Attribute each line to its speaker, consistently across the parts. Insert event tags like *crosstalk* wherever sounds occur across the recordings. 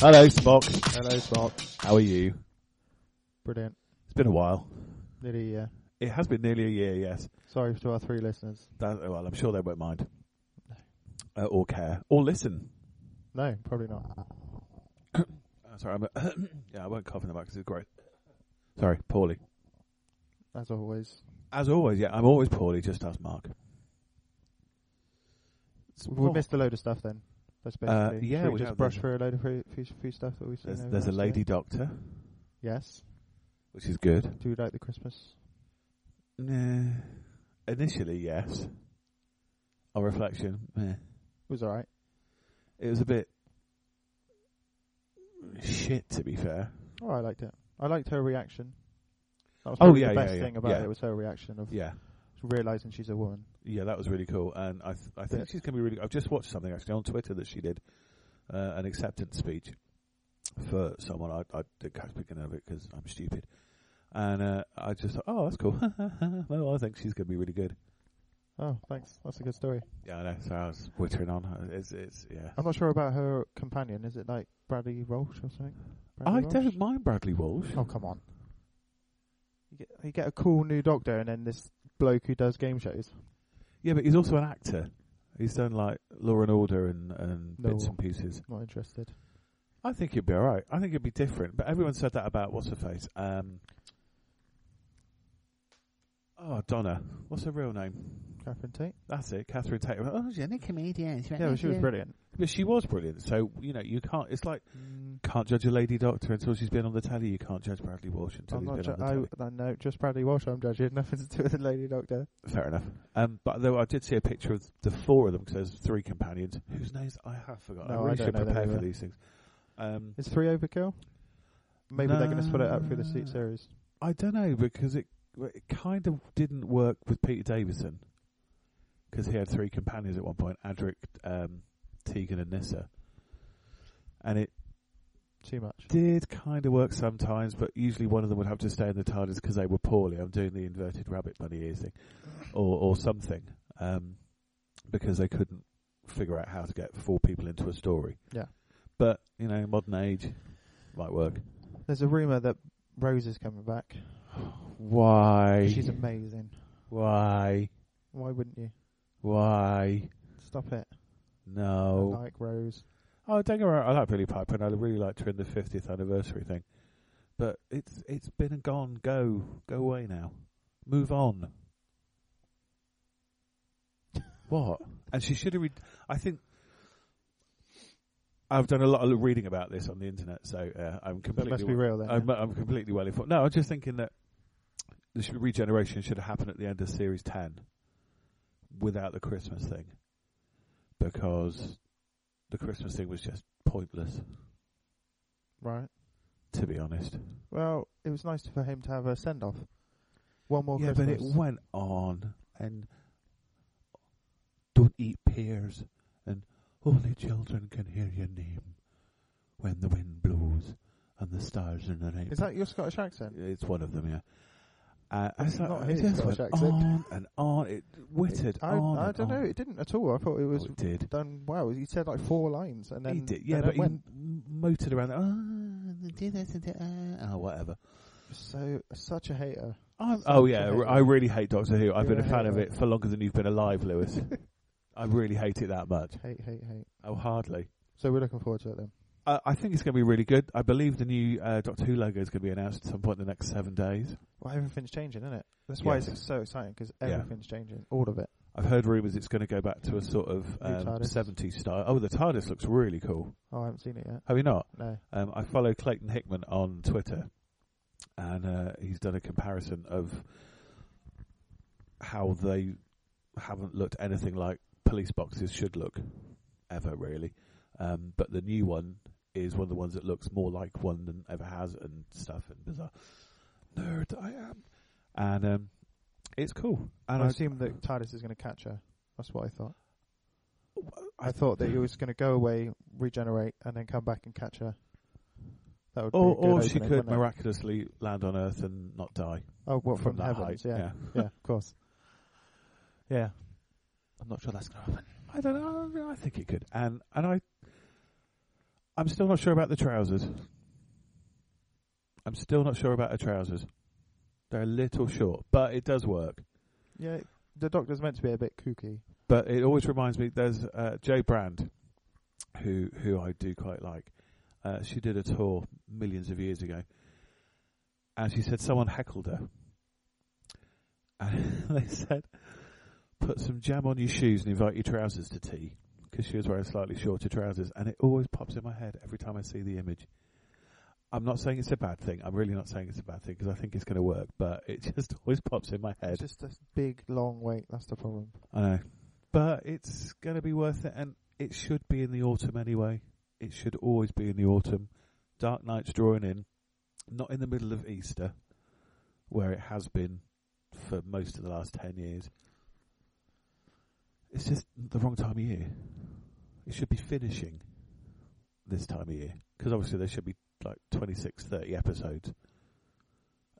Speaker 1: Hello, Spock.
Speaker 2: Hello, Spock.
Speaker 1: How are you?
Speaker 2: Brilliant.
Speaker 1: It's been a while.
Speaker 2: Nearly, yeah.
Speaker 1: It has been nearly a year, yes.
Speaker 2: Sorry to our three listeners.
Speaker 1: That, well, I'm sure they won't mind. Uh, or care. Or listen.
Speaker 2: No, probably not.
Speaker 1: Uh, sorry, I'm, *coughs* yeah, I won't cough in the mic because it's gross. Sorry, poorly.
Speaker 2: As always.
Speaker 1: As always, yeah, I'm always poorly, just ask Mark.
Speaker 2: We missed a load of stuff then. That's
Speaker 1: Uh,
Speaker 2: basically.
Speaker 1: yeah,
Speaker 2: Should
Speaker 1: we
Speaker 2: we
Speaker 1: have
Speaker 2: just brush
Speaker 1: them.
Speaker 2: through a load of free, few, few stuff that we've seen.
Speaker 1: There's,
Speaker 2: over
Speaker 1: there's a
Speaker 2: the last
Speaker 1: lady
Speaker 2: year.
Speaker 1: doctor,
Speaker 2: Yes.
Speaker 1: which is good.
Speaker 2: Do you like the Christmas?
Speaker 1: Nah. Initially, yes. On reflection, meh.
Speaker 2: It was alright.
Speaker 1: it was a bit shit, to be fair.
Speaker 2: Oh, I liked it. I liked her reaction. That was
Speaker 1: Oh,
Speaker 2: probably
Speaker 1: yeah,
Speaker 2: the
Speaker 1: yeah,
Speaker 2: best
Speaker 1: yeah,
Speaker 2: thing about
Speaker 1: yeah.
Speaker 2: it was her reaction of
Speaker 1: Yeah,
Speaker 2: realizing she's a woman.
Speaker 1: yeah, that was really cool, and I th- I think
Speaker 2: Yeah.
Speaker 1: she's going to be really. I've just watched something actually on Twitter that she did uh, an acceptance speech for someone. I I didn't catch the beginning of it because I'm stupid, and uh, I just thought, oh, that's cool. *laughs* well, I think she's going to be really good.
Speaker 2: Oh, thanks. That's a good story.
Speaker 1: Yeah, I know. So I was wittering on. It's it's yeah.
Speaker 2: I'm not sure about her companion. Is it like Bradley Walsh or something?
Speaker 1: I
Speaker 2: Bradley Walsh?
Speaker 1: don't mind Bradley Walsh.
Speaker 2: Oh come on! You get, you get a cool new doctor, and then this bloke who does game shows.
Speaker 1: Yeah, but he's also an actor. He's done like Law and Order and, and
Speaker 2: No.
Speaker 1: bits and pieces.
Speaker 2: Not interested.
Speaker 1: I think it'd be all right. I think it'd be different. But everyone said that about what's her face. Um, oh, Donna. What's her real name?
Speaker 2: Catherine Tate.
Speaker 1: That's it, Catherine Tate. Oh, she's a comedian.
Speaker 2: Yeah, well, she was brilliant.
Speaker 1: But she was brilliant. So you know, you can't. It's like
Speaker 2: Mm.
Speaker 1: can't judge a lady doctor until she's been on the telly. You can't judge Bradley Walsh until
Speaker 2: I'm
Speaker 1: he's been
Speaker 2: not. Ju-
Speaker 1: on the
Speaker 2: I,
Speaker 1: telly.
Speaker 2: I know just Bradley Walsh. I'm judging *laughs* nothing to do with the lady doctor.
Speaker 1: Fair enough. Um, but though I did see a picture of the four of them because there's three companions whose names I have forgotten.
Speaker 2: No,
Speaker 1: I
Speaker 2: I
Speaker 1: really
Speaker 2: don't
Speaker 1: should
Speaker 2: know them
Speaker 1: prepare for
Speaker 2: either.
Speaker 1: these things. Um,
Speaker 2: Is three overkill? Maybe they're going to split it up through the
Speaker 1: No.
Speaker 2: se- series.
Speaker 1: I don't know because it it kind of didn't work with Peter Davison because he had three companions at one point: Adric, um, Tegan, and Nissa. And it
Speaker 2: Too much.
Speaker 1: did kind of work sometimes, but usually one of them would have to stay in the TARDIS because they were poorly. I'm doing the inverted rabbit bunny ears thing, or or something, um, because they couldn't figure out how to get four people into a story.
Speaker 2: Yeah.
Speaker 1: but you know, modern age might work.
Speaker 2: There's a rumor that Rose is coming back.
Speaker 1: Why?
Speaker 2: She's amazing.
Speaker 1: Why?
Speaker 2: Why wouldn't you?
Speaker 1: Why?
Speaker 2: Stop it. I
Speaker 1: No.
Speaker 2: like Rose.
Speaker 1: Oh, don't get me wrong. I like Billy Piper, and I really liked her in the fiftieth anniversary thing. But it's it's been and gone. Go go away now. Move on. What? And she should have. Re- I think I've done a lot of reading about this on the internet, so uh, I'm
Speaker 2: But
Speaker 1: completely.
Speaker 2: let's be real then.
Speaker 1: I'm, I'm completely well informed. No, I'm just thinking that this regeneration should have happened at the end of Series 10 without the Christmas thing because the Christmas thing was just pointless,
Speaker 2: right.
Speaker 1: to be honest.
Speaker 2: Well, it was nice for him to have a send off. One more
Speaker 1: yeah, but
Speaker 2: Christmas.
Speaker 1: it went on and don't eat pears and only children can hear your name when the wind blows and the stars are in the night.
Speaker 2: Is that your Scottish accent?
Speaker 1: It's one of them, yeah. Uh, I
Speaker 2: It's
Speaker 1: thought
Speaker 2: not
Speaker 1: it
Speaker 2: his
Speaker 1: just
Speaker 2: Scottish
Speaker 1: went
Speaker 2: accent.
Speaker 1: on and on. It wittered
Speaker 2: I,
Speaker 1: on.
Speaker 2: I
Speaker 1: and
Speaker 2: don't
Speaker 1: on.
Speaker 2: know. It didn't at all. I thought it
Speaker 1: Oh,
Speaker 2: was
Speaker 1: it did.
Speaker 2: done well. He said like four lines, and then
Speaker 1: he did. Yeah,
Speaker 2: and then
Speaker 1: but he
Speaker 2: went.
Speaker 1: m- motored around. Oh, they do this and do- uh, oh, whatever.
Speaker 2: so such a hater.
Speaker 1: I'm,
Speaker 2: Such
Speaker 1: oh
Speaker 2: a
Speaker 1: yeah,
Speaker 2: hater.
Speaker 1: I really hate Doctor Who. I've been
Speaker 2: You're
Speaker 1: a
Speaker 2: a
Speaker 1: fan of
Speaker 2: hater.
Speaker 1: it for longer than you've been alive,
Speaker 2: *laughs*
Speaker 1: Lewis. I really hate it that much.
Speaker 2: Hate, hate, hate.
Speaker 1: Oh, hardly.
Speaker 2: So we're looking forward to it then.
Speaker 1: Uh, I think it's going to be really good. I believe the new uh, Doctor Who logo is going to be announced at some point in the next seven days.
Speaker 2: Well, everything's changing, isn't it? That's why
Speaker 1: Yes.
Speaker 2: it's so exciting because
Speaker 1: Yeah.
Speaker 2: everything's changing, all of it.
Speaker 1: I've heard rumours it's going to go back to a sort of um,
Speaker 2: TARDIS.
Speaker 1: 70s style. Oh, the TARDIS looks really cool.
Speaker 2: Oh, I haven't seen it yet.
Speaker 1: Have you not?
Speaker 2: No.
Speaker 1: Um, I follow Clayton Hickman on Twitter, and uh, he's done a comparison of how they haven't looked anything like police boxes should look ever, really. Um, but the new one is one of the ones that looks more like one than ever has, and stuff and bizarre. Nerd, I am, and um, it's cool. And
Speaker 2: I
Speaker 1: I,
Speaker 2: assume that TARDIS is going to catch her. That's what I thought.
Speaker 1: I
Speaker 2: I thought that he was going to go away, regenerate, and then come back and catch her. That would
Speaker 1: or
Speaker 2: be a good
Speaker 1: or she
Speaker 2: opening,
Speaker 1: could
Speaker 2: wouldn't it?
Speaker 1: miraculously land on Earth and not die
Speaker 2: Oh, what from,
Speaker 1: that height.
Speaker 2: heavens? Yeah.
Speaker 1: yeah.
Speaker 2: yeah, of course.
Speaker 1: Yeah.
Speaker 2: I'm not sure that's going to happen.
Speaker 1: I don't know. I think it could, and and I, I'm still not sure about the trousers. I'm still not sure about the trousers. They're a little short, but it does work.
Speaker 2: Yeah, the Doctor's meant to be a bit kooky.
Speaker 1: But it always reminds me. There's uh, Joe Brand, who who I do quite like. Uh, she did a tour millions of years ago, and she said someone heckled her, and *laughs* they said, "Put some jam on your shoes and invite your trousers to tea," because she was wearing slightly shorter trousers. And it always pops in my head every time I see the image. I'm not saying it's a bad thing. I'm really not saying it's a bad thing because I think it's going to work, but it *laughs* just always pops in my head.
Speaker 2: It's just this big, long wait. That's the problem.
Speaker 1: I know. But it's going to be worth it, and it should be in the autumn anyway. It should always be in the autumn. Dark Night's drawing in, not in the middle of Easter, where it has been for most of the last 10 years. It's just the wrong time of year. It should be finishing this time of year, because obviously there should be like 26, 30 episodes,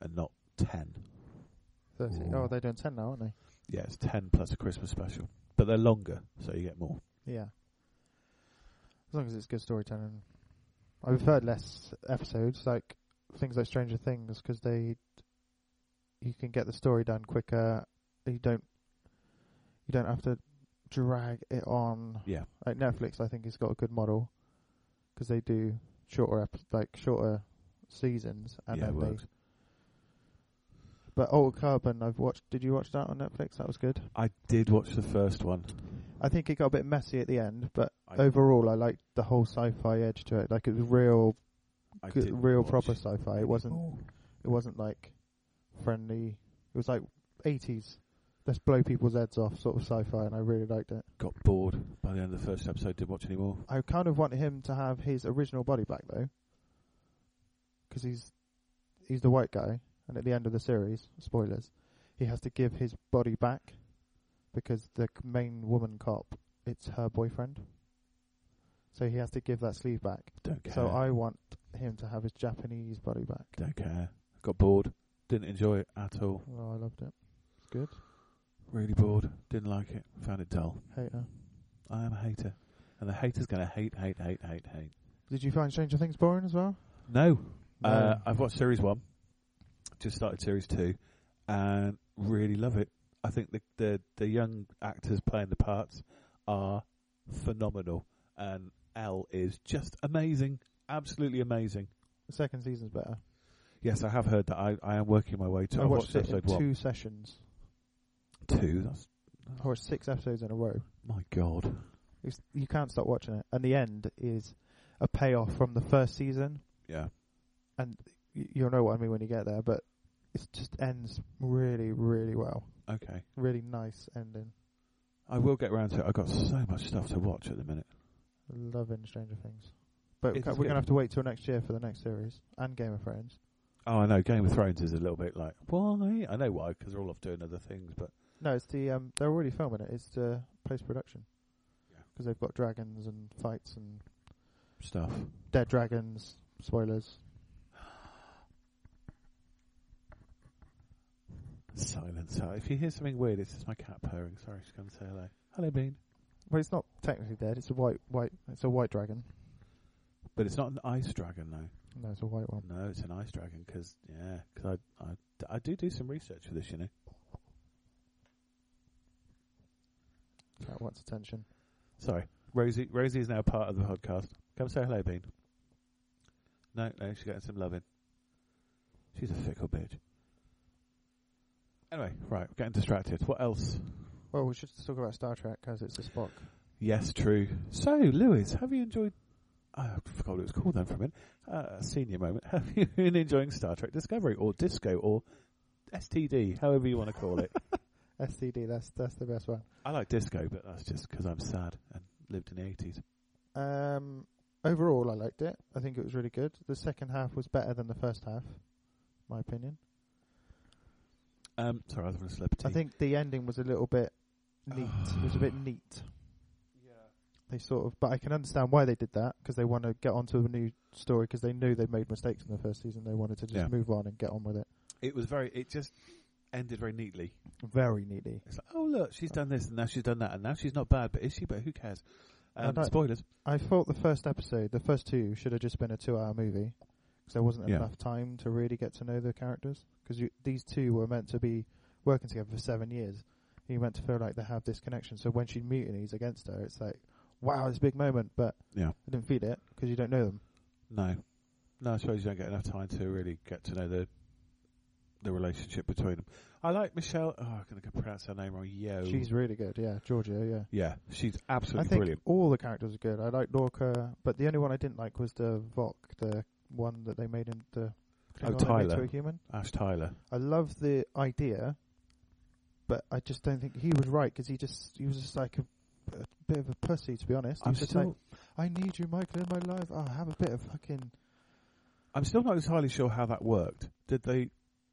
Speaker 1: and not 10.
Speaker 2: 30.
Speaker 1: Ooh.
Speaker 2: Oh, they're doing 10 now, aren't they?
Speaker 1: Yeah, it's 10 plus a Christmas special. But they're longer, so you get more.
Speaker 2: Yeah. As long as it's good storytelling. I preferred less episodes, like things like Stranger Things, because they, you can get the story done quicker. You don't, you don't have to drag it on.
Speaker 1: Yeah.
Speaker 2: Like Netflix, I think has got a good model, because they do shorter ep- like shorter seasons, and
Speaker 1: yeah,
Speaker 2: then
Speaker 1: it
Speaker 2: they
Speaker 1: works.
Speaker 2: But Old Carbon, I've watched. Did you watch that on Netflix? That was good.
Speaker 1: I did watch the first one.
Speaker 2: I think it got a bit messy at the end, but
Speaker 1: I,
Speaker 2: overall, I liked the whole sci-fi edge to it. Like it was real,
Speaker 1: I
Speaker 2: good,
Speaker 1: did
Speaker 2: real
Speaker 1: watch
Speaker 2: proper sci-fi. It wasn't.
Speaker 1: Oh.
Speaker 2: It wasn't like friendly. It was like eighties. Let's blow people's heads off, sort of sci-fi, and I really liked it.
Speaker 1: Got bored by the end of the first episode. Didn't watch anymore.
Speaker 2: I kind of want him to have his original body back though, because he's he's the white guy, and at the end of the series, spoilers, he has to give his body back because the c- main woman cop, it's her boyfriend, so he has to give that sleeve back.
Speaker 1: Don't care.
Speaker 2: So I want him to have his Japanese body back.
Speaker 1: don't care. Got bored. Didn't enjoy it at all.
Speaker 2: Oh, I loved it. It's good.
Speaker 1: Really bored. Didn't like it. Found it dull.
Speaker 2: Hater.
Speaker 1: I am a hater, and the hater's going to hate, hate, hate, hate, hate.
Speaker 2: Did you find Stranger Things boring as well?
Speaker 1: No, Uh,
Speaker 2: No.
Speaker 1: I've watched series one. Just started series two, and really love it. I think the the, the young actors playing the parts are phenomenal, and Elle is just amazing, absolutely amazing.
Speaker 2: The second season's better.
Speaker 1: Yes, I have heard that. I, I am working my way to.
Speaker 2: I watched it in
Speaker 1: episode one,
Speaker 2: two sessions.
Speaker 1: two. That's
Speaker 2: I watched six episodes in a row.
Speaker 1: my god.
Speaker 2: It's, you can't stop watching it. And the end is a payoff from the first season.
Speaker 1: Yeah,
Speaker 2: Y- You'll know what I mean when you get there, but it just ends really, really well.
Speaker 1: okay.
Speaker 2: Really nice ending.
Speaker 1: I will get round to it. I've got so much stuff to watch at the minute.
Speaker 2: Loving Stranger Things. But
Speaker 1: It
Speaker 2: ca-
Speaker 1: is
Speaker 2: we're
Speaker 1: good.
Speaker 2: going to have to wait till next year for the next series and Game of Thrones.
Speaker 1: Oh, I know. Game of Thrones is a little bit like why? I know why because they're all off doing other things, but
Speaker 2: No, it's the um, they're already filming it. It's the post production
Speaker 1: Yeah.
Speaker 2: because they've got dragons and fights and
Speaker 1: stuff.
Speaker 2: dead dragons. Spoilers.
Speaker 1: Silence. Uh, If you hear something weird, it's just my cat purring. Sorry, she's going to say hello. Hello, Bean.
Speaker 2: Well, it's not technically dead. It's a white, white. It's a white dragon.
Speaker 1: But it's not an ice dragon, though.
Speaker 2: No, it's a white one.
Speaker 1: No, it's an ice dragon because yeah, because I, I d- I do do some research for this, you know.
Speaker 2: Cat wants attention.
Speaker 1: Sorry, Rosie. Rosie is now part of the podcast. Come say hello, Bean. No, no, she's getting some loving. She's a fickle bitch. Anyway, right, we're getting distracted. What else?
Speaker 2: Well, we should talk about Star Trek because it's a Spock.
Speaker 1: Yes, true. So, Lewis, have you enjoyed? Oh, I forgot what it was called then for a minute. Uh, senior moment. *laughs* Have you been enjoying Star Trek Discovery or Disco or STD, however you want to call *laughs* it?
Speaker 2: STD. That's that's the best one.
Speaker 1: I like disco, but that's just because I'm sad and lived in the 80s.
Speaker 2: Um, overall, I liked it. I think it was really good. The second half was better than the first half, my opinion.
Speaker 1: Um, sorry, I was on a celebrity.
Speaker 2: I think the ending was a little bit neat. it was a bit neat. They sort of, but I can understand why they did that because they want to get onto a new story because they knew they made mistakes in the first season. They wanted to just
Speaker 1: Yeah.
Speaker 2: move on and get on with it.
Speaker 1: it was very. It just ended very neatly.
Speaker 2: Very needy.
Speaker 1: It's like, oh look, she's done this and now she's done that and now she's not bad, but is she? But who cares?
Speaker 2: I
Speaker 1: Um,
Speaker 2: don't-
Speaker 1: spoilers.
Speaker 2: I thought the first episode, the first two, should have just been a two-hour movie because there wasn't
Speaker 1: Yeah.
Speaker 2: enough time to really get to know the characters. Because these two were meant to be working together for seven years. You meant to feel like they have this connection. So when she mutinies against her, it's like, wow, it's a big moment. But
Speaker 1: Yeah.
Speaker 2: I didn't feel it because you don't know them.
Speaker 1: No, no. I suppose you don't get enough time to really get to know the the relationship between them. I like Michelle. Oh, I'm going to pronounce her name wrong. Yo.
Speaker 2: She's really good. Yeah, Georgia. Yeah.
Speaker 1: yeah, she's
Speaker 2: I
Speaker 1: Oh. absolutely
Speaker 2: think
Speaker 1: brilliant.
Speaker 2: all the characters are good. I like Lorca, but the only one I didn't like was the Vok, the one that they made in the
Speaker 1: Oh,
Speaker 2: Klingon they made to
Speaker 1: Tyler.
Speaker 2: a human.
Speaker 1: Ash Tyler.
Speaker 2: I love the idea, but I just don't think he was right because he just he was just like a, a bit of a pussy to be honest. He
Speaker 1: I'm
Speaker 2: was just like,
Speaker 1: still,
Speaker 2: I need you, Michael, in my life. Oh, have a bit of fucking.
Speaker 1: I'm still not entirely sure how that worked. Did they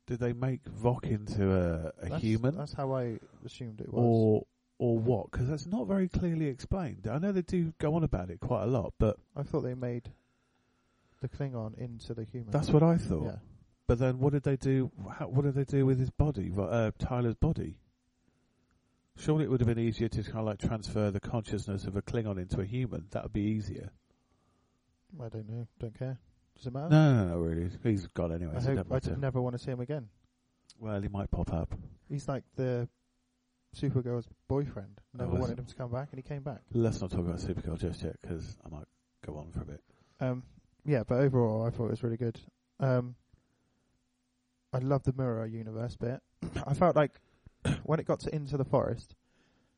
Speaker 1: did they make Vok into a, a
Speaker 2: That's-
Speaker 1: human
Speaker 2: That's how I assumed it was.
Speaker 1: or or what? Because that's not very clearly explained. I know they do go on about it quite a lot, but
Speaker 2: I thought they made the Klingon into the human.
Speaker 1: that's what I thought.
Speaker 2: yeah.
Speaker 1: But then, what did they do? How, what did they do with his body? Ro- Uh, Tyler's body. Surely it would have been easier to kind of like transfer the consciousness of a Klingon into a human. That would be easier.
Speaker 2: I don't know. Don't care. Does it matter?
Speaker 1: No, no, no, really. He's gone anyway.
Speaker 2: I
Speaker 1: so it
Speaker 2: hope
Speaker 1: don't
Speaker 2: I
Speaker 1: matter.
Speaker 2: just never want to see him again.
Speaker 1: Well, he might pop up.
Speaker 2: He's like the Supergirl's boyfriend. Never
Speaker 1: was-
Speaker 2: wanted him to come back, and he came back.
Speaker 1: Let's not talk about Supergirl just yet because I might go on for a bit.
Speaker 2: Um, yeah, but overall, I thought it was really good. Um, I love the mirror universe bit. *clears throat* I felt like when it got to into the forest,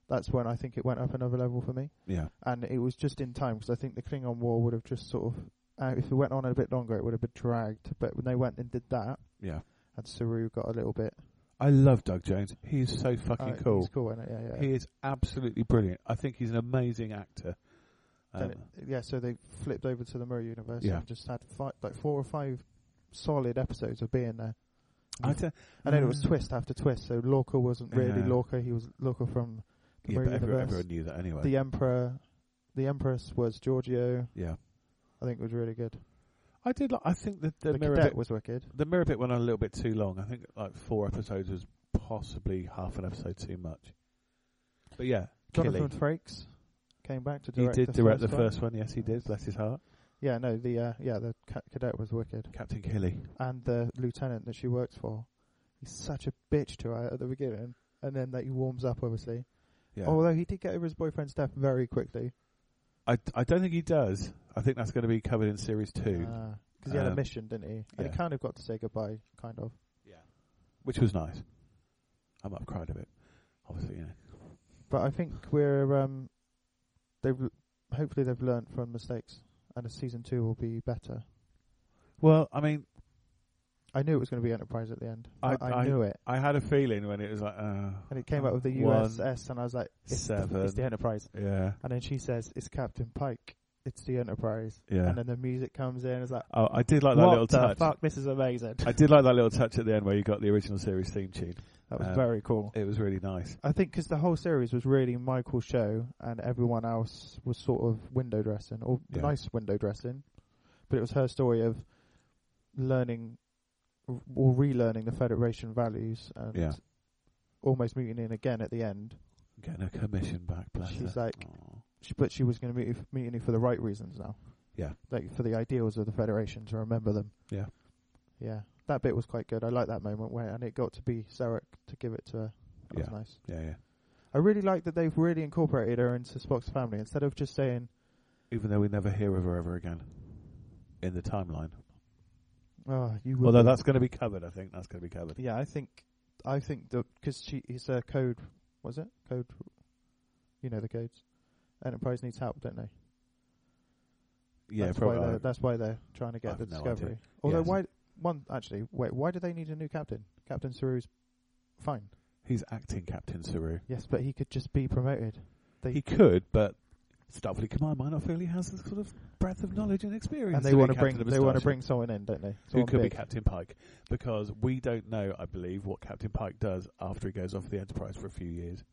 Speaker 2: that's when I think it went up another level for me,
Speaker 1: Yeah,
Speaker 2: and it was just in time because I think the Klingon War would have just sort of, uh, if it went on a bit longer, it would have been dragged. But when they went and did that,
Speaker 1: yeah.
Speaker 2: and Saru got a little bit
Speaker 1: I love Doug Jones. He's so fucking
Speaker 2: uh,
Speaker 1: cool.
Speaker 2: He's cool, isn't it? yeah, yeah.
Speaker 1: He is absolutely brilliant. I think he's an amazing actor.
Speaker 2: Then
Speaker 1: Um,
Speaker 2: it- yeah, so they flipped over to the Mirror Universe
Speaker 1: Yeah.
Speaker 2: and just had fi like four or five solid episodes of being there.
Speaker 1: I don't-
Speaker 2: And then it was
Speaker 1: Mm.
Speaker 2: twist after twist. So Lorca wasn't really
Speaker 1: Yeah.
Speaker 2: Lorca; he was Lorca from the
Speaker 1: yeah,
Speaker 2: Mirror
Speaker 1: but everyone,
Speaker 2: Universe.
Speaker 1: everyone knew that anyway.
Speaker 2: the Emperor, the Empress was Giorgio.
Speaker 1: yeah,
Speaker 2: I think it was really good.
Speaker 1: I did. Like, I think that the,
Speaker 2: The,
Speaker 1: mirror
Speaker 2: cadet
Speaker 1: bit,
Speaker 2: was wicked.
Speaker 1: the mirror bit went on a little bit too long. I think like four episodes was possibly half an episode too much. But yeah,
Speaker 2: Jonathan
Speaker 1: Killing.
Speaker 2: Frakes came back to
Speaker 1: he
Speaker 2: direct.
Speaker 1: did
Speaker 2: the
Speaker 1: direct the
Speaker 2: one.
Speaker 1: first one. Yes, he did. Bless his heart,
Speaker 2: Yeah, no, the uh, yeah the ca- cadet was wicked,
Speaker 1: Captain Killy.
Speaker 2: and the lieutenant that she works for, he's such a bitch to her at the beginning, and then that he warms up obviously.
Speaker 1: Yeah,
Speaker 2: Although he did get over his boyfriend's death very quickly.
Speaker 1: Oh, I, I don't think he does. I think that's going to be covered in series two.
Speaker 2: Because Uh, he had a
Speaker 1: Um,
Speaker 2: mission, didn't he? And
Speaker 1: yeah.
Speaker 2: he kind of got to say goodbye, kind of.
Speaker 1: yeah, which was nice. I might have cried a bit. Obviously, you know.
Speaker 2: But I think we're um, they've hopefully they've learnt from mistakes, and a season two will be better.
Speaker 1: Well, I mean,
Speaker 2: I knew it was going to be Enterprise at the end. I,
Speaker 1: I-
Speaker 2: I,
Speaker 1: I-
Speaker 2: knew it,
Speaker 1: I had a feeling when it was like, uh,
Speaker 2: and it came out with the
Speaker 1: one,
Speaker 2: USS, and I was like, it's, The,
Speaker 1: seven.
Speaker 2: it's the Enterprise.
Speaker 1: yeah,
Speaker 2: And then she says, "It's Captain Pike. It's the Enterprise."
Speaker 1: yeah.
Speaker 2: And then the music comes in. It's like,
Speaker 1: Oh, I did like that
Speaker 2: what
Speaker 1: little
Speaker 2: the
Speaker 1: touch.
Speaker 2: fuck? This is amazing. *laughs*
Speaker 1: I did like that little touch at the end where you got the original series theme tune.
Speaker 2: that was
Speaker 1: um,
Speaker 2: very cool.
Speaker 1: It was really nice.
Speaker 2: I think 'cause the whole series was really Michael's show, and everyone else was sort of window dressing or
Speaker 1: Yeah.
Speaker 2: nice window dressing, but it was her story of learning r- or relearning the Federation values and
Speaker 1: Yeah.
Speaker 2: almost mutinying again at the end.
Speaker 1: Getting a commission back, bless
Speaker 2: She's
Speaker 1: her.
Speaker 2: like-
Speaker 1: Aw.
Speaker 2: She, but she was going to mutiny, mutiny for the right reasons now.
Speaker 1: Yeah.
Speaker 2: like for the ideals of the Federation to remember them.
Speaker 1: Yeah.
Speaker 2: yeah, that bit was quite good. I like that moment where and it got to be Sarek to give it to her. That was
Speaker 1: Yeah.
Speaker 2: nice.
Speaker 1: yeah, yeah.
Speaker 2: I really like that they've really incorporated her into Spock's family instead of just saying,
Speaker 1: Even though we never hear of her ever again in the timeline.
Speaker 2: "Oh, you." Will
Speaker 1: Although
Speaker 2: be."
Speaker 1: that's going to be covered, I think that's going to be covered.
Speaker 2: yeah, I think I think that because she is a code. Was it code? You know the codes. Enterprise needs help, don't they?
Speaker 1: Yeah,
Speaker 2: that's Why
Speaker 1: probably.
Speaker 2: they're, that's why they're trying to get
Speaker 1: I've
Speaker 2: the
Speaker 1: no
Speaker 2: discovery.
Speaker 1: idea.
Speaker 2: Although
Speaker 1: Yes.
Speaker 2: why? One actually. Wait, why do they need a new captain? Captain Saru's fine.
Speaker 1: He's acting Captain Saru.
Speaker 2: Yes, but he could just be promoted. They-
Speaker 1: He could, but Starfleet Command might not feel he has the sort of breadth of knowledge and experience.
Speaker 2: and they
Speaker 1: to be
Speaker 2: want to
Speaker 1: captain
Speaker 2: bring
Speaker 1: of a
Speaker 2: they want to
Speaker 1: starship.
Speaker 2: bring someone in, don't they?
Speaker 1: Who
Speaker 2: Someone
Speaker 1: could be
Speaker 2: big.
Speaker 1: Captain Pike? Because we don't know, I believe, what Captain Pike does after he goes off the Enterprise for a few years.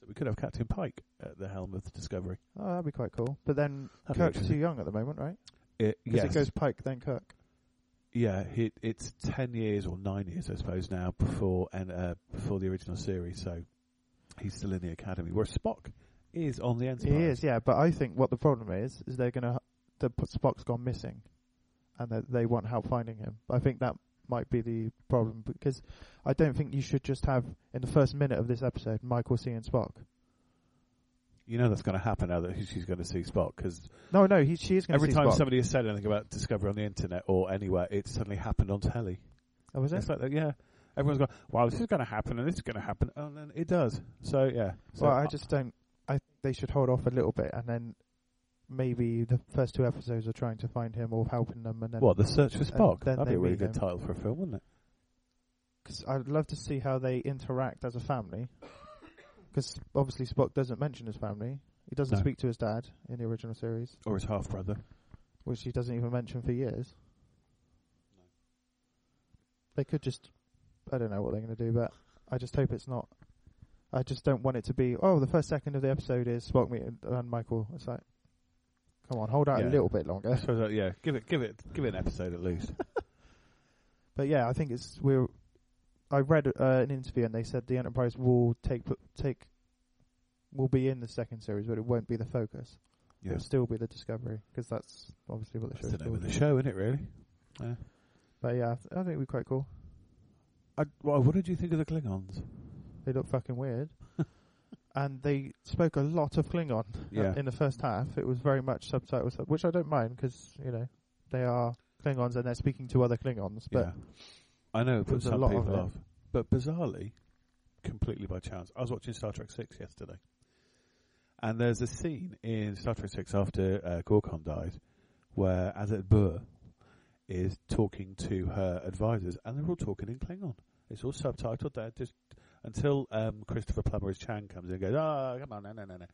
Speaker 1: So we could have Captain Pike at the helm of the Discovery.
Speaker 2: Oh, that'd be quite cool. But then
Speaker 1: That'd be
Speaker 2: Kirk's too
Speaker 1: interesting.
Speaker 2: young at the moment, right?
Speaker 1: It,
Speaker 2: Because
Speaker 1: yes.
Speaker 2: it goes Pike then Kirk.
Speaker 1: yeah, it, it's ten years or nine years, I suppose, now before and uh, before the original series. So he's still in the academy. Whereas Spock is on the
Speaker 2: He
Speaker 1: Enterprise.
Speaker 2: is, yeah. But I think what the problem is is they're gonna the p- Spock's gone missing, and that they want help finding him. I think that might be the problem because I don't think you should just have in the first minute of this episode Michael seeing Spock.
Speaker 1: You know that's going to happen now that she's going to see Spock because
Speaker 2: No, no, he she is going to
Speaker 1: every
Speaker 2: see
Speaker 1: time
Speaker 2: Spock.
Speaker 1: somebody has said anything about Discovery on the internet or anywhere, it's suddenly happened on telly.
Speaker 2: oh, was it?
Speaker 1: It's like that, yeah. Everyone's going, wow, this is going to happen and this is going to happen, and then it does. So yeah. So uh,
Speaker 2: well, I just don't. I they should hold off a little bit and then maybe the first two episodes are trying to find him or helping them, and then
Speaker 1: what the search for Spock?
Speaker 2: then
Speaker 1: That'd be
Speaker 2: they
Speaker 1: a really
Speaker 2: meet
Speaker 1: good
Speaker 2: him.
Speaker 1: title for a film, wouldn't it?
Speaker 2: because I'd love to see how they interact as a family. *coughs* Because obviously Spock doesn't mention his family. He doesn't
Speaker 1: No.
Speaker 2: speak to his dad in the original series,
Speaker 1: Or his half
Speaker 2: *laughs*
Speaker 1: brother.
Speaker 2: which he doesn't even mention for years. They could just, I don't know what they're going to do, but I just hope it's not. I just don't want it to be. Oh, the first second of the episode is Spock meeting and Michael. It's like, come on, hold out
Speaker 1: Yeah.
Speaker 2: a little bit longer.
Speaker 1: So that- yeah, give it, give it, give it an episode at
Speaker 2: *laughs*
Speaker 1: least.
Speaker 2: But yeah, I think it's we're. I read uh, an interview and they said the Enterprise will take take will be in the second series, but it won't be the focus.
Speaker 1: Yeah,
Speaker 2: It'll still be the Discovery because that's obviously what the
Speaker 1: that's
Speaker 2: show's
Speaker 1: the name of
Speaker 2: called.
Speaker 1: the show, isn't it? Really. Yeah.
Speaker 2: But yeah, I th- I think we're quite cool.
Speaker 1: I, well, what did you think of the Klingons?
Speaker 2: They look
Speaker 1: *laughs*
Speaker 2: fucking weird, and they spoke a lot of Klingon uh,
Speaker 1: Yeah.
Speaker 2: in the first half. It was very much subtitles, which I don't mind because you know they are Klingons and they're speaking to other Klingons. But
Speaker 1: yeah. I know it put
Speaker 2: was a
Speaker 1: some
Speaker 2: lot of
Speaker 1: people
Speaker 2: it.
Speaker 1: off. But bizarrely, completely by chance, I was watching Star Trek Six yesterday, and there's a scene in Star Trek Six after uh, Gorkon dies, where Azet Burr is talking to her advisors, and they're all talking in Klingon. It's all subtitled there, just until um, Christopher Plummer as Chan comes in and goes, "Oh, come on, no, no, no, no."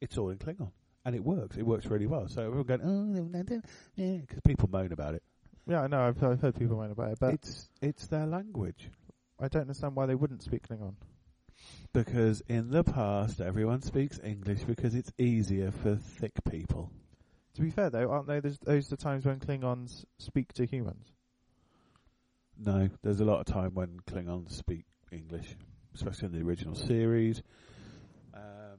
Speaker 1: It's all in Klingon, and it works. It works really well. So everyone going, "Oh, because people moan about it.
Speaker 2: yeah, I know I've, I've heard people moan about it, but
Speaker 1: it's it's their language.
Speaker 2: I don't understand why they wouldn't speak Klingon.
Speaker 1: Because in the past, everyone speaks English because it's easier for thick people.
Speaker 2: To be fair, though, aren't they those, those the times when Klingons speak to humans?
Speaker 1: No, there's a lot of time when Klingons speak English, especially in the original series. Um,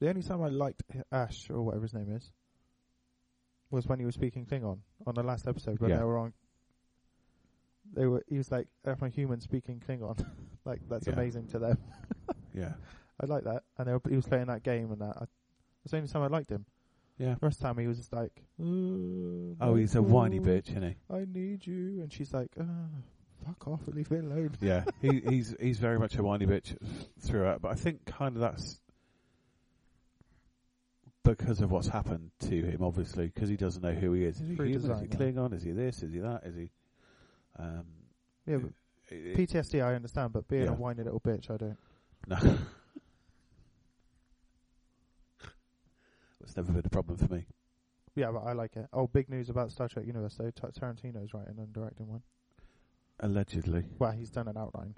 Speaker 2: The only time I liked H- Ash or whatever his name is was when he was speaking Klingon on the last episode when
Speaker 1: Yeah.
Speaker 2: they were on. They were. He was like, "Am a human speaking Klingon?" *laughs* like that's
Speaker 1: Yeah.
Speaker 2: amazing to them.
Speaker 1: yeah,
Speaker 2: I like that, and they were, he was playing that game and that. I, that's the only time I liked him.
Speaker 1: yeah.
Speaker 2: The rest of the time he was just like, "Oh,
Speaker 1: Oh, he's a whiny
Speaker 2: Michael,
Speaker 1: bitch, isn't
Speaker 2: I need you," and she's like, oh, "Fuck off, leave me alone."
Speaker 1: he? Yeah, he, he's he's very much a whiny bitch throughout. But I think kind of that's because of what's happened to him, obviously, because he doesn't know who he is. Is he
Speaker 2: Through
Speaker 1: human? Is
Speaker 2: design,
Speaker 1: he
Speaker 2: yeah.
Speaker 1: Klingon? Is he this? Is he that? Is he? Um,
Speaker 2: Yeah, but
Speaker 1: it- it-
Speaker 2: PTSD I understand, but being
Speaker 1: Yeah.
Speaker 2: a whiny little bitch, I don't.
Speaker 1: No. That's never been a problem for me.
Speaker 2: Yeah, but I like it. Oh, big news about Star Trek Universe though. Ta- Tarantino's writing and directing one.
Speaker 1: Allegedly.
Speaker 2: Well, he's done an outline.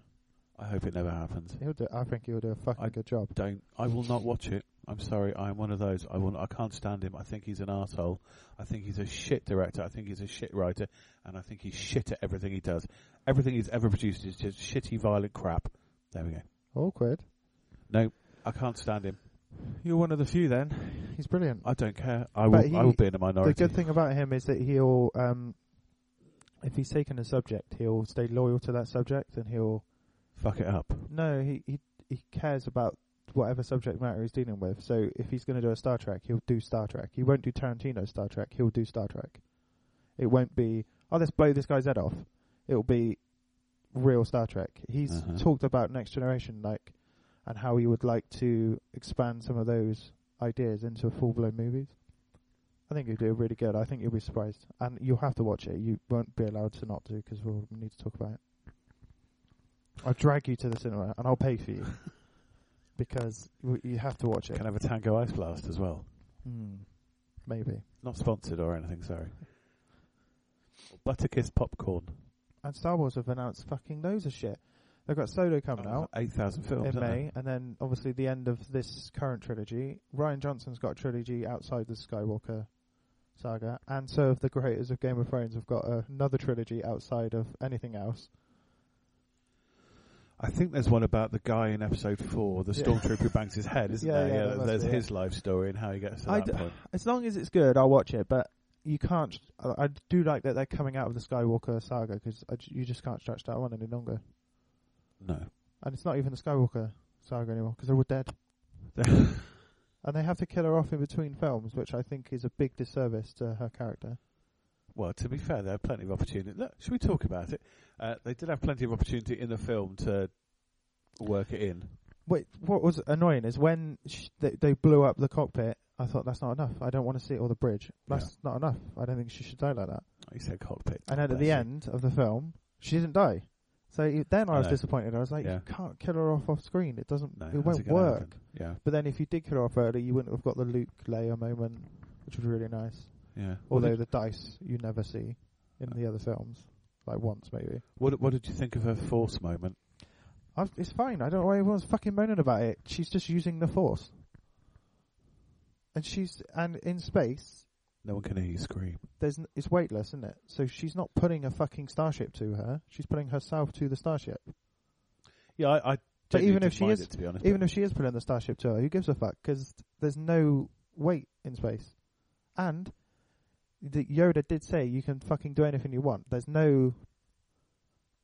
Speaker 1: I hope it never happens.
Speaker 2: He'll do. I think he'll do a fucking
Speaker 1: I-
Speaker 2: good job.
Speaker 1: Don't. I will not watch it. I'm sorry. I am one of those. I will. I can't stand him. I think he's an asshole. I think he's a shit director. I think he's a shit writer, and I think he's shit at everything he does. Everything he's ever produced is just shitty, violent crap. There we go.
Speaker 2: Awkward.
Speaker 1: No, I can't stand him.
Speaker 2: You're one of the few then. He's brilliant.
Speaker 1: I don't care. I will.
Speaker 2: But he-
Speaker 1: I will be in a
Speaker 2: the
Speaker 1: minority.
Speaker 2: good thing about him is that he'll, um, if he's taken a subject, he'll stay loyal to that subject, and he'll
Speaker 1: Fuck it up.
Speaker 2: no, he he he cares about whatever subject matter he's dealing with. So if he's going to do a Star Trek, he'll do Star Trek. He won't do Tarantino Star Trek. He'll do Star Trek. It won't be oh let's blow this guy's head off. It'll be real Star Trek. He's
Speaker 1: Uh-huh.
Speaker 2: talked about Next Generation like and how he would like to expand some of those ideas into full blown movies. I think you'll do really good. I think you'll be surprised, and you'll have to watch it. You won't be allowed to not do because we'll need to talk about it. I'll drag you to the cinema, and I'll pay for you
Speaker 1: *laughs*
Speaker 2: because w- you have to watch it.
Speaker 1: Can I have a Tango Ice Blast as well?
Speaker 2: Mm, maybe
Speaker 1: Not sponsored or anything, sorry. Butterkiss popcorn.
Speaker 2: and Star Wars have announced fucking loads of shit. They've got Solo coming out
Speaker 1: eight thousand Oh, films.
Speaker 2: in
Speaker 1: aren't
Speaker 2: May, and then obviously the end of this current trilogy. Ryan Johnson's got a trilogy outside the Skywalker saga, and so have the creators of Game of Thrones have got another trilogy outside of anything else.
Speaker 1: they? I think there's one about the guy in episode four, the
Speaker 2: Yeah.
Speaker 1: stormtrooper who bangs his head, isn't
Speaker 2: Yeah,
Speaker 1: there?
Speaker 2: yeah, that must
Speaker 1: there's
Speaker 2: be it.
Speaker 1: his life story and how he gets to
Speaker 2: I
Speaker 1: that
Speaker 2: d-
Speaker 1: point.
Speaker 2: As long as it's good, I'll watch it. But you can't. I, I do like that they're coming out of the Skywalker saga because you just can't stretch that one any longer.
Speaker 1: No,
Speaker 2: And it's not even the Skywalker saga anymore because they're all dead. And they have to kill her off in between films, which I think is a big disservice to her character.
Speaker 1: Well, to be fair, there are plenty of opportunity. Look, should we talk about it? Uh, they did have plenty of opportunity in the film to work it in.
Speaker 2: Wait, what was annoying is when sh- they, they blew up the cockpit. I thought that's not enough. I don't want to see it or the bridge. That's not enough. I don't think she should die like that.
Speaker 1: He said cockpit.
Speaker 2: And then at
Speaker 1: Bless
Speaker 2: the
Speaker 1: you.
Speaker 2: end of the film, she didn't die. So y- then I was
Speaker 1: No.
Speaker 2: disappointed. I was like,
Speaker 1: Yeah.
Speaker 2: you can't kill her off off screen. It doesn't.
Speaker 1: No,
Speaker 2: it
Speaker 1: how's
Speaker 2: won't
Speaker 1: gonna
Speaker 2: work.
Speaker 1: happen? Yeah,
Speaker 2: But then if you did kill her off early, you wouldn't have got the Luke Leia moment, which was really nice.
Speaker 1: yeah. What
Speaker 2: Although
Speaker 1: did,
Speaker 2: the dice you never see in the other films, like once maybe.
Speaker 1: what, what did you think of her force moment?
Speaker 2: I've, it's fine. I don't know why everyone's fucking moaning about it. She's just using the force, and she's and in space,
Speaker 1: No one can hear you scream.
Speaker 2: there's n- it's weightless, isn't it? So she's not putting a fucking starship to her. She's putting herself to the starship.
Speaker 1: Yeah, I. I
Speaker 2: But
Speaker 1: genuinely
Speaker 2: even if
Speaker 1: didn't
Speaker 2: she
Speaker 1: mind
Speaker 2: is-
Speaker 1: it, to be honest,
Speaker 2: Even if she is pulling the starship to her, who gives a fuck? Because there's no weight in space, and the Yoda did say you can fucking do anything you want. There's no, do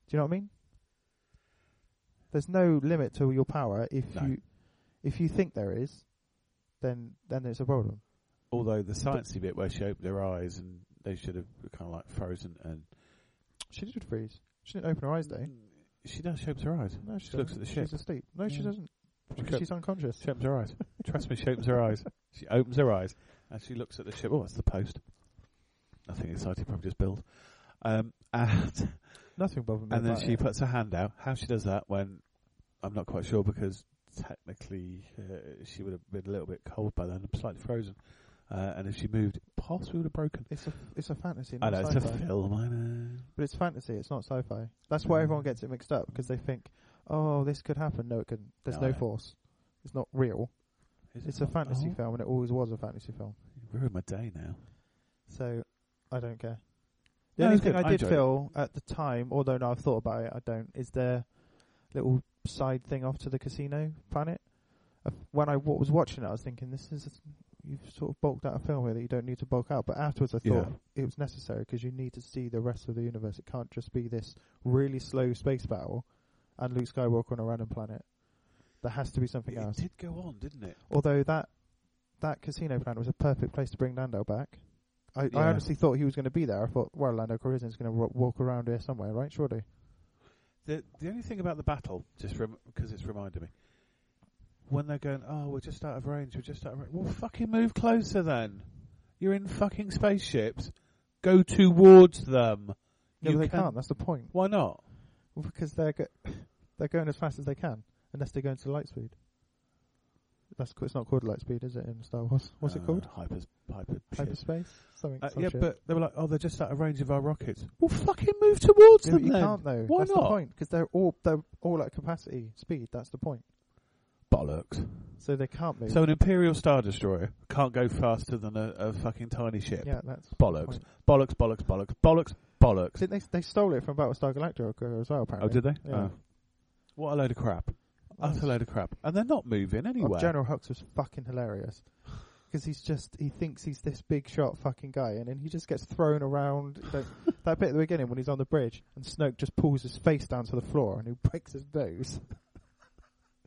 Speaker 2: you know what I mean? There's no limit to your power if
Speaker 1: No.
Speaker 2: you if you think there is, then then it's a problem.
Speaker 1: although the sciencey bit where she opened her eyes and they should have kind of like frozen and
Speaker 2: She did freeze. She didn't open her eyes though.
Speaker 1: she does she opens her eyes.
Speaker 2: No, she,
Speaker 1: Mm. She looks
Speaker 2: doesn't.
Speaker 1: at the ship.
Speaker 2: She's asleep. No, she
Speaker 1: Yeah.
Speaker 2: doesn't.
Speaker 1: She
Speaker 2: She's unconscious.
Speaker 1: She opens her eyes. Trust me, she opens her eyes. She opens her eyes and she looks at the ship. Oh, that's the post. Nothing exciting, probably just build. Um, and
Speaker 2: Nothing bothered me.
Speaker 1: and then
Speaker 2: about
Speaker 1: she
Speaker 2: it.
Speaker 1: puts her hand out. How she does that when I'm not quite sure because technically uh, she would have been a little bit cold by then, slightly frozen. Uh, and if she moved, possibly would have broken.
Speaker 2: It's a it's a fantasy.
Speaker 1: I
Speaker 2: Not
Speaker 1: know it's a
Speaker 2: sci-fi.
Speaker 1: film. I know.
Speaker 2: But it's fantasy. It's not sci-fi. That's why
Speaker 1: Mm.
Speaker 2: everyone gets it mixed up because they think, "Oh, this could happen." No, it couldn't. There's
Speaker 1: No,
Speaker 2: no,
Speaker 1: I know.
Speaker 2: force. It's not real.
Speaker 1: Is it
Speaker 2: It's a
Speaker 1: not?
Speaker 2: fantasy
Speaker 1: Oh,
Speaker 2: film, and it always was a fantasy film.
Speaker 1: you ruined my day now.
Speaker 2: So, I don't care. The
Speaker 1: No,
Speaker 2: only
Speaker 1: it's
Speaker 2: thing
Speaker 1: good.
Speaker 2: I
Speaker 1: I
Speaker 2: did
Speaker 1: enjoyed it.
Speaker 2: feel at the time, although now I've thought about it, I don't, is their little side thing off to the casino planet. Uh, When I wa was watching it, I was thinking, "This is you've sort of bulked out a film here that you don't need to bulk out." But afterwards, I
Speaker 1: Yeah.
Speaker 2: thought it was necessary because you need to see the rest of the universe. It can't just be this really slow space battle and Luke Skywalker on a random planet. There has to be something
Speaker 1: It
Speaker 2: else.
Speaker 1: did go on, didn't it?
Speaker 2: Although that that casino planet was a perfect place to bring Lando back. I, I
Speaker 1: Yeah.
Speaker 2: honestly thought he was going to be there. I thought, well, Lando Calrissian's going to w- walk around here somewhere, right? Surely.
Speaker 1: The the only thing about the battle, just because it's reminded me, when they're going, oh, we're just out of range, we're just out of range. Well, fucking move closer then. You're in fucking spaceships. Go towards them.
Speaker 2: No,
Speaker 1: You
Speaker 2: but they
Speaker 1: can-
Speaker 2: can't. That's the point.
Speaker 1: Why not?
Speaker 2: Well, because they're go- *laughs* they're going as fast as they can, unless they're going to light speed. That's co- it's not called light speed, is it? In Star Wars, what's
Speaker 1: Uh,
Speaker 2: it called?
Speaker 1: Hyper, hyper. shit.
Speaker 2: Hyperspace. Something.
Speaker 1: Uh,
Speaker 2: some
Speaker 1: yeah,
Speaker 2: shit.
Speaker 1: but they were like, oh, they're just out of range of our rockets. Well, fucking move towards
Speaker 2: Yeah, but
Speaker 1: them
Speaker 2: you
Speaker 1: then.
Speaker 2: can't though.
Speaker 1: Why
Speaker 2: That's the
Speaker 1: not?
Speaker 2: point. Because they're all they're all at capacity speed. That's the point.
Speaker 1: Bollocks.
Speaker 2: So they can't move.
Speaker 1: So an Imperial Star Destroyer can't go faster than a, a fucking tiny ship.
Speaker 2: yeah, that's
Speaker 1: Bollocks.
Speaker 2: Point.
Speaker 1: Bollocks, bollocks, bollocks, bollocks, bollocks.
Speaker 2: Didn't they, they stole it from Battlestar Galactica as well,
Speaker 1: Oh,
Speaker 2: apparently.
Speaker 1: did Oh, they?
Speaker 2: Yeah.
Speaker 1: Oh. What a load of crap. That's a load of crap. And they're not moving anywhere.
Speaker 2: Oh, General Hux was fucking hilarious. Because he's just, he thinks he's this big shot fucking guy, and then he just gets thrown around. He don't- that bit at the beginning when he's on the bridge, and Snoke just pulls his face down to the floor, and he breaks his nose.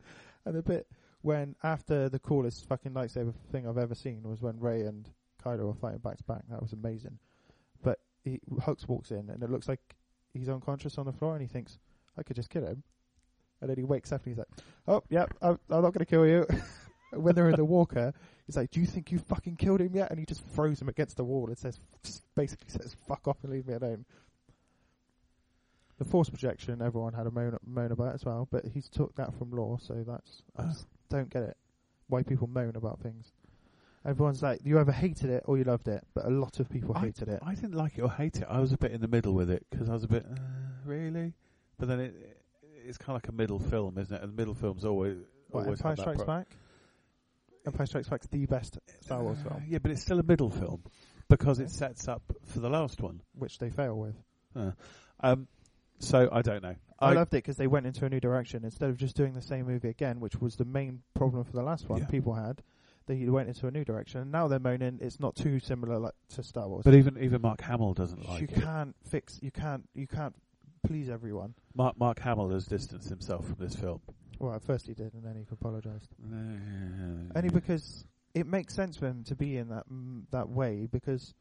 Speaker 2: *laughs* and the bit when, after the coolest fucking lightsaber thing I've ever seen was when Ray and Kylo were fighting back to back. That was amazing. But he, Hux walks in, and it looks like he's unconscious on the floor, and he thinks, I could just kill him. And then he wakes up and he's like, "Oh, yep, I'm, I'm not going to kill you." *laughs* when they're in the walker, he's like, "Do you think you fucking killed him yet?" And he just throws him against the wall and says, just basically says, "Fuck off and leave me alone." The force projection, everyone had a moan, moan about as well, but he's took that from law, so that's I
Speaker 1: Oh.
Speaker 2: just don't get it. Why people moan about things? Everyone's like, "You either hated it or you loved it," but a lot of people hated it.
Speaker 1: I didn't like it or hate it. I was a bit in the middle with it because I was a bit, uh, really? But then it, it's kind of like a middle film, isn't it? And middle films always.
Speaker 2: What,
Speaker 1: always
Speaker 2: Empire
Speaker 1: have that
Speaker 2: Strikes
Speaker 1: pro-
Speaker 2: Back. Empire Strikes Back's the best Star Wars
Speaker 1: Uh,
Speaker 2: film,
Speaker 1: yeah, but it's still a middle film because it sets up for the last one.
Speaker 2: which they fail with.
Speaker 1: Um, So I don't know. I-
Speaker 2: I, loved it because they went into a new direction instead of just doing the same movie again, which was the main problem for the last one
Speaker 1: Yeah.
Speaker 2: people had. They went into a new direction, and now they're moaning it's not too similar like to Star Wars.
Speaker 1: But even even Mark Hamill doesn't
Speaker 2: you
Speaker 1: like it.
Speaker 2: can't fix, you can't, you can't please everyone.
Speaker 1: Mark Mark Hamill has distanced himself from this film.
Speaker 2: Well, at first he did, and then he apologized. Only because it makes sense for him to be in that mm, that way because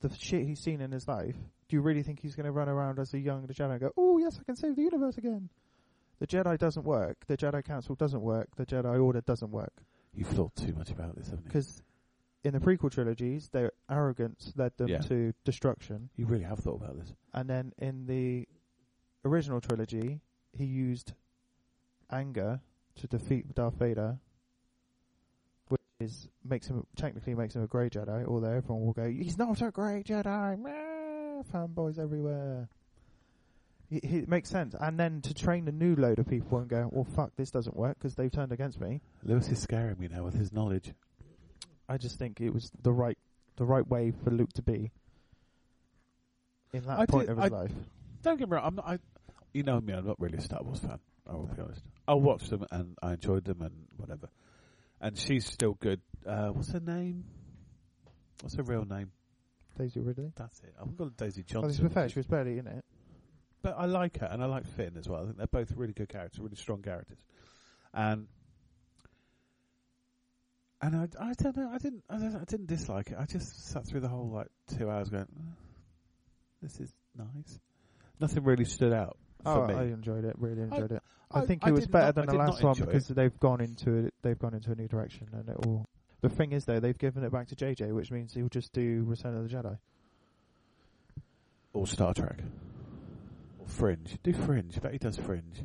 Speaker 2: the shit he's seen in his life. Do you really think he's going to run around as a young Jedi and go, "Oh yes, I can save the universe again"? The Jedi doesn't work. The Jedi Council doesn't work. The Jedi Order doesn't work
Speaker 1: You've thought too much about this, haven't you?
Speaker 2: because in the prequel trilogies, their arrogance led them
Speaker 1: Yeah.
Speaker 2: to destruction,
Speaker 1: You really have thought about this.
Speaker 2: and then in the original trilogy, he used anger to defeat Darth Vader, which is makes him technically makes him a great Jedi. Although everyone will go, he's not a great Jedi. Meh, Fanboys everywhere. It, it makes sense. And then to train a new load of people and go, well, fuck, this doesn't work because they've turned against me.
Speaker 1: Lewis is scaring me now with his knowledge.
Speaker 2: I just think it was the right the right way for Luke to be in that
Speaker 1: I
Speaker 2: point
Speaker 1: do-
Speaker 2: of his
Speaker 1: I-
Speaker 2: life.
Speaker 1: Don't get me wrong. I'm not. I, you know me. I'm not really a Star Wars fan. I will be honest. I watched them and I enjoyed them and whatever. And she's still good. Uh, what's her name? What's her real name?
Speaker 2: Daisy Ridley.
Speaker 1: That's it. I've got Daisy
Speaker 2: Well,
Speaker 1: Johnson.
Speaker 2: it's fair, she was barely in it.
Speaker 1: but I like her and I like Finn as well. I think they're both really good characters, really strong characters. And and I, I don't know, I didn't I, don't, I didn't dislike it. I just sat through the whole like two hours going, "Uh, this is nice. Nothing really stood out for
Speaker 2: Oh,
Speaker 1: me.
Speaker 2: I enjoyed it. Really enjoyed it. I,
Speaker 1: I-
Speaker 2: think
Speaker 1: I
Speaker 2: it was
Speaker 1: did
Speaker 2: better
Speaker 1: not-
Speaker 2: than
Speaker 1: I
Speaker 2: the
Speaker 1: did not
Speaker 2: last one
Speaker 1: enjoy it.
Speaker 2: because they've gone into it. They've gone into a new direction, and it all. The thing is, though, they've given it back to JJ, which means he'll just do Return of the Jedi.
Speaker 1: or Star Trek. Or Fringe. Do Fringe. I bet he does Fringe.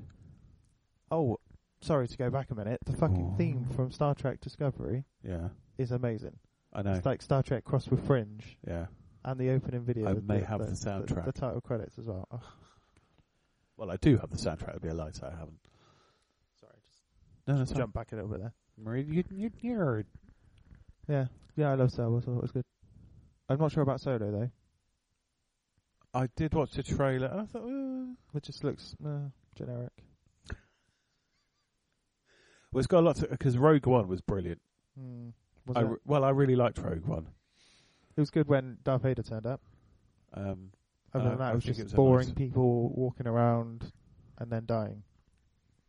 Speaker 2: Oh, sorry to go back a minute. The fucking
Speaker 1: Oh.
Speaker 2: theme from Star Trek Discovery
Speaker 1: Yeah.
Speaker 2: is amazing.
Speaker 1: I know.
Speaker 2: It's like Star Trek crossed with Fringe.
Speaker 1: yeah.
Speaker 2: and the opening video.
Speaker 1: I
Speaker 2: the-
Speaker 1: may have the
Speaker 2: The,
Speaker 1: soundtrack.
Speaker 2: title credits as well. Oh,
Speaker 1: Well, I do have the soundtrack. It'd be a lie to say I haven't.
Speaker 2: sorry, just
Speaker 1: No, that's
Speaker 2: jump back a little bit there.
Speaker 1: Marie, you, you, you're
Speaker 2: Yeah, yeah, I love Star Wars. I thought it was good. I'm not sure about Solo though.
Speaker 1: I did watch the trailer and I thought, uh,
Speaker 2: It just looks uh, generic.
Speaker 1: well, it's got a lot to because Rogue One was brilliant.
Speaker 2: Mm, was
Speaker 1: I
Speaker 2: it?
Speaker 1: re- well, I really liked Rogue One.
Speaker 2: it was good when Darth Vader turned up.
Speaker 1: Um,
Speaker 2: Other
Speaker 1: Uh,
Speaker 2: than that,
Speaker 1: I
Speaker 2: it was
Speaker 1: think
Speaker 2: just
Speaker 1: it was a
Speaker 2: boring
Speaker 1: nice-
Speaker 2: people walking around and then dying.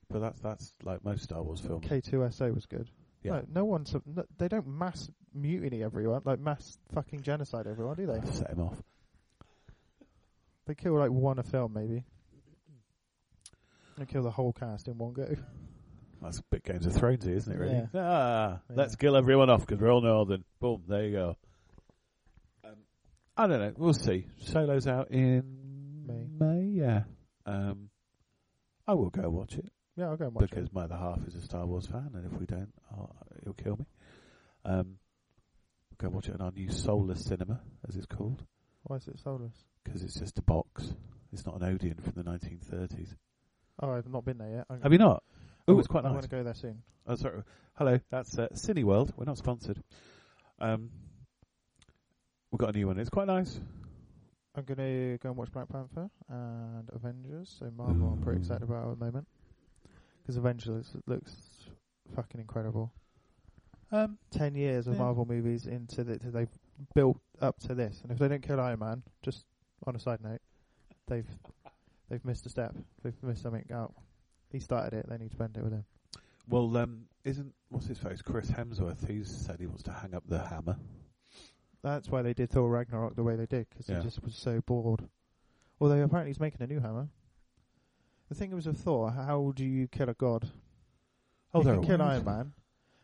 Speaker 1: but that's that's like most Star Wars films.
Speaker 2: K2SO was good.
Speaker 1: Yeah.
Speaker 2: No, no one's. No, they don't mass mutiny everyone, like mass fucking genocide everyone, do they?
Speaker 1: I've set him off.
Speaker 2: They kill like one a film maybe. They kill the whole cast in one go. *laughs*
Speaker 1: That's a bit Games of Thrones, isn't it? Really?
Speaker 2: Yeah.
Speaker 1: Ah,
Speaker 2: Yeah.
Speaker 1: let's kill everyone off because we're all northern. Boom, there you go. Um, I don't know. We'll see. Solo's out in
Speaker 2: May.
Speaker 1: yeah. Um, I will go watch it.
Speaker 2: Yeah, I'll go and watch it.
Speaker 1: because my other half is a Star Wars fan, and if we don't, I'll, it'll kill me. Um, go watch it in our new Solar Cinema, as it's called,
Speaker 2: Why is it soulless?
Speaker 1: because it's just a box. It's not an Odeon from the 1930s.
Speaker 2: Oh, I've not been there yet. I'm
Speaker 1: Have you not? Oh, it's quite
Speaker 2: I
Speaker 1: nice.
Speaker 2: want to go there soon.
Speaker 1: Oh, sorry. Hello, that's uh, Cineworld. We're not sponsored. Um, we've got a new one. It's quite nice.
Speaker 2: I'm going to go and watch Black Panther and Avengers. So Marvel, I'm pretty
Speaker 1: Ooh.
Speaker 2: excited about at the moment because Avengers looks, looks fucking incredible.
Speaker 1: Um,
Speaker 2: Ten years of
Speaker 1: Yeah.
Speaker 2: Marvel movies into the, to they've built up to this, and if they don't kill Iron Man, just on a side note, they've they've missed a step. They've missed something out. He started it. They need to bend it with him.
Speaker 1: well, um, isn't what's his face? Chris Hemsworth. He's said he wants to hang up the hammer.
Speaker 2: That's why they did Thor Ragnarok the way they did, 'cause
Speaker 1: Yeah.
Speaker 2: he just was so bored. Although apparently he's making a new hammer. The thing was with Thor, how do you kill a god?
Speaker 1: Oh,
Speaker 2: you
Speaker 1: they're
Speaker 2: can kill
Speaker 1: aware.
Speaker 2: Iron Man.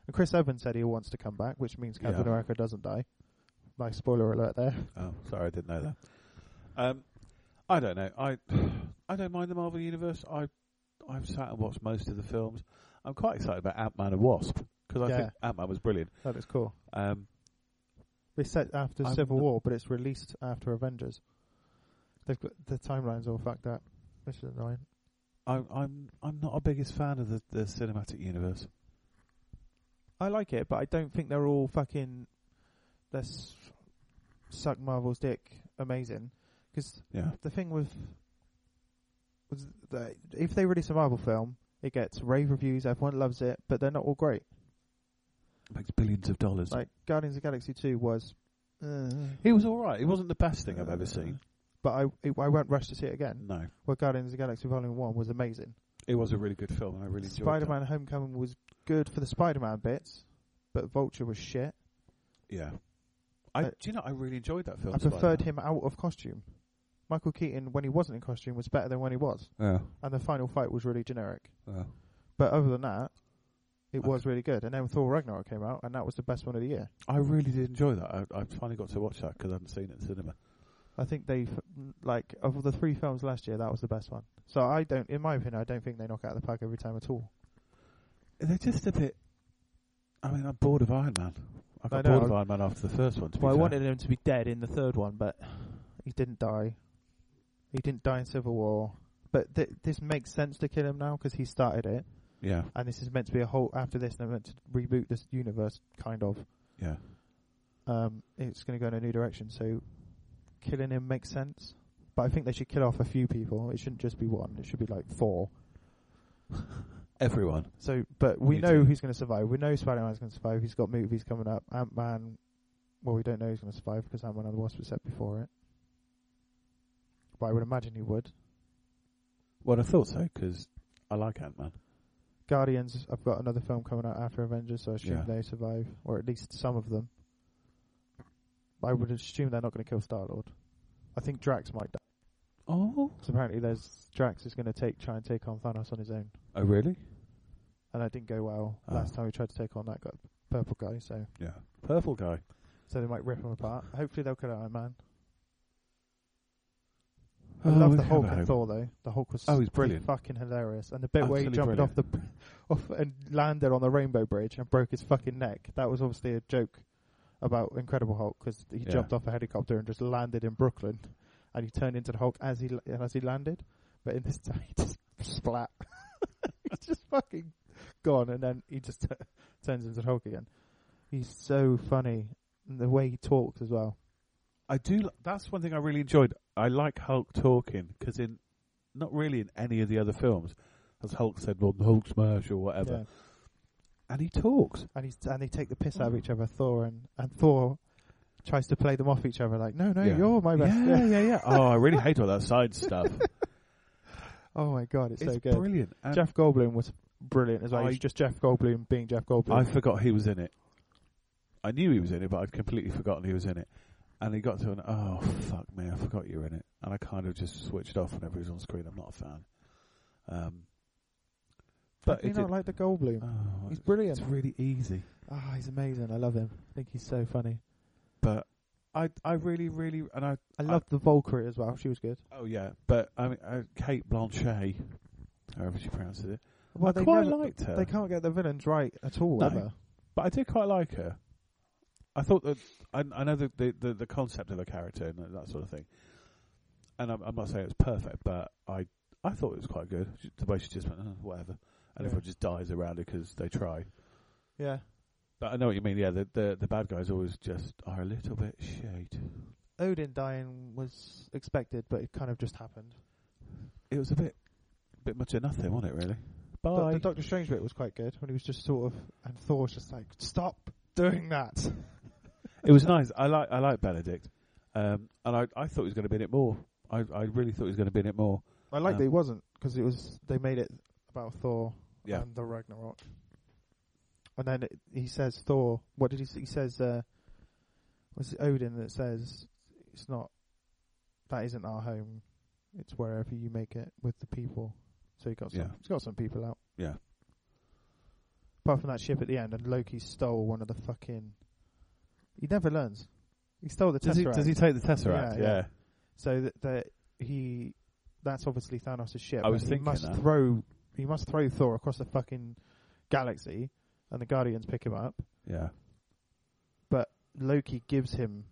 Speaker 2: And Chris Evans said he wants to come back, which means Captain
Speaker 1: Yeah.
Speaker 2: America doesn't die. Nice spoiler alert there. *laughs*
Speaker 1: Oh, sorry, I didn't know that. *laughs* Um, I don't know. I *sighs* I don't mind the Marvel Universe. I I've sat and watched most of the films. I'm quite excited about Ant Man and Wasp because I
Speaker 2: Yeah.
Speaker 1: think Ant Man was brilliant.
Speaker 2: That is cool.
Speaker 1: Um,
Speaker 2: It's set after
Speaker 1: I'm
Speaker 2: Civil
Speaker 1: not-
Speaker 2: War, but it's released after Avengers. They've got the timelines all fucked up. This is annoying.
Speaker 1: I'm I'm I'm not a biggest fan of the, the cinematic universe.
Speaker 2: I like it, but I don't think they're all fucking. Let's suck Marvel's dick. Amazing, because
Speaker 1: Yeah,
Speaker 2: the thing with was that if they release a Marvel film, it gets rave reviews. Everyone loves it, but they're not all great.
Speaker 1: Makes billions of dollars.
Speaker 2: Like Guardians of the Galaxy Two was, uh,
Speaker 1: He was all right. It wasn't the best thing I've ever seen.
Speaker 2: but I it, I won't rush to see it again.
Speaker 1: No,
Speaker 2: Where Guardians of the Galaxy Volume One was amazing.
Speaker 1: it was a really good film, and I really enjoyed
Speaker 2: Spider Man Homecoming was good for the Spider Man bits, but Vulture was shit.
Speaker 1: That. Yeah, I
Speaker 2: I-
Speaker 1: do you know Uh, I really enjoyed that film.
Speaker 2: I preferred
Speaker 1: Spider-Man.
Speaker 2: him out of costume. Michael Keaton, when he wasn't in costume, was better than when he was, and the final fight was really generic.
Speaker 1: Yeah, yeah.
Speaker 2: But other than that, it
Speaker 1: Okay.
Speaker 2: was really good. And then Thor Ragnarok came out, and that was the best one of the year.
Speaker 1: I really did enjoy that. I, I finally got to watch that because I hadn't seen it in cinema.
Speaker 2: I think they have like of the three films last year, that was the best one. So I don't, in my opinion, I don't think they knock out the park every time at all.
Speaker 1: They're just a bit. I mean, I'm bored of Iron Man. I got
Speaker 2: I know.
Speaker 1: bored of Iron Man after the first one. To be
Speaker 2: Well, I
Speaker 1: fair.
Speaker 2: wanted him to be dead in the third one, but he didn't die. He didn't die in Civil War. But th- this makes sense to kill him now because he started it,
Speaker 1: Yeah,
Speaker 2: and this is meant to be a whole. After this, they're meant to reboot this universe, kind of.
Speaker 1: yeah.
Speaker 2: Um, it's going to go in a new direction, so killing him makes sense. But I think they should kill off a few people. It shouldn't just be one. It should be like four.
Speaker 1: Everyone.
Speaker 2: So, but we
Speaker 1: You
Speaker 2: know
Speaker 1: do.
Speaker 2: who's going to survive. We know Spider Man's going to survive. He's got movies coming up. Ant Man. Well, we don't know who's going to survive because Ant Man and the Wasp was set before it. But I would imagine he would.
Speaker 1: Well, I thought so because I like Ant Man.
Speaker 2: Guardians. I've got another film coming out after Avengers, so I assume
Speaker 1: Yeah.
Speaker 2: they survive, or at least some of them. I would assume they're not going to kill Star Lord. I think Drax might die.
Speaker 1: Oh,
Speaker 2: 'Cause apparently, there's Drax is going to take try and take on Thanos on his own,
Speaker 1: oh, really?
Speaker 2: and that didn't go well
Speaker 1: Oh.
Speaker 2: last time he tried to take on that guy, purple guy. So.
Speaker 1: Yeah, purple guy.
Speaker 2: So they might rip them apart. Hopefully they'll kill Iron Man. I
Speaker 1: Oh,
Speaker 2: love
Speaker 1: we
Speaker 2: the
Speaker 1: have
Speaker 2: Hulk
Speaker 1: a
Speaker 2: and
Speaker 1: hope.
Speaker 2: Thor though. The Hulk was
Speaker 1: Oh, he's brilliant.
Speaker 2: fucking hilarious. And the bit where he
Speaker 1: Absolutely
Speaker 2: jumped off the *laughs* off and landed on the Rainbow Bridge and broke his fucking neck. That was obviously a joke about Incredible Hulk because he
Speaker 1: Yeah.
Speaker 2: jumped off a helicopter and just landed in Brooklyn, and he turned into the Hulk as he la- as he landed. But in this *laughs* time, he just splat. *laughs* He's just fucking gone, and then he just t- turns into the Hulk again. He's so funny. And the way he talks as well.
Speaker 1: I do. li- That's one thing I really enjoyed. I like Hulk talking because in not really in any of the other films, as Hulk said, Lord Hulk smash or whatever,
Speaker 2: Yeah.
Speaker 1: and he talks.
Speaker 2: and he's and they take the piss
Speaker 1: Mm.
Speaker 2: out of each other. Thor and and Thor tries to play them off each other, like, no, no,
Speaker 1: Yeah.
Speaker 2: you're my best.
Speaker 1: Yeah, yeah, *laughs* yeah. oh, I really hate all that side *laughs* stuff.
Speaker 2: Oh my god, it's,
Speaker 1: It's
Speaker 2: so good.
Speaker 1: brilliant. And
Speaker 2: Jeff Goldblum was brilliant as well.
Speaker 1: I-
Speaker 2: He's just Jeff Goldblum being Jeff Goldblum.
Speaker 1: I forgot he was in it. I knew he was in it, but I'd completely forgotten he was in it. And he got to an oh fuck me, I forgot you were in it. And I kind of just switched off whenever he was on screen. I'm not a fan. Um,
Speaker 2: but
Speaker 1: but
Speaker 2: you
Speaker 1: it
Speaker 2: not
Speaker 1: did-
Speaker 2: like the Goldblum.
Speaker 1: oh,
Speaker 2: he's
Speaker 1: it's
Speaker 2: brilliant.
Speaker 1: really easy.
Speaker 2: Ah, he's amazing. I love him. I think he's so funny.
Speaker 1: But I I really really and I
Speaker 2: I love the Valkyrie as well. She was good.
Speaker 1: oh yeah. But I mean uh, Kate Blanchet, however she pronounces it.
Speaker 2: Well,
Speaker 1: I
Speaker 2: they
Speaker 1: quite
Speaker 2: never-
Speaker 1: liked her.
Speaker 2: They can't get the villains right at all.
Speaker 1: No.
Speaker 2: Ever.
Speaker 1: but I did quite like her. I thought that I, I know the, the the the concept of the character and that- that sort of thing. And I'm, I'm not saying it was perfect, but I I thought it was quite good. She- The way she just went, oh, whatever, and
Speaker 2: Yeah.
Speaker 1: everyone just dies around her because they try.
Speaker 2: Yeah.
Speaker 1: But I know what you mean. Yeah, the the, the bad guys always just are a little bit shade.
Speaker 2: Odin dying was expected, but it kind of just happened.
Speaker 1: It was a bit bit much of nothing, wasn't it? Really.
Speaker 2: But
Speaker 1: Bye.
Speaker 2: the Doctor Strange bit was quite good when he was just sort of, and Thor's just like, stop doing that.
Speaker 1: it was nice. I like I like Benedict, um, and I I thought he was going to be in it more. I I really thought he was going to be in it more.
Speaker 2: I like
Speaker 1: Um,
Speaker 2: that he wasn't because it was they made it about Thor
Speaker 1: Yeah.
Speaker 2: and the Ragnarok, and then it, he says Thor. What did he? say? He says uh, was it Odin that says it's not that isn't our home. It's wherever you make it with the people. So he got some.
Speaker 1: Yeah.
Speaker 2: He's got some people out.
Speaker 1: Yeah.
Speaker 2: Apart from that ship at the end, and Loki stole one of the fucking. He never learns. He stole the
Speaker 1: Does he
Speaker 2: tesseract.
Speaker 1: does he take the tesseract?
Speaker 2: Yeah, yeah.
Speaker 1: yeah.
Speaker 2: So that, that he, that's obviously Thanos' ship.
Speaker 1: I was
Speaker 2: and he
Speaker 1: thinking
Speaker 2: must
Speaker 1: that.
Speaker 2: throw, he must throw Thor across the fucking galaxy, and the Guardians pick him up.
Speaker 1: yeah.
Speaker 2: Loki gives him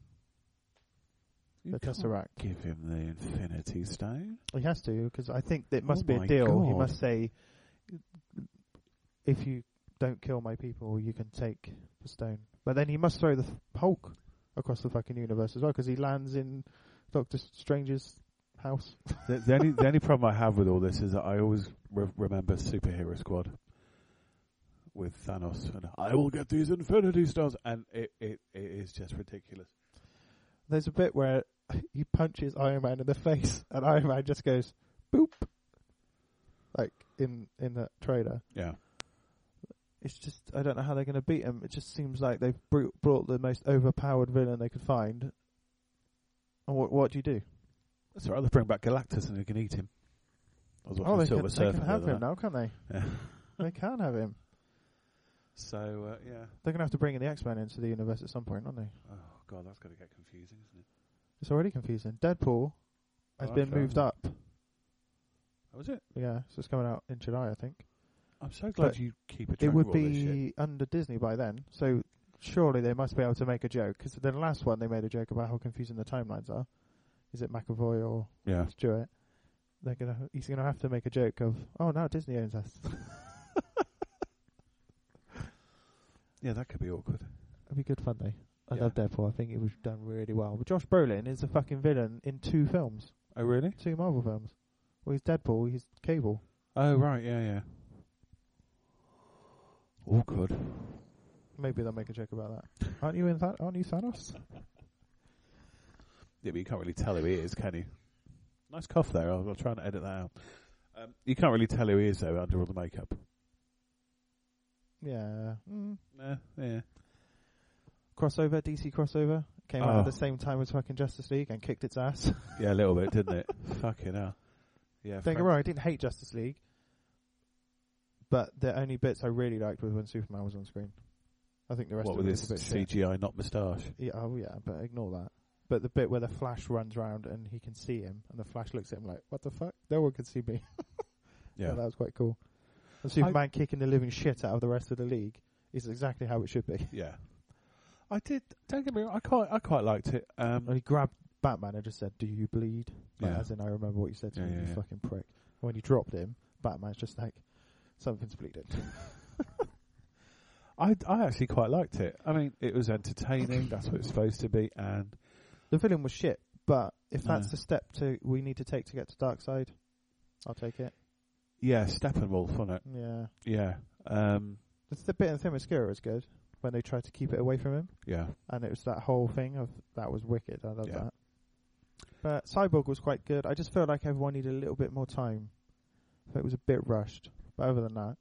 Speaker 1: You
Speaker 2: the
Speaker 1: can't
Speaker 2: Tesseract.
Speaker 1: Give him the Infinity Stone.
Speaker 2: He has to because I think that must
Speaker 1: Oh
Speaker 2: be a
Speaker 1: my
Speaker 2: deal. He
Speaker 1: God.
Speaker 2: must say, if you don't kill my people, you can take the stone. But then he must throw the Hulk across the fucking universe as well because he lands in Doctor Strange's house.
Speaker 1: The, the only the only problem I have with all this is that I always re- remember Superhero Squad with Thanos, and I will get these Infinity Stones, and it, it, it is just ridiculous.
Speaker 2: There's a bit where he punches Iron Man in the face, and Iron Man just goes boop, like in in that trailer.
Speaker 1: Yeah,
Speaker 2: It's just I don't know how they're going to beat him. It just seems like they've br- brought the most overpowered villain they could find. And what what do you do?
Speaker 1: that's all right. They bring back Galactus, and they can eat him. I was watching
Speaker 2: Oh, they can,
Speaker 1: Silver
Speaker 2: they
Speaker 1: Surfer.
Speaker 2: can
Speaker 1: the
Speaker 2: have
Speaker 1: other
Speaker 2: him
Speaker 1: night.
Speaker 2: now, can't they?
Speaker 1: Yeah.
Speaker 2: *laughs* They can have him.
Speaker 1: So uh, yeah.
Speaker 2: They're going to have to bring in the X Men into the universe at some point, aren't they?
Speaker 1: Oh god, that's going to get confusing, isn't it?
Speaker 2: It's already confusing. Deadpool has
Speaker 1: Oh,
Speaker 2: been
Speaker 1: okay.
Speaker 2: moved up.
Speaker 1: That was it.
Speaker 2: Yeah, so it's coming out in July, I think.
Speaker 1: I'm so glad
Speaker 2: Oh, But
Speaker 1: you keep a track
Speaker 2: it would
Speaker 1: of all this shit.
Speaker 2: be under Disney by then, so surely they must be able to make a joke. Because the last one they made a joke about how confusing the timelines are. Is it McAvoy or
Speaker 1: Yeah.
Speaker 2: Stewart? They're gonna he's gonna have to make a joke of oh now Disney owns *laughs* us. That'd
Speaker 1: Yeah, that could be awkward.
Speaker 2: be good fun though. I
Speaker 1: Yeah.
Speaker 2: love Deadpool. I think it was done really well. But Josh Brolin is a fucking villain in two films,
Speaker 1: Oh really?
Speaker 2: two Marvel films. Well, he's Deadpool. He's Cable.
Speaker 1: Oh right, yeah, yeah. Awkward.
Speaker 2: Maybe they'll make a joke about that. aren't you in that? Aren't you Thanos?
Speaker 1: Yeah, but you can't really tell who he is, can you? Nice cough there. I'll, I'll try and edit that out. Um, you can't really tell who he is though under all the makeup.
Speaker 2: Yeah. Mm.
Speaker 1: Nah, yeah.
Speaker 2: crossover, DC crossover, came out at
Speaker 1: Oh.
Speaker 2: the same time as fucking Justice League and kicked its ass. *laughs*
Speaker 1: Yeah, a little bit, didn't it? *laughs* Fucking hell. Yeah.
Speaker 2: Don't
Speaker 1: Frank-
Speaker 2: get me wrong, I didn't hate Justice League, but the only bits I really liked was when Superman was on screen. I think the rest
Speaker 1: What
Speaker 2: of
Speaker 1: with
Speaker 2: it was
Speaker 1: this
Speaker 2: a bit shit.
Speaker 1: CGI not moustache?
Speaker 2: Yeah, oh yeah, but ignore that. But the bit where the Flash runs round and he can see him, and the Flash looks at him like, "What the fuck? No one can see me." *laughs*
Speaker 1: Yeah.
Speaker 2: that was quite cool. And Superman kicking the living shit out of the rest of the league is exactly how it should be.
Speaker 1: Yeah. I did. Don't get me wrong. I quite, I quite liked it. Um,
Speaker 2: And he grabbed Batman and just said, "Do you bleed?" Like,
Speaker 1: Yeah.
Speaker 2: As in, I remember what you said to
Speaker 1: Yeah,
Speaker 2: me,
Speaker 1: yeah,
Speaker 2: you
Speaker 1: yeah.
Speaker 2: fucking prick. And when you dropped him, Batman's just like, "Something's bleeding."
Speaker 1: I, I actually quite liked it. I mean, it was entertaining. that's what it's supposed to be. And
Speaker 2: the villain was shit, but if that's
Speaker 1: Yeah.
Speaker 2: the step to we need to take to get to Dark Side, I'll take it.
Speaker 1: yeah, Steppenwolf on it.
Speaker 2: Yeah,
Speaker 1: Yeah. Um,
Speaker 2: it's the bit in Themyscira is good when they tried to keep it away from him,
Speaker 1: yeah.
Speaker 2: and it was that whole thing of that was wicked. I love
Speaker 1: Yeah.
Speaker 2: that. But Cyborg was quite good. I just felt like everyone needed a little bit more time. So it was a bit rushed. But other than that,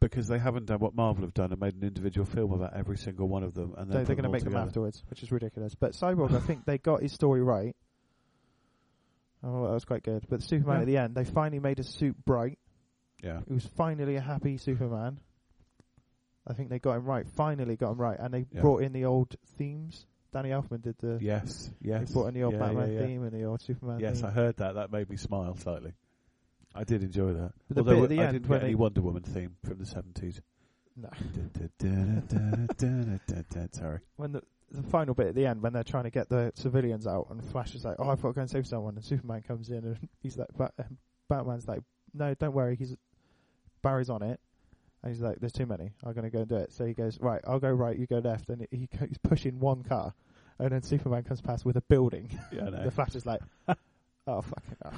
Speaker 1: Because they haven't done what Marvel have done and made an individual film about every single one of them. And
Speaker 2: they,
Speaker 1: then
Speaker 2: they're
Speaker 1: going
Speaker 2: going
Speaker 1: to
Speaker 2: to make them afterwards, which is ridiculous. But Cyborg, I think they got his story right. Oh, that was quite good. But Superman
Speaker 1: Yeah.
Speaker 2: at the end, they finally made his suit bright.
Speaker 1: Yeah.
Speaker 2: It was finally a happy Superman. I think they got him right. Finally got him right, and they
Speaker 1: Yeah.
Speaker 2: brought in the old themes. Danny Elfman did the.
Speaker 1: Yes.
Speaker 2: They
Speaker 1: Yes.
Speaker 2: brought in the old
Speaker 1: Yeah,
Speaker 2: Batman
Speaker 1: yeah, yeah.
Speaker 2: theme and the old Superman.
Speaker 1: Yes, I
Speaker 2: theme.
Speaker 1: heard that. That made me smile slightly. I did enjoy that.
Speaker 2: But the
Speaker 1: Although
Speaker 2: bit at the
Speaker 1: I
Speaker 2: end
Speaker 1: didn't
Speaker 2: when
Speaker 1: get any
Speaker 2: they-
Speaker 1: Wonder Woman theme from the seventies. *laughs*
Speaker 2: No.
Speaker 1: Sorry.
Speaker 2: when the the final bit at the end when they're trying to get the civilians out and Flash is like, "Oh, I've got to go and save someone," and Superman comes in and *laughs* he's like, Bat- um, "Batman's like, no, don't worry, he's Barry's on it," and he's like, "There's too many. I'm gonna go and do it." So he goes, "Right, I'll go right, you go left," and he go- he's pushing one car, and then Superman comes past with a building.
Speaker 1: Yeah, I know.
Speaker 2: the
Speaker 1: *laughs*
Speaker 2: Flash is like, "Oh *laughs* fucking hell."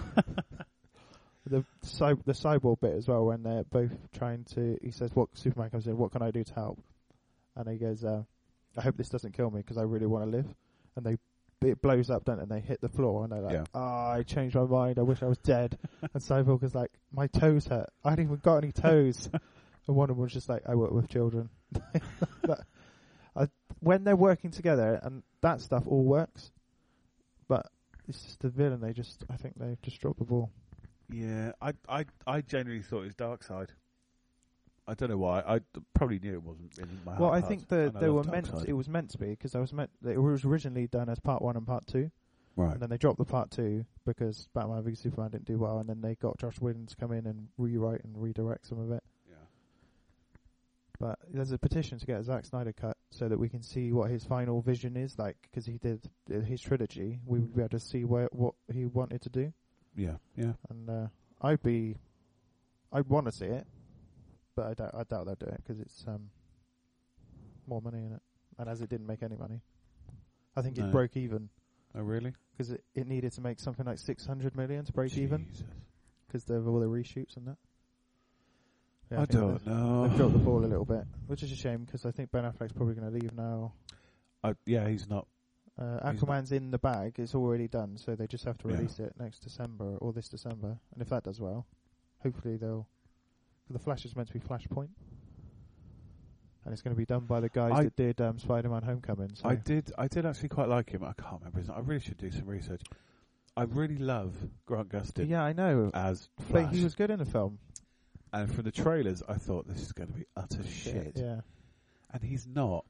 Speaker 2: The cy- the cyborg bit as well when they're both trying to. He says, "What Superman comes in? What can I do to help?" And he goes, uh, I hope this doesn't kill me because I really want to live. And they it blows up, don't it? And they hit the floor, and they're like,
Speaker 1: Yeah.
Speaker 2: "Ah, I changed my mind. I wish I
Speaker 1: *laughs*
Speaker 2: was dead." and Cyborg is like, "My toes hurt. I haven't even got
Speaker 1: *laughs*
Speaker 2: any toes." and Wonder Woman's just like, "I work with children." *laughs* but I, when they're working together, and that stuff all works, but it's just the villain. They just, I think they just dropped the ball.
Speaker 1: Yeah, I, I, I genuinely thought it was Dark Side. I don't know why. I d- probably knew it wasn't in my heart.
Speaker 2: Well, I
Speaker 1: parts,
Speaker 2: think
Speaker 1: and
Speaker 2: that
Speaker 1: Ah, I
Speaker 2: they were
Speaker 1: love
Speaker 2: meant.
Speaker 1: Darkseid.
Speaker 2: It was meant to be because I was meant. It was originally done as part one and part two.
Speaker 1: right.
Speaker 2: And then they dropped the part two because Batman v Superman didn't do well, and then they got Josh Whedon to come in and rewrite and redirect some of it.
Speaker 1: Yeah.
Speaker 2: But there's a petition to get a Zack Snyder cut so that we can see what his final vision is like, because he did uh, his trilogy. We would be able to see where what he wanted to do,
Speaker 1: yeah, yeah,
Speaker 2: and uh, I'd be, I'd want to see it, but I doubt I doubt they'll do it because it's um more money in it, and as it didn't make any money, I think
Speaker 1: No.
Speaker 2: it broke even
Speaker 1: Oh, really?
Speaker 2: because it, it needed to make something like 600 million to break even
Speaker 1: Jesus.
Speaker 2: because of all the reshoots and that. Yeah,
Speaker 1: I
Speaker 2: think
Speaker 1: don't
Speaker 2: they've-
Speaker 1: know.
Speaker 2: They've dropped the ball a little bit, which is a shame because I think Ben Affleck's probably going to leave now.
Speaker 1: I, yeah, he's not.
Speaker 2: Uh,
Speaker 1: He's not-
Speaker 2: Aquaman's in the bag; it's already done, so they just have to
Speaker 1: Yeah.
Speaker 2: release it next December or this December. And if that does well, hopefully they'll. 'cause the Flash is meant to be Flashpoint, and it's going to be done by the guys
Speaker 1: I-
Speaker 2: that did um, Spider-Man: Homecoming. So
Speaker 1: I did. I did actually quite like him. I can't remember his name. I really should do some research. I really love Grant Gustin
Speaker 2: yeah, I know,
Speaker 1: as
Speaker 2: but
Speaker 1: Flash,
Speaker 2: he was good in the film.
Speaker 1: and from the trailers, I thought this is going to be utter shit,
Speaker 2: Yeah,
Speaker 1: and he's not.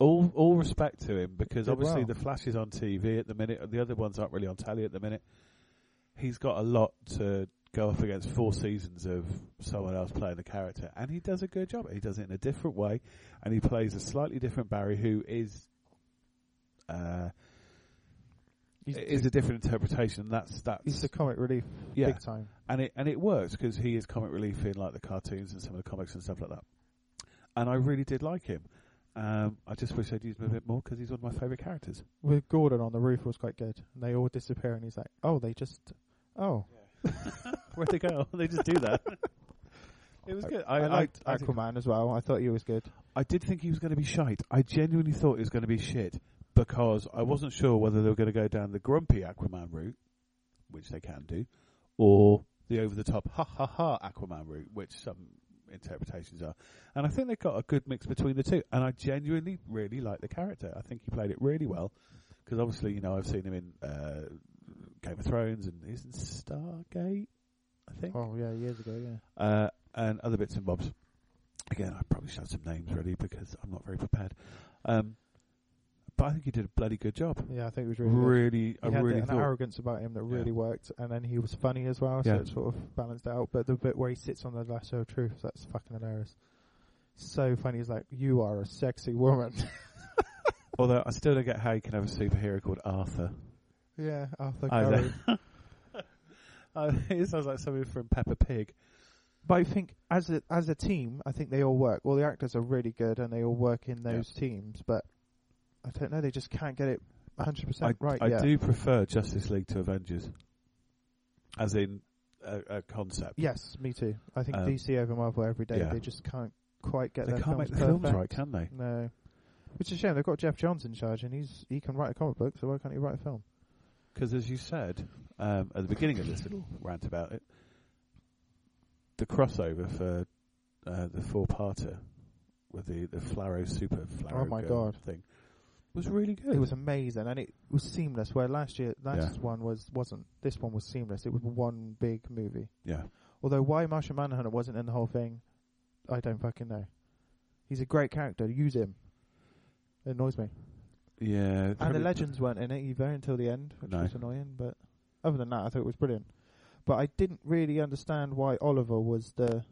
Speaker 1: All all respect to him because
Speaker 2: Did
Speaker 1: obviously
Speaker 2: well.
Speaker 1: the Flash is on TV at the minute, and the other ones aren't really on telly at the minute. He's got a lot to go up against. Four seasons of someone else playing the character, and he does a good job. He does it in a different way, and he plays a slightly different Barry, who is. Uh,
Speaker 2: he's,
Speaker 1: it is a different interpretation. and That's that's
Speaker 2: he's the comic relief
Speaker 1: yeah,
Speaker 2: big time.
Speaker 1: and it and it works because he is comic relief in like the cartoons and some of the comics and stuff like that. And I really did like him. Um, I just wish they'd used him a bit more because he's one of my favourite *laughs* characters.
Speaker 2: with Gordon on the roof was quite good. And they all disappear, and he's like, "Oh, they just, oh,
Speaker 1: Where'd they go? *laughs* they just do that. It was good. I,
Speaker 2: I, liked
Speaker 1: I, did-
Speaker 2: Aquaman as well. I thought he was good.
Speaker 1: I did think he was going to be shite. I genuinely thought he was going to be shit because I wasn't sure whether they were going to go down the grumpy Aquaman route, which they can do, or the over the top ha ha ha Aquaman route, which some interpretations are. And I think they got a good mix between the two. And I genuinely really like the character. I think he played it really well because obviously you know I've seen him in uh, Game of Thrones and he's in Stargate, I think
Speaker 2: Oh yeah, years ago, yeah.
Speaker 1: uh, and other bits and bobs. Again, I probably should have some names ready because I'm not very prepared. Um, but I think he did a bloody good job.
Speaker 2: Yeah, I think it was really.
Speaker 1: Really,
Speaker 2: good.
Speaker 1: I
Speaker 2: he had
Speaker 1: really
Speaker 2: an
Speaker 1: thought.
Speaker 2: arrogance about him that really worked, and then he was funny as well, so
Speaker 1: Yeah.
Speaker 2: it sort of balanced it out. But the bit where he sits on the lasso of truth, that's fucking hilarious. So funny. He's like, "You are a sexy woman." *laughs*
Speaker 1: Although I still don't get how you can have a superhero called *laughs* Arthur.
Speaker 2: yeah, Arthur
Speaker 1: I
Speaker 2: Curry.
Speaker 1: don't- Uh, it sounds like something from Peppa Pig.
Speaker 2: But I think as a as a team, I think they all work. All the actors are really good, and they all work in
Speaker 1: Yeah.
Speaker 2: those teams. But I don't know; they just can't get it hundred
Speaker 1: I,
Speaker 2: percent right
Speaker 1: I
Speaker 2: yet.
Speaker 1: do prefer Justice League to Avengers, as in a, a concept.
Speaker 2: Yes, me too. I think
Speaker 1: Um,
Speaker 2: DC over Marvel every day.
Speaker 1: yeah.
Speaker 2: They just can't quite get
Speaker 1: they
Speaker 2: their
Speaker 1: can't make the
Speaker 2: films
Speaker 1: films
Speaker 2: perfect.
Speaker 1: right, can they?
Speaker 2: No, which is a shame. They've got Jeff Johns in charge, and he's he can write a comic book. So why can't he write a film?
Speaker 1: Because as you said um, at the beginning of this little rant about it, the crossover for uh, the four-parter with the the Flaro Super Flaro
Speaker 2: Oh my
Speaker 1: Girl
Speaker 2: God.
Speaker 1: thing was really good.
Speaker 2: It was amazing, and it was seamless. Where last year, last
Speaker 1: Yeah.
Speaker 2: one was wasn't. This one was seamless. It was one big movie.
Speaker 1: yeah,
Speaker 2: Although why Martian Manhunter wasn't in the whole thing, I don't fucking know. He's a great character. Use him. It annoys me.
Speaker 1: yeah,
Speaker 2: And the
Speaker 1: probably-
Speaker 2: legends weren't in it either until the end, which
Speaker 1: No.
Speaker 2: was annoying. But other than that, I thought it was brilliant. But I didn't really understand why Oliver was the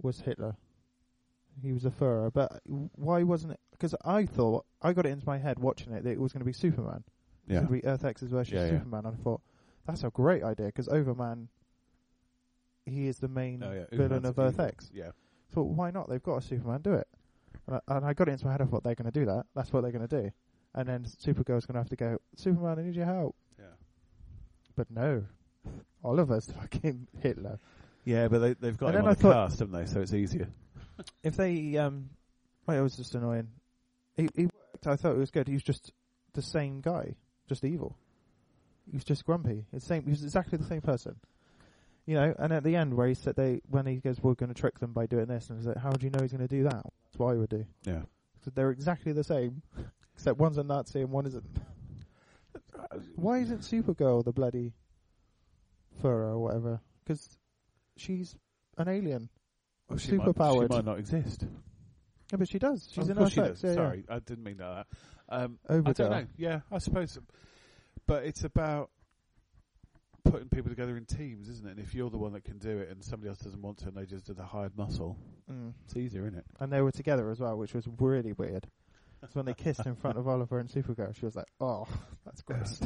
Speaker 2: was Hitler. He was a Führer, but why wasn't it? Because I thought I got it into my head watching it that it was going to be Superman.
Speaker 1: Yeah,
Speaker 2: It's going to be Earth X's version
Speaker 1: Yeah,
Speaker 2: of
Speaker 1: yeah.
Speaker 2: Superman. And I thought that's a great idea because Overman, he is the main
Speaker 1: Oh, yeah,
Speaker 2: villain
Speaker 1: Uman's
Speaker 2: of Earth
Speaker 1: evil.
Speaker 2: X.
Speaker 1: Yeah,
Speaker 2: So why not? They've got a Superman, do it. And I, and I got it into my head. I thought they're going to do that. That's what they're going to do. And then Supergirl's going to have to go. Superman, I need your help.
Speaker 1: yeah,
Speaker 2: But no, Oliver's *laughs* fucking Hitler.
Speaker 1: yeah. But they, they've got
Speaker 2: And
Speaker 1: him
Speaker 2: then
Speaker 1: on
Speaker 2: I
Speaker 1: the
Speaker 2: thought-
Speaker 1: cast, haven't they? So it's easier.
Speaker 2: If they, um, well, it was just annoying. He, he worked. I thought it was good. He was just the same guy, just evil. He was just grumpy. It's same. He was exactly the same person. You know, and at the end where he said they, when he goes, we're going to trick them by doing this, and he's like, how do you know he's going to do that? That's what I would do.
Speaker 1: Yeah.
Speaker 2: So they're exactly the same, *laughs* except one's a Nazi and one isn't. *laughs* Why isn't Supergirl the bloody furrow or whatever? Because she's an alien.
Speaker 1: Well, Oh, she, might, she
Speaker 2: Superpowered.
Speaker 1: might not exist.
Speaker 2: Yeah, but she does. She's
Speaker 1: Of
Speaker 2: in
Speaker 1: course
Speaker 2: Earth
Speaker 1: she
Speaker 2: X.
Speaker 1: does.
Speaker 2: Yeah,
Speaker 1: Sorry, I didn't mean that. Um,
Speaker 2: Yeah. Overgirl.
Speaker 1: I don't know. Yeah, I suppose. so. But it's about putting people together in teams, isn't it? And if you're the one that can do it and somebody else doesn't want to and they just do the hired muscle,
Speaker 2: Mm.
Speaker 1: it's easier, isn't it?
Speaker 2: And they were together as well, which was really weird. It's when they kissed
Speaker 1: *laughs*
Speaker 2: in front of Oliver and Supergirl. She was like, "Oh, *laughs* that's gross."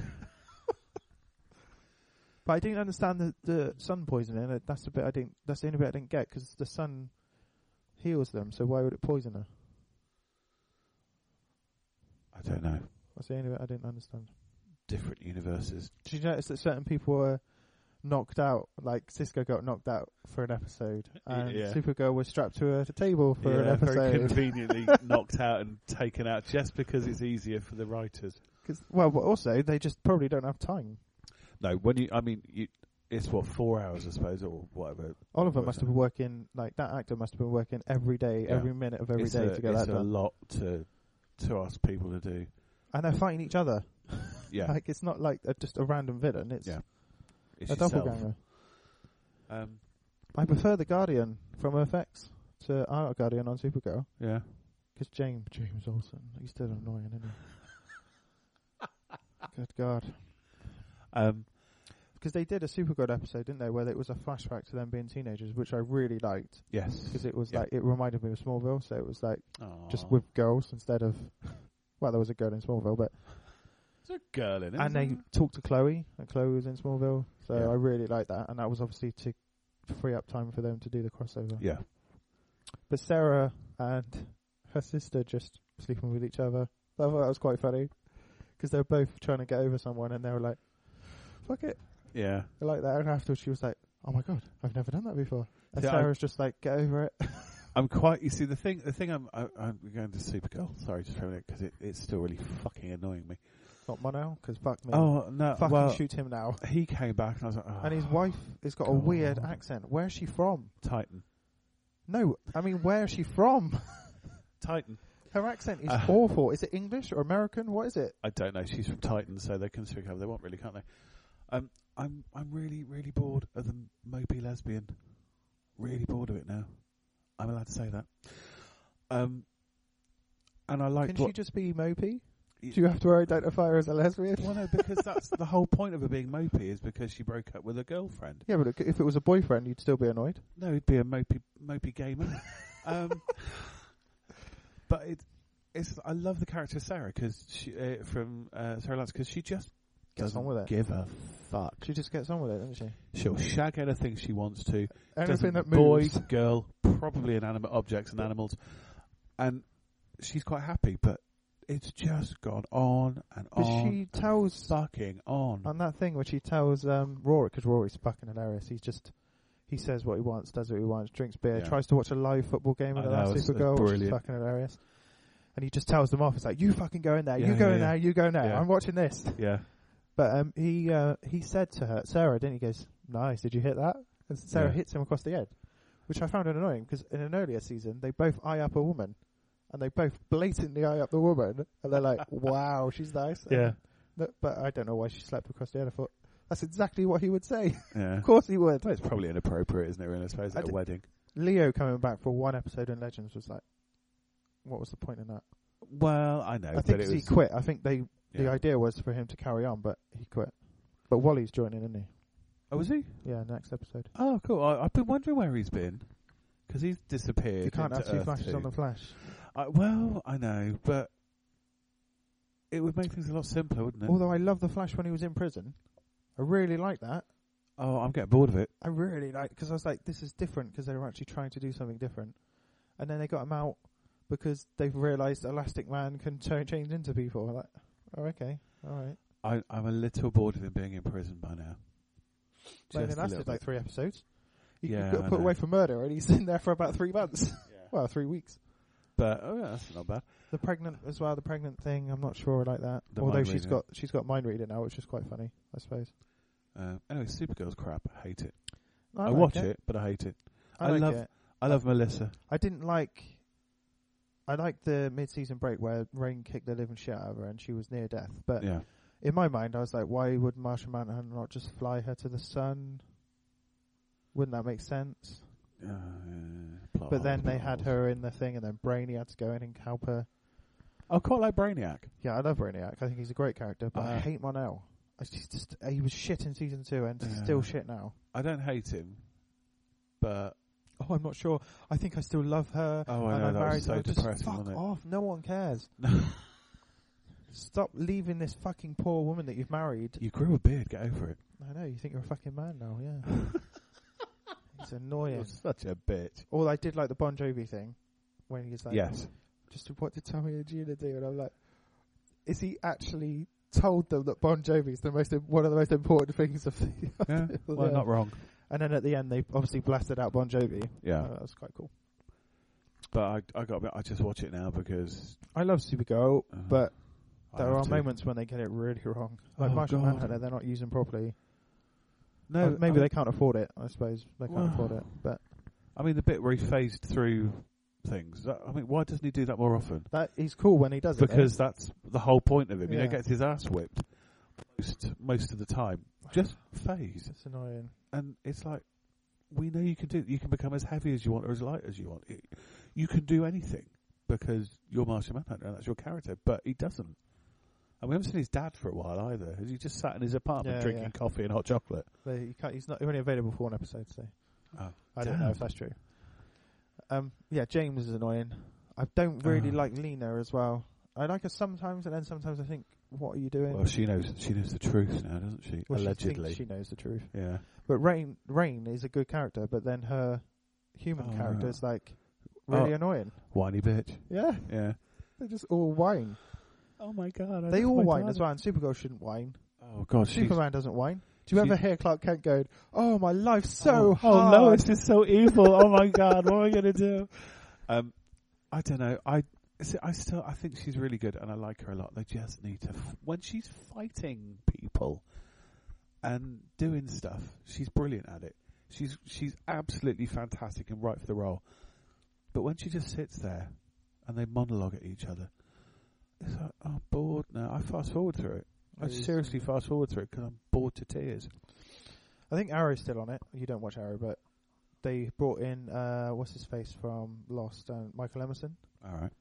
Speaker 2: but I didn't understand the, the sun poisoning. That- That's the bit I didn't. That's the only bit I didn't get because the sun heals them. So why would it poison her?
Speaker 1: I don't know.
Speaker 2: That's the only bit I didn't understand.
Speaker 1: different universes.
Speaker 2: Did you notice that certain people were knocked out? Like Cisco got knocked out for an episode, and
Speaker 1: Yeah.
Speaker 2: Supergirl was strapped to a table for an
Speaker 1: Yeah, very *laughs*
Speaker 2: episode.
Speaker 1: conveniently knocked out and taken out just because it's easier for the writers.
Speaker 2: 'Cause- well, but also they just probably don't have time.
Speaker 1: No, when you, I mean, you, it's what four hours, I suppose, or whatever.
Speaker 2: Oliver
Speaker 1: Works
Speaker 2: must have been working like that actor must have been working every day,
Speaker 1: Yeah.
Speaker 2: every minute of every
Speaker 1: it's
Speaker 2: day
Speaker 1: a,
Speaker 2: to get
Speaker 1: it's
Speaker 2: that
Speaker 1: a
Speaker 2: done.
Speaker 1: lot to to ask people to do.
Speaker 2: and they're fighting each other.
Speaker 1: Yeah,
Speaker 2: Like it's not like a, just a random villain. It's
Speaker 1: Yeah. it's
Speaker 2: a
Speaker 1: yourself.
Speaker 2: doppelganger.
Speaker 1: Um,
Speaker 2: I prefer the Guardian from FX to our Guardian on Supergirl
Speaker 1: yeah,
Speaker 2: because James James Olsen he's still annoying,
Speaker 1: *laughs*
Speaker 2: isn't he? Good God.
Speaker 1: um,
Speaker 2: Because they did a Supergirl episode, didn't they, where it was a flashback to them being teenagers, which I really liked
Speaker 1: yes.
Speaker 2: because it was
Speaker 1: Yeah.
Speaker 2: like it reminded me of Smallville, so it was like just
Speaker 1: Aw.
Speaker 2: with girls instead of *laughs* well, there was a girl in Smallville, but
Speaker 1: There's a girl in it.
Speaker 2: and they
Speaker 1: isn't
Speaker 2: talked to Chloe, and Chloe was in Smallville, so
Speaker 1: Yeah.
Speaker 2: I really liked that, and that was obviously to free up time for them to do the crossover.
Speaker 1: there? yeah,
Speaker 2: But Sarah and her sister just sleeping with each other. I thought that was quite funny because they were both trying to get over someone, and they were like, "Fuck it,
Speaker 1: yeah.
Speaker 2: I like that." And afterwards, she was like, "Oh my god, I've never done that before." And
Speaker 1: See, I-
Speaker 2: Sarah's just like, "Get over it." *laughs*
Speaker 1: I'm quite. You see, the thing, the thing, I'm, I, I'm going to Supergirl. Sorry, just throwing it because it, it's still really fucking annoying me.
Speaker 2: Not Mono, because fuck me.
Speaker 1: Oh no!
Speaker 2: fucking
Speaker 1: well,
Speaker 2: shoot him now.
Speaker 1: he came back and I was like, oh,
Speaker 2: And his wife has got a weird
Speaker 1: God.
Speaker 2: accent. Where's she from?
Speaker 1: Titan,
Speaker 2: No, I mean, where's she from? *laughs*
Speaker 1: Titan.
Speaker 2: Her accent is
Speaker 1: Uh.
Speaker 2: awful. Is it English or American? What is it?
Speaker 1: I don't know. She's from Titan, so they can speak however they want, really, can't they? Um, I'm I'm really really bored of the mopey lesbian. Really bored of it now. I'm allowed to say that. Um, and I like
Speaker 2: Can
Speaker 1: what.
Speaker 2: she just be mopey?
Speaker 1: Y-
Speaker 2: Do you have to identify her as a lesbian?
Speaker 1: well, no, because that's the whole point of her being mopey is because she broke up with her girlfriend.
Speaker 2: Yeah, but it- if it was a boyfriend, you'd still be annoyed.
Speaker 1: No, he'd be a mopey mopey *laughs* gamer. um, but it, it's I love the character Sarah because she uh, from uh, Sarah Lance because she just
Speaker 2: Gets
Speaker 1: doesn't
Speaker 2: on with it.
Speaker 1: give a fuck.
Speaker 2: She just gets on with it, doesn't she?
Speaker 1: She'll shag anything she wants to.
Speaker 2: Anything
Speaker 1: Doesn't-
Speaker 2: that moves.
Speaker 1: Boy, girl, probably inanimate objects and animals. And she's quite happy, but it's just gone on and
Speaker 2: But
Speaker 1: on.
Speaker 2: she tells
Speaker 1: fucking on.
Speaker 2: on that thing where she tells um, Rory because Rory's fucking hilarious. He's just he says what he wants, does what he wants, drinks beer,
Speaker 1: Yeah.
Speaker 2: tries to watch a live football game
Speaker 1: I
Speaker 2: with the
Speaker 1: know,
Speaker 2: last
Speaker 1: it's- it's
Speaker 2: Supergirl, which is
Speaker 1: brilliant.
Speaker 2: fucking hilarious. And he just tells them off. It's like you fucking go in there, you
Speaker 1: Yeah,
Speaker 2: go
Speaker 1: yeah,
Speaker 2: in
Speaker 1: yeah.
Speaker 2: there, you go in there.
Speaker 1: Yeah.
Speaker 2: I'm watching this.
Speaker 1: yeah.
Speaker 2: But um, he uh, he said to her, Sarah, didn't he? He Goes, nice. Did you hit that? And Sarah
Speaker 1: Yeah.
Speaker 2: hits him across the head, which I found annoying because in an earlier season they both eye up a woman, and they both blatantly eye up the woman, and they're like,
Speaker 1: *laughs*
Speaker 2: "Wow, she's nice."
Speaker 1: Yeah.
Speaker 2: No, But I don't know why she slapped across the head. I thought that's exactly what he would say. *laughs*
Speaker 1: Yeah.
Speaker 2: of course he would.
Speaker 1: It's probably inappropriate, isn't it? Really? I suppose
Speaker 2: I
Speaker 1: at a
Speaker 2: d-
Speaker 1: wedding.
Speaker 2: Leo coming back for one episode in Legends was like, what was the point in that?
Speaker 1: Well, I know,
Speaker 2: I
Speaker 1: but
Speaker 2: think
Speaker 1: it
Speaker 2: 'cause
Speaker 1: was
Speaker 2: he quit. I think they the
Speaker 1: yeah.
Speaker 2: idea was for him to carry on, but he quit. But Wally's joining, isn't
Speaker 1: Oh, was he?
Speaker 2: he? Yeah, next episode.
Speaker 1: Oh, cool. I, I've been wondering where he's been because he's disappeared.
Speaker 2: You can't
Speaker 1: into
Speaker 2: have two
Speaker 1: Earth
Speaker 2: flashes on the flash.
Speaker 1: I, well, I know, but it would make things a lot simpler, wouldn't it?
Speaker 2: Although I love the Flash when he was in prison, I really like that.
Speaker 1: oh, I'm getting bored of it.
Speaker 2: I really like because I was like, this is different because they were actually trying to do something different, and then they got him out because they've realised Elastic Man can *laughs* turn change into people. I'm Like, oh okay, all right.
Speaker 1: I, I'm a little bored of him being in prison by now.
Speaker 2: Well,
Speaker 1: Just
Speaker 2: it
Speaker 1: a
Speaker 2: lasted
Speaker 1: little
Speaker 2: like
Speaker 1: bit.
Speaker 2: three episodes. He
Speaker 1: Yeah,
Speaker 2: got
Speaker 1: I
Speaker 2: put away
Speaker 1: know.
Speaker 2: for murder, and he's *laughs* in there for about three months. *laughs* well, three weeks.
Speaker 1: But oh, yeah, that's not bad.
Speaker 2: The pregnant as well. The pregnant thing. I'm not sure I like that.
Speaker 1: The
Speaker 2: Although
Speaker 1: mind
Speaker 2: she's
Speaker 1: reading.
Speaker 2: got she's got mind reading now, which is quite funny, I suppose.
Speaker 1: Uh, anyway, Supergirl's crap. I hate it. I,
Speaker 2: like
Speaker 1: watch it. but I hate it.
Speaker 2: I,
Speaker 1: I
Speaker 2: like
Speaker 1: love-
Speaker 2: it.
Speaker 1: I love Melissa.
Speaker 2: I didn't like. I liked the mid-season break where Rain kicked the living shit out of her and she was near death. But
Speaker 1: Yeah,
Speaker 2: in my mind, I was like, why would Martian Manhunter not just fly her to the sun? Wouldn't that make sense?
Speaker 1: uh, plot
Speaker 2: but then
Speaker 1: holes,
Speaker 2: they
Speaker 1: plot
Speaker 2: had
Speaker 1: holes.
Speaker 2: her in the thing, and then Brainy had to go in and help her.
Speaker 1: I quite like Brainiac.
Speaker 2: Yeah, I love Brainiac. I think he's a great character, but I
Speaker 1: Uh,
Speaker 2: hate Monel. I just, just- he was shit in season two, and
Speaker 1: Yeah.
Speaker 2: still shit now.
Speaker 1: I don't hate him, but
Speaker 2: Oh, I'm not sure. I think I still love her.
Speaker 1: Oh, I
Speaker 2: and
Speaker 1: know, that
Speaker 2: I'm
Speaker 1: was
Speaker 2: married.
Speaker 1: so
Speaker 2: to her. Just
Speaker 1: depressing,
Speaker 2: fuck
Speaker 1: wasn't it?
Speaker 2: off. No
Speaker 1: *laughs*
Speaker 2: one cares. Stop leaving this fucking poor woman that you've married.
Speaker 1: you grew a beard. Get over it.
Speaker 2: I know, you think you're a fucking man now, yeah.
Speaker 1: *laughs*
Speaker 2: it's annoying.
Speaker 1: You're such a bitch.
Speaker 2: All I did like the Bon Jovi thing when he's like,
Speaker 1: Yes.
Speaker 2: just what did Tommy and Gina do? And I'm like, is he actually told them that Bon Jovi's the most one of the most important things of the. *laughs*
Speaker 1: Yeah,
Speaker 2: Well,
Speaker 1: well,
Speaker 2: yeah.
Speaker 1: not wrong.
Speaker 2: And then at the end, they obviously blasted out Bon Jovi.
Speaker 1: Yeah,
Speaker 2: Uh, that was quite cool.
Speaker 1: but I, I got, a bit, I just watch it now because
Speaker 2: I love Supergirl,
Speaker 1: uh,
Speaker 2: but
Speaker 1: I
Speaker 2: there
Speaker 1: have
Speaker 2: are
Speaker 1: to.
Speaker 2: moments when they get it really wrong. Like
Speaker 1: Oh,
Speaker 2: Martian
Speaker 1: God.
Speaker 2: Manhunter, they're not using properly.
Speaker 1: No,
Speaker 2: Uh, maybe
Speaker 1: I,
Speaker 2: they can't afford it. I suppose they can't
Speaker 1: Well.
Speaker 2: afford it, but
Speaker 1: I mean, the bit where he phased through things. That, I mean, why doesn't he do that more often?
Speaker 2: that he's cool when he does it.
Speaker 1: Because that's the whole point of him. You know,
Speaker 2: Yeah.
Speaker 1: he gets his ass whipped most most of the time. Just phase,
Speaker 2: It's annoying.
Speaker 1: and it's like we know you can do. You can become as heavy as you want or as light as you want. It, you can do anything because you're Martian Manhunter and that's your character. But he doesn't. And we haven't seen his dad for a while either. Has he just sat in his apartment
Speaker 2: Yeah,
Speaker 1: drinking
Speaker 2: yeah.
Speaker 1: coffee and hot chocolate?
Speaker 2: They, you can't, he's not he's only available for one episode, so
Speaker 1: Oh,
Speaker 2: I don't know
Speaker 1: damn.
Speaker 2: if that's true. Um, yeah, James is annoying. I don't really
Speaker 1: Ah.
Speaker 2: like Lena as well. I like her sometimes, and then sometimes I think, "What are you doing?"
Speaker 1: Well, she knows. She knows the truth now, doesn't she?
Speaker 2: Well, she thinks
Speaker 1: Allegedly.
Speaker 2: she knows the truth.
Speaker 1: yeah.
Speaker 2: But Rain, Rain is a good character, but then her human
Speaker 1: Oh,
Speaker 2: character
Speaker 1: yeah.
Speaker 2: is like really
Speaker 1: Oh.
Speaker 2: annoying.
Speaker 1: Whiny bitch.
Speaker 2: Yeah,
Speaker 1: Yeah.
Speaker 2: they just all whine.
Speaker 1: Oh my god.
Speaker 2: They all whine as well, and Supergirl shouldn't whine.
Speaker 1: Oh god. She's
Speaker 2: Superman doesn't whine. Do you
Speaker 1: she's-
Speaker 2: ever hear Clark Kent going, "Oh, my life's so
Speaker 1: oh,
Speaker 2: hard"?
Speaker 1: Oh Lois is so evil. oh my god. What am I gonna do? Um, I don't know. I. see, I still, I think she's really good, and I like her a lot. They just need to, f- when she's fighting people and doing stuff, she's brilliant at it. She's she's absolutely fantastic and right for the role. But when she just sits there and they monologue at each other, it's like oh, I'm bored now. I fast forward through it. I
Speaker 2: It is-
Speaker 1: seriously fast forward through it because I'm bored to tears.
Speaker 2: I think Arrow's still on it. You don't watch Arrow, but they brought in uh, what's his face from Lost, um, Michael Emerson,
Speaker 1: All right.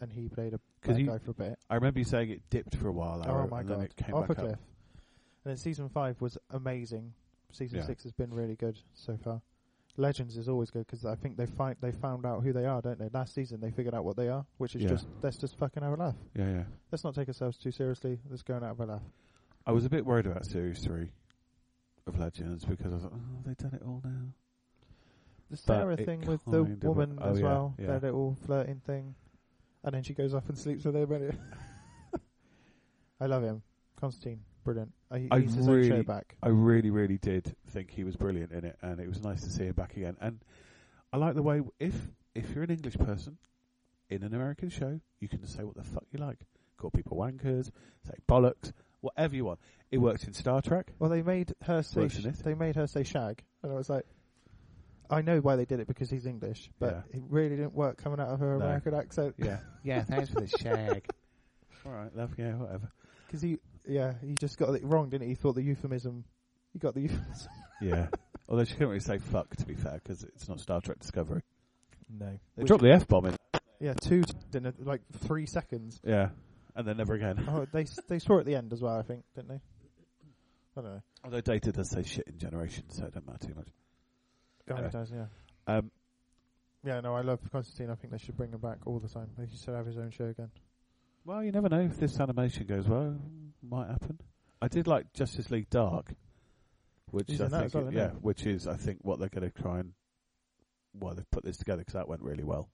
Speaker 2: and he played a
Speaker 1: 'Cause
Speaker 2: bad
Speaker 1: he-
Speaker 2: guy for a bit.
Speaker 1: I remember you saying it dipped for a while. I
Speaker 2: Oh
Speaker 1: wrote,
Speaker 2: my
Speaker 1: and then
Speaker 2: god,
Speaker 1: it came
Speaker 2: off a
Speaker 1: back
Speaker 2: cliff!
Speaker 1: up.
Speaker 2: And then season five was amazing. Season
Speaker 1: Yeah.
Speaker 2: six has been really good so far. Legends is always good because I think they find they found out who they are, don't they? Last season they figured out what they are, which is
Speaker 1: Yeah.
Speaker 2: just let's just fucking have a laugh.
Speaker 1: Yeah, yeah.
Speaker 2: Let's not take ourselves too seriously. Let's go and have a laugh.
Speaker 1: I was a bit worried about series three of Legends because I was like, oh, they've done it all now.
Speaker 2: The
Speaker 1: But
Speaker 2: Sarah
Speaker 1: it
Speaker 2: thing with the
Speaker 1: kind of-
Speaker 2: woman
Speaker 1: oh,
Speaker 2: as
Speaker 1: yeah,
Speaker 2: well,
Speaker 1: yeah.
Speaker 2: their little flirting thing, and then she goes off and sleeps with him. and- *laughs* I love him, Constantine, brilliant. Uh, he,
Speaker 1: I
Speaker 2: he's his own show
Speaker 1: really-
Speaker 2: back.
Speaker 1: I really, really did think he was brilliant in it, and it was nice to see him back again. And I like the way if if you're an English person in an American show, you can say what the fuck you like, call people wankers, say bollocks, whatever you want. It works in Star Trek.
Speaker 2: Well, they made her say
Speaker 1: Worse
Speaker 2: sh-
Speaker 1: than it.
Speaker 2: they made her say shag, and I was like, I know why they did it because he's English, but it really didn't work coming out of her
Speaker 1: No.
Speaker 2: American accent
Speaker 1: Yeah. yeah. Thanks for the shag. *laughs* All right, love. Yeah, whatever.
Speaker 2: because he yeah he just got it wrong, didn't he? He thought the euphemism. He got the *laughs* euphemism.
Speaker 1: Yeah. Although she couldn't really say fuck, to be fair, because it's not Star Trek Discovery.
Speaker 2: No.
Speaker 1: They dropped the F bomb in.
Speaker 2: Yeah, two t- in a, like three seconds.
Speaker 1: Yeah. And then never again.
Speaker 2: Oh, they s- they saw it at the end as well, I think, didn't they? I don't know.
Speaker 1: Although Data does say shit in Generation, so it doesn't matter too much.
Speaker 2: God,
Speaker 1: Anyway.
Speaker 2: it does, yeah.
Speaker 1: Um,
Speaker 2: Yeah, no, I love Constantine. I think they should bring him back all the time. He should have his own show again.
Speaker 1: well, you never know if this animation goes well. Might happen. I did like Justice League Dark, which
Speaker 2: He's
Speaker 1: I
Speaker 2: in that
Speaker 1: think,
Speaker 2: as well, isn't
Speaker 1: yeah,
Speaker 2: he?
Speaker 1: which is I think what they're going to try and well they've put this together because that went really well.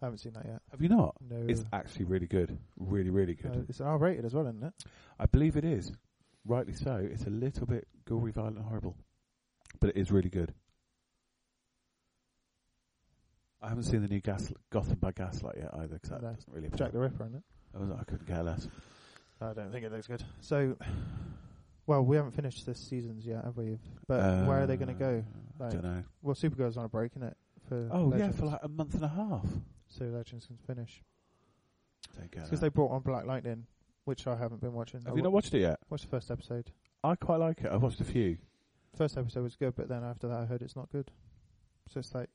Speaker 2: I haven't seen that yet.
Speaker 1: Have you not?
Speaker 2: No.
Speaker 1: It's actually really good, really really good.
Speaker 2: Uh, it's R rated as well, isn't it?
Speaker 1: I believe it is. Rightly so. It's a little bit gory, violent, horrible, but it is really good. I haven't seen the new Gas Gotham by Gaslight yet either, because that
Speaker 2: No.
Speaker 1: doesn't really.
Speaker 2: Jack the Ripper, isn't it?
Speaker 1: I, was, I couldn't care less.
Speaker 2: I don't think it looks good. So, well, we haven't finished this seasons yet, have we? But where are they going to
Speaker 1: Uh,
Speaker 2: go?
Speaker 1: I
Speaker 2: Like,
Speaker 1: don't know.
Speaker 2: Well, Supergirl's on a break, isn't it? For
Speaker 1: Oh
Speaker 2: Legends.
Speaker 1: yeah, for like a month and a half.
Speaker 2: so Legends can finish
Speaker 1: Don't care
Speaker 2: because
Speaker 1: that.
Speaker 2: they brought on Black Lightning, which I haven't been watching. I
Speaker 1: Have you
Speaker 2: wa-
Speaker 1: not watched it yet?
Speaker 2: watched the first episode?
Speaker 1: I quite like it. I've watched a few.
Speaker 2: First episode was good, but then after that, I heard it's not good. So it's like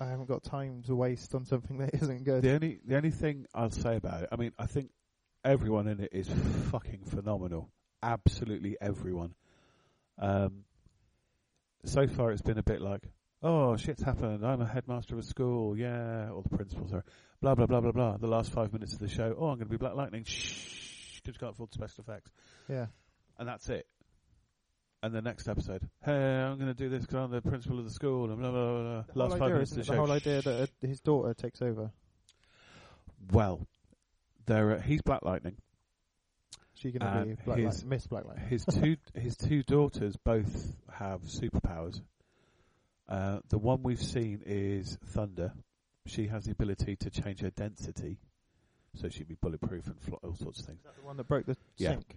Speaker 2: I haven't got time to waste on something *laughs* that isn't good.
Speaker 1: The only the only thing I'll say about it, I mean, I think everyone in it is fucking phenomenal. Absolutely everyone. Um, so far, it's been a bit like, oh, shit's happened. I'm a headmaster of a school. Yeah, all the principals are blah blah blah blah blah. The last five minutes of the show, oh, I'm going to be Black Lightning. Shh, just can't afford special effects,
Speaker 2: Yeah,
Speaker 1: and that's it. And the next episode, hey, I'm going to do this because I'm the principal of the school. And blah blah blah. blah.
Speaker 2: The
Speaker 1: Last
Speaker 2: whole
Speaker 1: five
Speaker 2: idea,
Speaker 1: minutes of
Speaker 2: isn't
Speaker 1: the
Speaker 2: it?
Speaker 1: show.
Speaker 2: the whole idea that uh, his daughter takes over.
Speaker 1: Well, there uh, he's Black Lightning.
Speaker 2: She gonna
Speaker 1: And
Speaker 2: be Black Light-
Speaker 1: his- *laughs*
Speaker 2: Miss Black Lightning.
Speaker 1: His two his two daughters both have superpowers. Uh, the one we've seen is Thunder. She has the ability to change her density, so she'd be bulletproof and fly, all sorts of things.
Speaker 2: Is that the one that broke the
Speaker 1: Yeah.
Speaker 2: sink? Yeah.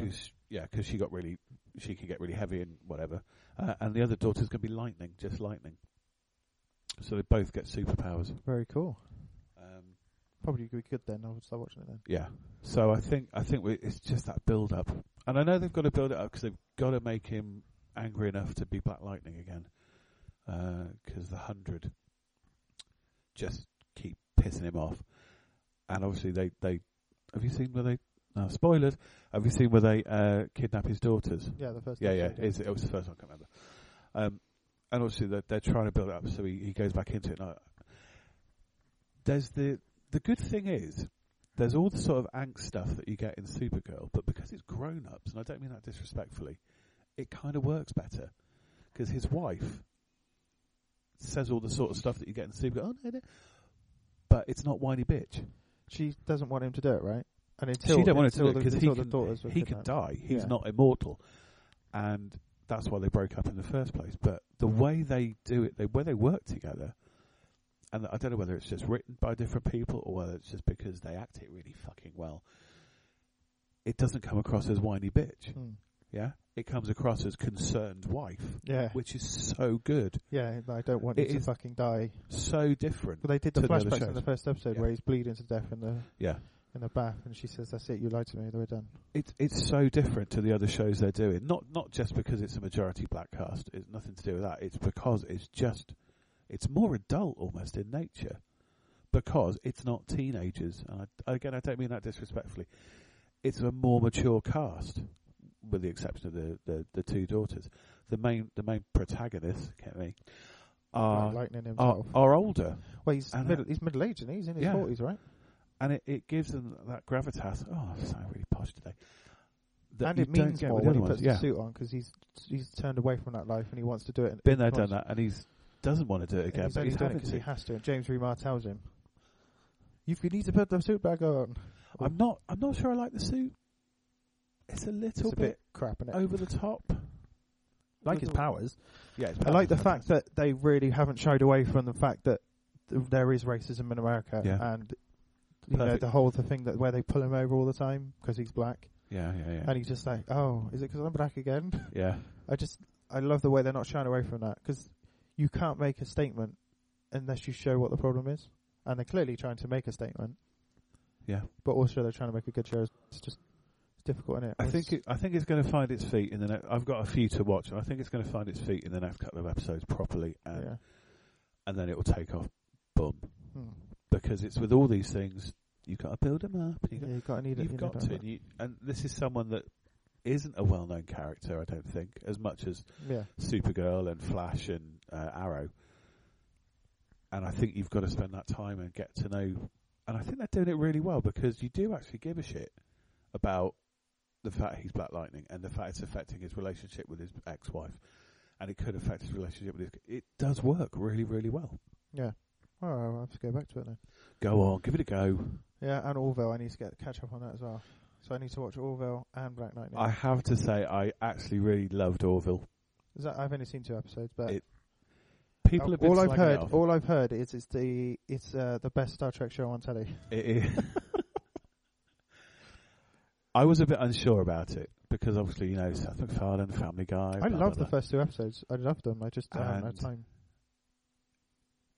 Speaker 1: Because yeah, because she got really she could get really heavy and whatever. Uh, and the other daughter's gonna be Lightning, just Lightning. So they both get superpowers.
Speaker 2: Very cool.
Speaker 1: Um,
Speaker 2: Probably be good then. I would start watching it then.
Speaker 1: Yeah. So I think I think we, it's just that build up, and I know they've got to build it up because they've got to make him angry enough to be Black Lightning again, because the hundred just keep pissing him off, and obviously they they have you seen where they no, spoilers have you seen where they uh, kidnap his daughters?
Speaker 2: Yeah, the first.
Speaker 1: Yeah, yeah.
Speaker 2: episode,
Speaker 1: It's, it was the first one. I can't remember. Um, and obviously they're, they're trying to build it up, so he, he goes back into it. And I, there's the the good thing is there's all the sort of angst stuff that you get in Supergirl, but because it's grown ups, and I don't mean that disrespectfully, it kind of works better because his wife says all the sort of stuff that you get in Supergirl. Oh no, no. But it's not whiny bitch.
Speaker 2: She doesn't want him to do it, right? And until
Speaker 1: she don't want to
Speaker 2: until
Speaker 1: do
Speaker 2: the-
Speaker 1: because he
Speaker 2: until the
Speaker 1: can,
Speaker 2: daughters were
Speaker 1: he can
Speaker 2: kidnapped.
Speaker 1: die. He's
Speaker 2: Yeah.
Speaker 1: not immortal, and that's why they broke up in the first place. But the way they do it, the way they work together, and I don't know whether it's just written by different people or whether it's just because they act it really fucking well. It doesn't come across as whiny bitch.
Speaker 2: Hmm.
Speaker 1: Yeah, it comes across as concerned wife,
Speaker 2: Yeah,
Speaker 1: which is so good,
Speaker 2: yeah. like, I don't want
Speaker 1: It
Speaker 2: you to
Speaker 1: is-
Speaker 2: fucking die.
Speaker 1: so different.
Speaker 2: Well, they did
Speaker 1: To
Speaker 2: the
Speaker 1: the other
Speaker 2: flashbacks
Speaker 1: shows.
Speaker 2: in the first episode
Speaker 1: Yeah.
Speaker 2: where he's bleeding to death in the
Speaker 1: Yeah.
Speaker 2: in the bath, and she says, "That's it. You lied to me. We're done."
Speaker 1: it's it's so different to the other shows they're doing. Not not just because it's a majority black cast. It's nothing to do with that. It's because it's just it's more adult almost in nature because it's not teenagers. And I, again, I don't mean that disrespectfully. It's a more mature cast, with the exception of the, the, the two daughters. The main the main protagonists, get me,
Speaker 2: Black
Speaker 1: are
Speaker 2: Lightning
Speaker 1: are,
Speaker 2: himself.
Speaker 1: are older,
Speaker 2: well, he's
Speaker 1: Ah. and, uh,
Speaker 2: middle, he's middle aged, and he's in his
Speaker 1: yeah.
Speaker 2: forties, right?
Speaker 1: and it, it gives them that gravitas. Oh, I sound really posh today. That
Speaker 2: and
Speaker 1: you
Speaker 2: it
Speaker 1: don't
Speaker 2: means
Speaker 1: get
Speaker 2: more
Speaker 1: with the
Speaker 2: when he
Speaker 1: other
Speaker 2: puts
Speaker 1: ones. Yeah.
Speaker 2: the suit on because he's he's turned away from that life and he wants to do it. and-
Speaker 1: been there,
Speaker 2: he
Speaker 1: done
Speaker 2: wants-
Speaker 1: that, and he's doesn't want to do it
Speaker 2: and
Speaker 1: again,
Speaker 2: he's
Speaker 1: but
Speaker 2: only
Speaker 1: he's
Speaker 2: done it
Speaker 1: having
Speaker 2: 'cause
Speaker 1: to.
Speaker 2: he has to. And James Remar tells him, "You you need to put the suit back on."
Speaker 1: I'm not. I'm not sure I like the suit. It's a
Speaker 2: It's
Speaker 1: little
Speaker 2: a
Speaker 1: bit
Speaker 2: bit crap, and
Speaker 1: over the top.
Speaker 2: like his powers.
Speaker 1: Yeah, it's
Speaker 2: I like the fact that they really haven't shied away from the fact that th- there is racism in America,
Speaker 1: Yeah.
Speaker 2: and you know
Speaker 1: Perfect.
Speaker 2: the whole the thing that where they pull him over all the time because he's black,
Speaker 1: Yeah, yeah, yeah,
Speaker 2: and he's just like, "Oh, is it because I'm black again?" *laughs*
Speaker 1: yeah.
Speaker 2: I just I love the way they're not shying away from that because you can't make a statement unless you show what the problem is, and they're clearly trying to make a statement.
Speaker 1: Yeah.
Speaker 2: but also they're trying to make a good show. It's just it's difficult, isn't it?
Speaker 1: I think it, I think it's going to find its feet in the. Ne- I've got a few to watch, and I think it's going to find its feet in the next couple of episodes properly, and
Speaker 2: yeah.
Speaker 1: and then it will take off, boom.
Speaker 2: Hmm.
Speaker 1: Because it's with all these things, you have got to build them up. You
Speaker 2: yeah,
Speaker 1: got,
Speaker 2: you got to need it.
Speaker 1: you've
Speaker 2: you
Speaker 1: got
Speaker 2: need
Speaker 1: to, and, you, and this is someone that isn't a well-known character, I don't think, as much as
Speaker 2: Yeah,
Speaker 1: Supergirl and Flash and uh, Arrow. And I think you've got to spend that time and get to know. And I think they're doing it really well because you do actually give a shit about the fact he's Black Lightning and the fact it's affecting his relationship with his ex-wife, and it could affect his relationship with his. It does work really, really well.
Speaker 2: yeah. Oh, I'll have to go back to it now.
Speaker 1: Go on, give it a go.
Speaker 2: Yeah, and Orville. I need to get catch up on that as well. So I need to watch Orville and Black Knight. Now.
Speaker 1: I have to say, I actually really loved Orville.
Speaker 2: Is that, I've only seen two episodes, but
Speaker 1: It- People have been
Speaker 2: Uh, all I've
Speaker 1: slagging
Speaker 2: heard,
Speaker 1: it off.
Speaker 2: all I've heard is it's the it's uh, the best Star Trek show on telly.
Speaker 1: It is. *laughs* I was a bit unsure about it because obviously you know Seth MacFarlane, Family Guy.
Speaker 2: I
Speaker 1: blah,
Speaker 2: love
Speaker 1: blah,
Speaker 2: the
Speaker 1: blah.
Speaker 2: first two episodes. I loved them. I just I haven't had
Speaker 1: And-
Speaker 2: time.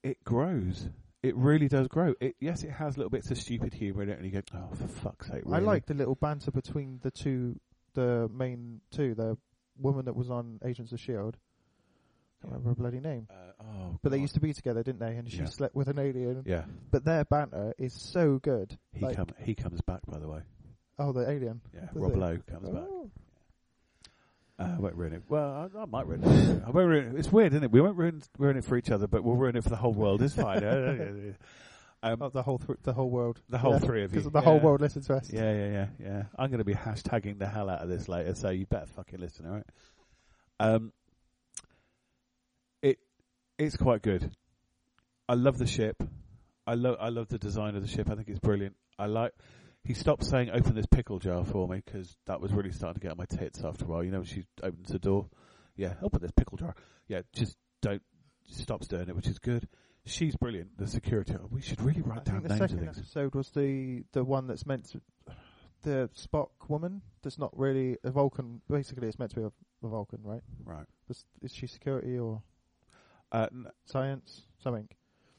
Speaker 1: It grows. It really does grow. It yes, it has little bits of stupid humour in it, and you go, oh for fuck's sake! Really?
Speaker 2: I like the little banter between the two, the main two, the woman that was on Agents of Shield. E I can't remember her bloody name,
Speaker 1: Uh, oh,
Speaker 2: but they
Speaker 1: God.
Speaker 2: used to be together, didn't they? And she
Speaker 1: Yeah.
Speaker 2: slept with an alien.
Speaker 1: Yeah,
Speaker 2: But their banter is so good.
Speaker 1: he
Speaker 2: Like-
Speaker 1: come he comes back by the way.
Speaker 2: Oh, the alien.
Speaker 1: Yeah,
Speaker 2: Does
Speaker 1: Rob
Speaker 2: he?
Speaker 1: Lowe comes back.
Speaker 2: Oh.
Speaker 1: Uh, I won't ruin it. Well, I, I might ruin it. I won't ruin it. It's weird, isn't it? We won't ruin ruin it for each other, but we'll ruin it for the whole world. It's
Speaker 2: *laughs*
Speaker 1: fine. um,
Speaker 2: Oh, the whole th- the whole world.
Speaker 1: the whole
Speaker 2: yeah,
Speaker 1: three of you.
Speaker 2: Because the whole
Speaker 1: Yeah.
Speaker 2: world listens to us.
Speaker 1: Yeah, yeah, yeah, yeah. I'm going to be hashtagging the hell out of this later, so you better fucking listen, all right? Um, it it's quite good. I love the ship. I love I love the design of the ship. I think it's brilliant. I like He stopped saying, "Open this pickle jar for me," because that was really starting to get on my tits after a while. You know, when she opens the door, yeah, open this pickle jar. Yeah, just don't stops doing it, which is good. She's brilliant. The security. We should really write
Speaker 2: I
Speaker 1: down
Speaker 2: think the
Speaker 1: names of
Speaker 2: second
Speaker 1: things.
Speaker 2: episode was the the one that's meant to the Spock woman. That's not really a Vulcan. Basically, it's meant to be a, a Vulcan, right?
Speaker 1: Right.
Speaker 2: Is, is she security or
Speaker 1: Uh, n-
Speaker 2: science? Something.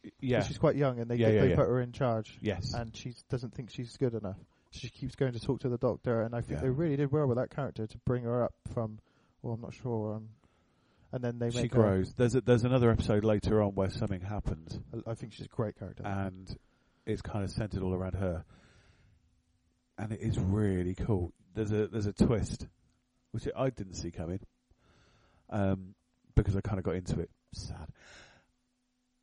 Speaker 2: 'Cause
Speaker 1: yeah.
Speaker 2: She's quite young, and they
Speaker 1: Yeah,
Speaker 2: get-
Speaker 1: yeah,
Speaker 2: they
Speaker 1: yeah.
Speaker 2: put her in charge,
Speaker 1: Yes.
Speaker 2: and she doesn't think she's good enough. She keeps going to talk to the doctor, and I think
Speaker 1: Yeah.
Speaker 2: they really did well with that character to bring her up from. Well, I'm not sure. Um, and then they make
Speaker 1: she
Speaker 2: her-
Speaker 1: grows. There's a, there's another episode later on where something happens,
Speaker 2: I- I think she's a great character.
Speaker 1: and it's kind of centered all around her, and it is really cool. There's a there's a twist, which I didn't see coming, um, because I kind of got into it. Sad,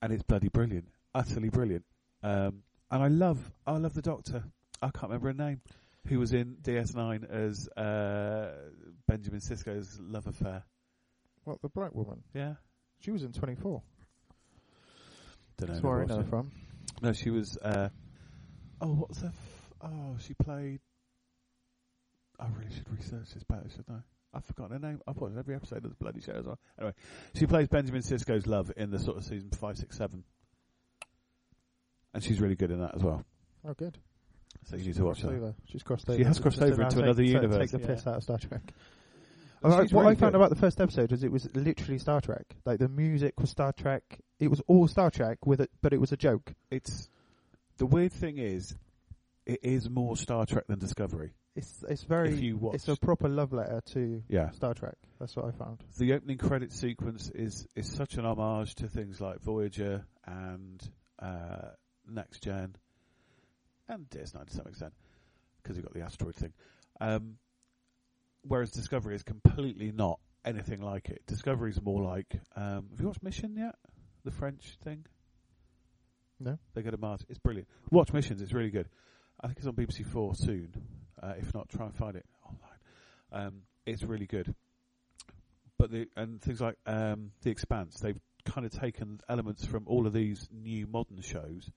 Speaker 1: and it's bloody brilliant, utterly brilliant. Um, and I love I love the Doctor. I can't remember her name, who was in DS9 as uh, Benjamin Sisko's love affair.
Speaker 2: Well, the black woman.
Speaker 1: Yeah,
Speaker 2: She was in 24.
Speaker 1: don't know.
Speaker 2: That's where I
Speaker 1: who
Speaker 2: know
Speaker 1: it
Speaker 2: her
Speaker 1: was.
Speaker 2: from.
Speaker 1: No, she was. Uh, oh, what's her? F- oh, she played. I really should research this better, shouldn't I? I've forgotten her name. I've watched every episode of the bloody show as well. Anyway, she plays Benjamin Sisko's love in the sort of season five, six, seven, and she's really good in that as well.
Speaker 2: Oh, good.
Speaker 1: So you need to watch
Speaker 2: Crossed
Speaker 1: that.
Speaker 2: over. She's crossed
Speaker 1: She
Speaker 2: over.
Speaker 1: has
Speaker 2: Just-
Speaker 1: crossed
Speaker 2: just
Speaker 1: over
Speaker 2: now
Speaker 1: into
Speaker 2: take-
Speaker 1: another
Speaker 2: take-
Speaker 1: universe.
Speaker 2: Take the piss
Speaker 1: Yeah.
Speaker 2: out of Star Trek.
Speaker 1: She's
Speaker 2: Alright, what
Speaker 1: really
Speaker 2: I found
Speaker 1: good.
Speaker 2: about the first episode is it was literally Star Trek. Like the music was Star Trek. It was all Star Trek with it, but it was a joke.
Speaker 1: it's the weird thing is, it is more Star Trek than Discovery.
Speaker 2: It's it's very.
Speaker 1: if you watch,
Speaker 2: it's a proper love letter to
Speaker 1: yeah,
Speaker 2: Star Trek. That's what I found.
Speaker 1: the opening credit sequence is is such an homage to things like Voyager and uh, Next Gen and DS9 to some extent because you've got the asteroid thing. Um, whereas Discovery is completely not anything like it. Discovery is more like um, have you watched Mission yet? The French thing.
Speaker 2: No.
Speaker 1: They go to Mars. It's brilliant. Watch Missions. It's really good. I think it's on BBC Four soon. Uh, if not, try and find it online. Um, it's really good. But the and things like um, the Expanse, they've kind of taken elements from all of these new modern shows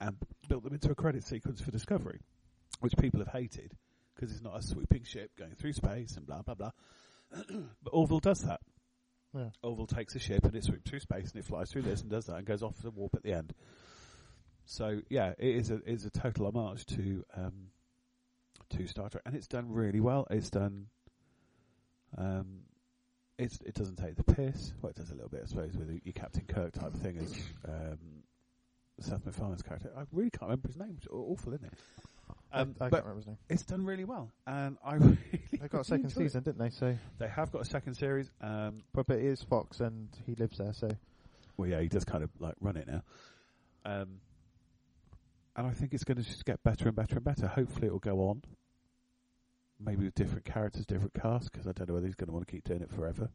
Speaker 1: and built them into a credit sequence for Discovery, which people have hated because it's not a swooping ship going through space and blah blah *clears throat* blah. but Orville does that.
Speaker 2: Yeah.
Speaker 1: Orville takes a ship and it swoops through space and it flies through this and does that and goes off the warp at the end. So yeah, it is a it is a total homage to um, to Star Trek, and it's done really well. It's done. Um, it's it doesn't take the piss. Well, it does a little bit, I suppose, with your Captain Kirk type thing as um, Seth MacFarlane's character. I really can't remember his name. It's aw- awful, isn't it? Um,
Speaker 2: I, I
Speaker 1: but
Speaker 2: can't
Speaker 1: *laughs*
Speaker 2: remember his name.
Speaker 1: it's done really well, and I *laughs* really
Speaker 2: They got a
Speaker 1: really
Speaker 2: second
Speaker 1: enjoy it.
Speaker 2: season, didn't they? So,
Speaker 1: They have got a second series. Um,
Speaker 2: but, but it is Fox, and he lives there. So
Speaker 1: well, yeah, he does kind of like run it now. Um, and I think it's going to just get better and better and better. Hopefully, it'll go on. Maybe with different characters, different casts, because I don't know whether he's going to want to keep doing it forever.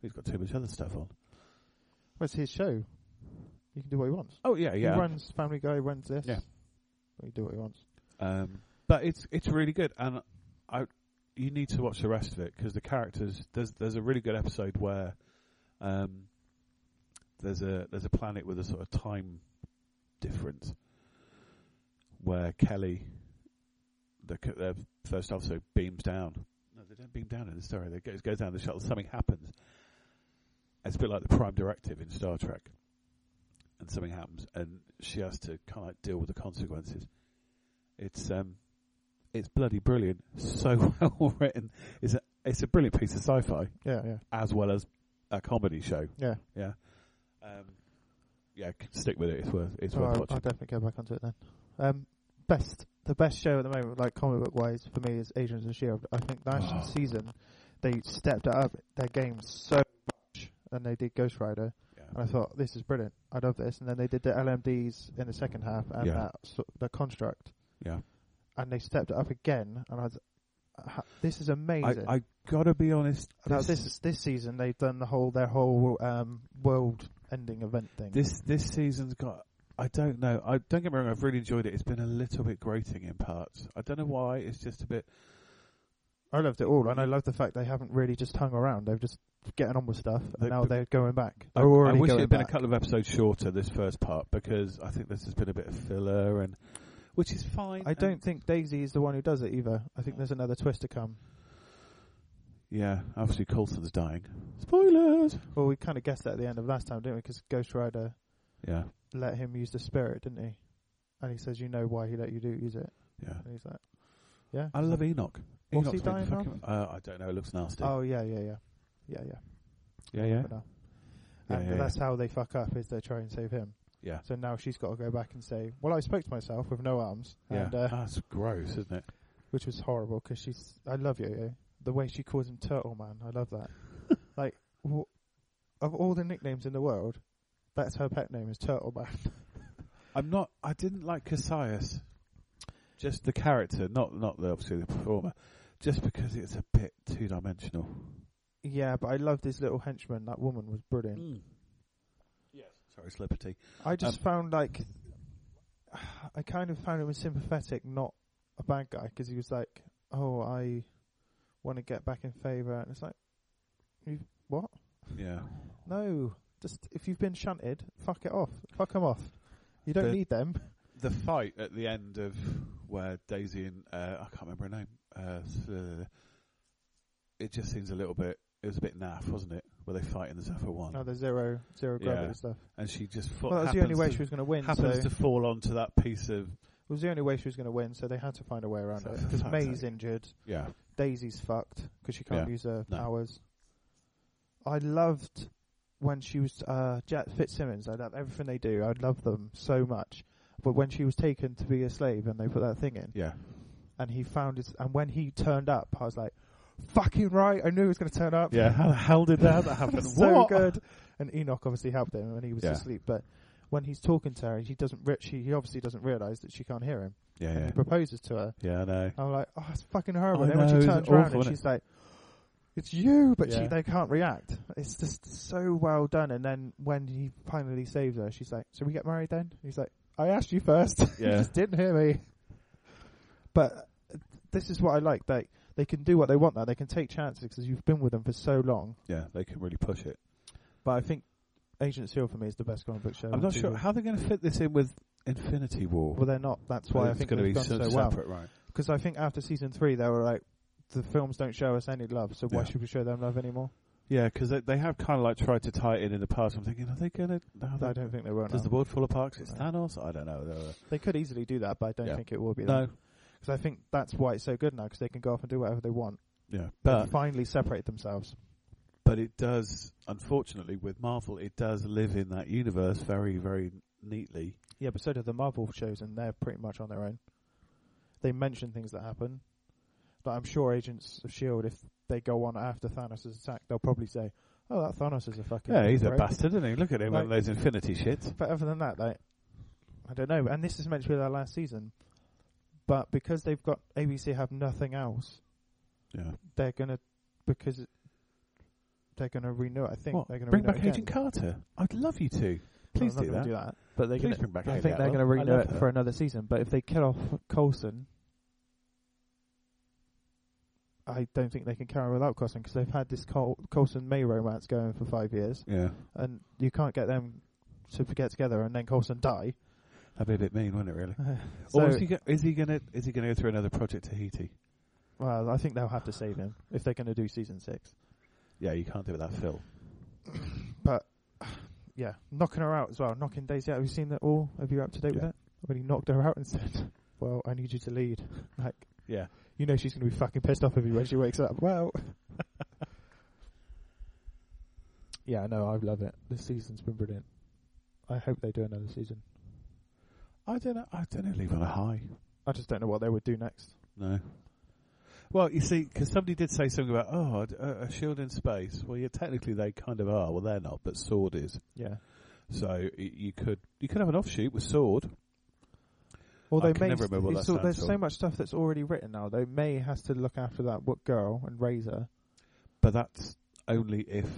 Speaker 1: He's got too much other stuff on.
Speaker 2: what's his show? He can do what he wants.
Speaker 1: Oh yeah, yeah.
Speaker 2: He runs Family Guy. Runs this.
Speaker 1: Yeah.
Speaker 2: He can do what he wants.
Speaker 1: Um, but it's it's really good, and I you need to watch the rest of it because the characters there's there's a really good episode where um, there's a there's a planet with a sort of time difference where Kelly the c- their first officer beams down. No, they don't beam down in the story. They goes goes down the shuttle. Something happens. It's a bit like the Prime Directive in Star Trek, and something happens, and she has to kind of like deal with the consequences. It's um, it's bloody brilliant. So *laughs* well written. It's a it's a brilliant piece of sci-fi
Speaker 2: Yeah, yeah,
Speaker 1: as well as a comedy show.
Speaker 2: yeah.
Speaker 1: Yeah, um, yeah. c- Stick with it. It's worth it's
Speaker 2: Oh,
Speaker 1: worth
Speaker 2: I'll,
Speaker 1: watching.
Speaker 2: I'll definitely go back onto it then. Um, best the best show at the moment, like comic book wise, for me is Agents of Shield. I think last
Speaker 1: Oh.
Speaker 2: season they stepped it up their game so much, and they did Ghost Rider,
Speaker 1: Yeah.
Speaker 2: and I thought this is brilliant. I love this, and then they did the LMDs in the second half and
Speaker 1: Yeah.
Speaker 2: that so, the construct,
Speaker 1: yeah.
Speaker 2: and they stepped it up again. And I was, ha- this is
Speaker 1: I,
Speaker 2: amazing.
Speaker 1: I gotta be honest.
Speaker 2: Now,
Speaker 1: This
Speaker 2: this this season they've done the whole their whole um, world ending event thing.
Speaker 1: this this season's got. I don't know. I don't get me wrong. I've really enjoyed it. It's been a little bit grating in parts. I don't know why. It's just a bit.
Speaker 2: I loved it all, and I love the fact they haven't really just hung around. They're just getting on with stuff, and
Speaker 1: They-
Speaker 2: now they're going back.
Speaker 1: I,
Speaker 2: They're
Speaker 1: I
Speaker 2: already
Speaker 1: wish it
Speaker 2: going
Speaker 1: had been
Speaker 2: back.
Speaker 1: a couple of episodes shorter. This first part because I think this has been a bit of filler and which is fine.
Speaker 2: I
Speaker 1: and-
Speaker 2: don't think Daisy is the one who does it either. I think there's another twist to come.
Speaker 1: Yeah, obviously Coulson's dying. Spoilers.
Speaker 2: Well, we kind of guessed that at the end of last time, didn't we? Because Ghost Rider
Speaker 1: Yeah,
Speaker 2: let him use the spirit, didn't he? And he says, "You know why he let you do use it?"
Speaker 1: yeah.
Speaker 2: And he's like, "Yeah."
Speaker 1: I love Enoch.
Speaker 2: What's
Speaker 1: Enoch's
Speaker 2: he
Speaker 1: been
Speaker 2: dying
Speaker 1: fucking. Uh, I don't know. It looks nasty.
Speaker 2: Oh yeah, yeah, yeah, yeah, yeah.
Speaker 1: yeah, yeah,
Speaker 2: But no.
Speaker 1: Yeah,
Speaker 2: and
Speaker 1: yeah,
Speaker 2: that's how they fuck up is they try and save him.
Speaker 1: yeah.
Speaker 2: So now she's got to go back and say, "Well, I spoke to myself with no arms,"
Speaker 1: Yeah, Ah,
Speaker 2: and uh,
Speaker 1: that's gross, isn't it?
Speaker 2: which was horrible because she's. I love you. yeah. The way she calls him Turtle Man, I love that. like, w- of all the nicknames in the world, that's her pet name is Turtle Man. *laughs*
Speaker 1: I'm not. I didn't like Cassius, just the character, not not the obviously the performer, just because it's a bit two dimensional.
Speaker 2: yeah, but I loved his little henchman. That woman was brilliant.
Speaker 1: Mm. Yes. Sorry, Slipperty.
Speaker 2: I just found like *sighs* I kind of found him sympathetic, not a bad guy, because he was like, "Oh, I want to get back in favor," and it's like, "You what?
Speaker 1: Yeah.
Speaker 2: No, just if you've been shunted, fuck it off, fuck 'em off. You don't
Speaker 1: The-
Speaker 2: need them."
Speaker 1: The fight at the end of where Daisy and uh, I can't remember her name. Uh, s- uh, it just seems a little bit. It was a bit naff, wasn't it? Where they fight in the Zephyr One,
Speaker 2: No, the zero zero
Speaker 1: Yeah.
Speaker 2: gravity stuff.
Speaker 1: and she just fo-
Speaker 2: Uh, Well, that was the
Speaker 1: happens
Speaker 2: only way
Speaker 1: to,
Speaker 2: she was going to win. So
Speaker 1: happens to
Speaker 2: it
Speaker 1: fall onto that piece of
Speaker 2: was the only way she was going to win. So they had to find a way around
Speaker 1: So-
Speaker 2: it because
Speaker 1: so-
Speaker 2: May's injured.
Speaker 1: yeah.
Speaker 2: Daisy's fucked because she can't
Speaker 1: Yeah.
Speaker 2: use her
Speaker 1: No.
Speaker 2: powers. I loved when she was uh, Jet Fitzsimmons. I love everything they do. I love them so much. But when she was taken to be a slave and they put that thing in,
Speaker 1: Yeah.
Speaker 2: and he found it, and when he turned up, I was like, "Fucking right! I knew he was going to turn up."
Speaker 1: Yeah. How the hell did that *laughs* happen?
Speaker 2: so
Speaker 1: What?
Speaker 2: good. And Enoch obviously helped him when he was
Speaker 1: Yeah.
Speaker 2: asleep. But when he's talking to her, he doesn't. Re- she he obviously doesn't realize that she can't hear him.
Speaker 1: Yeah.
Speaker 2: And
Speaker 1: Yeah.
Speaker 2: he proposes to her,
Speaker 1: Yeah. I know.
Speaker 2: I'm like, oh, it's fucking horrible.
Speaker 1: I
Speaker 2: then when
Speaker 1: know,
Speaker 2: she
Speaker 1: it's
Speaker 2: turns around
Speaker 1: awful,
Speaker 2: and
Speaker 1: innit?
Speaker 2: she's like, it's you, but she
Speaker 1: Yeah.
Speaker 2: they can't react. It's just so well done. And then when he finally saves her, she's like, so we get married then? He's like, I asked you first. *laughs* you
Speaker 1: Yeah.
Speaker 2: just didn't hear me. But this is what I like. They they can do what they want now. They can take chances because you've been with them for so long.
Speaker 1: Yeah. They can really push it.
Speaker 2: But I think Agent Seal for me is the best comic book show.
Speaker 1: I'm
Speaker 2: on
Speaker 1: not
Speaker 2: TV.
Speaker 1: sure how they're going to fit this in with Infinity War.
Speaker 2: Oh, Well, they're not. That's why I
Speaker 1: it's
Speaker 2: think
Speaker 1: going to
Speaker 2: they've
Speaker 1: be
Speaker 2: done
Speaker 1: so
Speaker 2: so well.
Speaker 1: separate, right?
Speaker 2: Because I think after season three, they were like, the films don't show us any love, so why
Speaker 1: Yeah.
Speaker 2: should we show them love anymore?
Speaker 1: Yeah, because they, they have kind of like tried to tie it in in the past. I'm thinking, are they going to?
Speaker 2: I don't think they will.
Speaker 1: Does
Speaker 2: now.
Speaker 1: the world fall apart? 'cause it's
Speaker 2: No.
Speaker 1: Thanos. I don't know. They're-
Speaker 2: they could easily do that, but I don't
Speaker 1: Yeah.
Speaker 2: think it will be.
Speaker 1: No.
Speaker 2: because I think that's why it's so good now, because they can go off and do whatever they want.
Speaker 1: Yeah,
Speaker 2: They
Speaker 1: but
Speaker 2: finally separate themselves.
Speaker 1: but it does. Unfortunately, with Marvel, it does live in that universe very very neatly.
Speaker 2: Yeah, but so do the Marvel shows, and they're pretty much on their own. They mention things that happen. But I'm sure Agents of Shield, E if they go on after Thanos' attack, they'll probably say, "Oh, that Thanos is a fucking
Speaker 1: Yeah, he's a
Speaker 2: prick."
Speaker 1: bastard, isn't he? Look at him, one
Speaker 2: Like-
Speaker 1: of those Infinity shits.
Speaker 2: But other than that, like, I don't know. And this is meant to be their last season, but because they've got ABC have nothing else,
Speaker 1: Yeah,
Speaker 2: they're gonna because it- they're gonna renew it. I think
Speaker 1: What?
Speaker 2: they're gonna
Speaker 1: bring
Speaker 2: renew
Speaker 1: back
Speaker 2: it again.
Speaker 1: Agent Carter. I'd love you to.
Speaker 2: Well,
Speaker 1: Please
Speaker 2: they're
Speaker 1: do that.
Speaker 2: not gonna do that. But they're
Speaker 1: Please
Speaker 2: gonna,
Speaker 1: bring back.
Speaker 2: I
Speaker 1: Hayley
Speaker 2: think they're
Speaker 1: Atwell.
Speaker 2: gonna
Speaker 1: I
Speaker 2: renew
Speaker 1: love
Speaker 2: it
Speaker 1: her.
Speaker 2: for another season. But if they kill off Coulson, I don't think they can carry without Coulson because they've had this Col- Coulson May romance going for five years,
Speaker 1: Yeah,
Speaker 2: and you can't get them to get together and then Coulson
Speaker 1: *laughs*
Speaker 2: die.
Speaker 1: that'd be a bit mean, wouldn't it? Really.
Speaker 2: So-
Speaker 1: or is he go- is he gonna is he gonna go through another project Tahiti?
Speaker 2: Well, I think they'll have to save him if they're going to do season six.
Speaker 1: Yeah, you can't do it without Phil.
Speaker 2: But *sighs* yeah, knocking her out as well, knocking Daisy out. Have you seen that all? Have you up to date with
Speaker 1: Yeah.
Speaker 2: that? When he knocked her out and said, "Well, I need you to lead," *laughs* like
Speaker 1: Yeah,
Speaker 2: you know she's going to be fucking pissed off if you when she wakes up. Well,
Speaker 1: *laughs*
Speaker 2: yeah, no, I love it. This season's been brilliant. I hope they do another season.
Speaker 1: I don't know. I don't know. Leave on a high.
Speaker 2: I just don't know what they would do next.
Speaker 1: No. Well, you see, because somebody did say something about oh, a, a shield in space. Well, yeah, technically they kind of are. Well, they're not, but Sword is.
Speaker 2: Yeah,
Speaker 1: So y- you could you could have an offshoot with Sword.
Speaker 2: Well,
Speaker 1: I
Speaker 2: they
Speaker 1: can
Speaker 2: may.
Speaker 1: never remember what
Speaker 2: it's
Speaker 1: that
Speaker 2: all- there's
Speaker 1: stands
Speaker 2: so
Speaker 1: for.
Speaker 2: much stuff that's already written now. Though May has to look after that what girl and raise her.
Speaker 1: But that's only if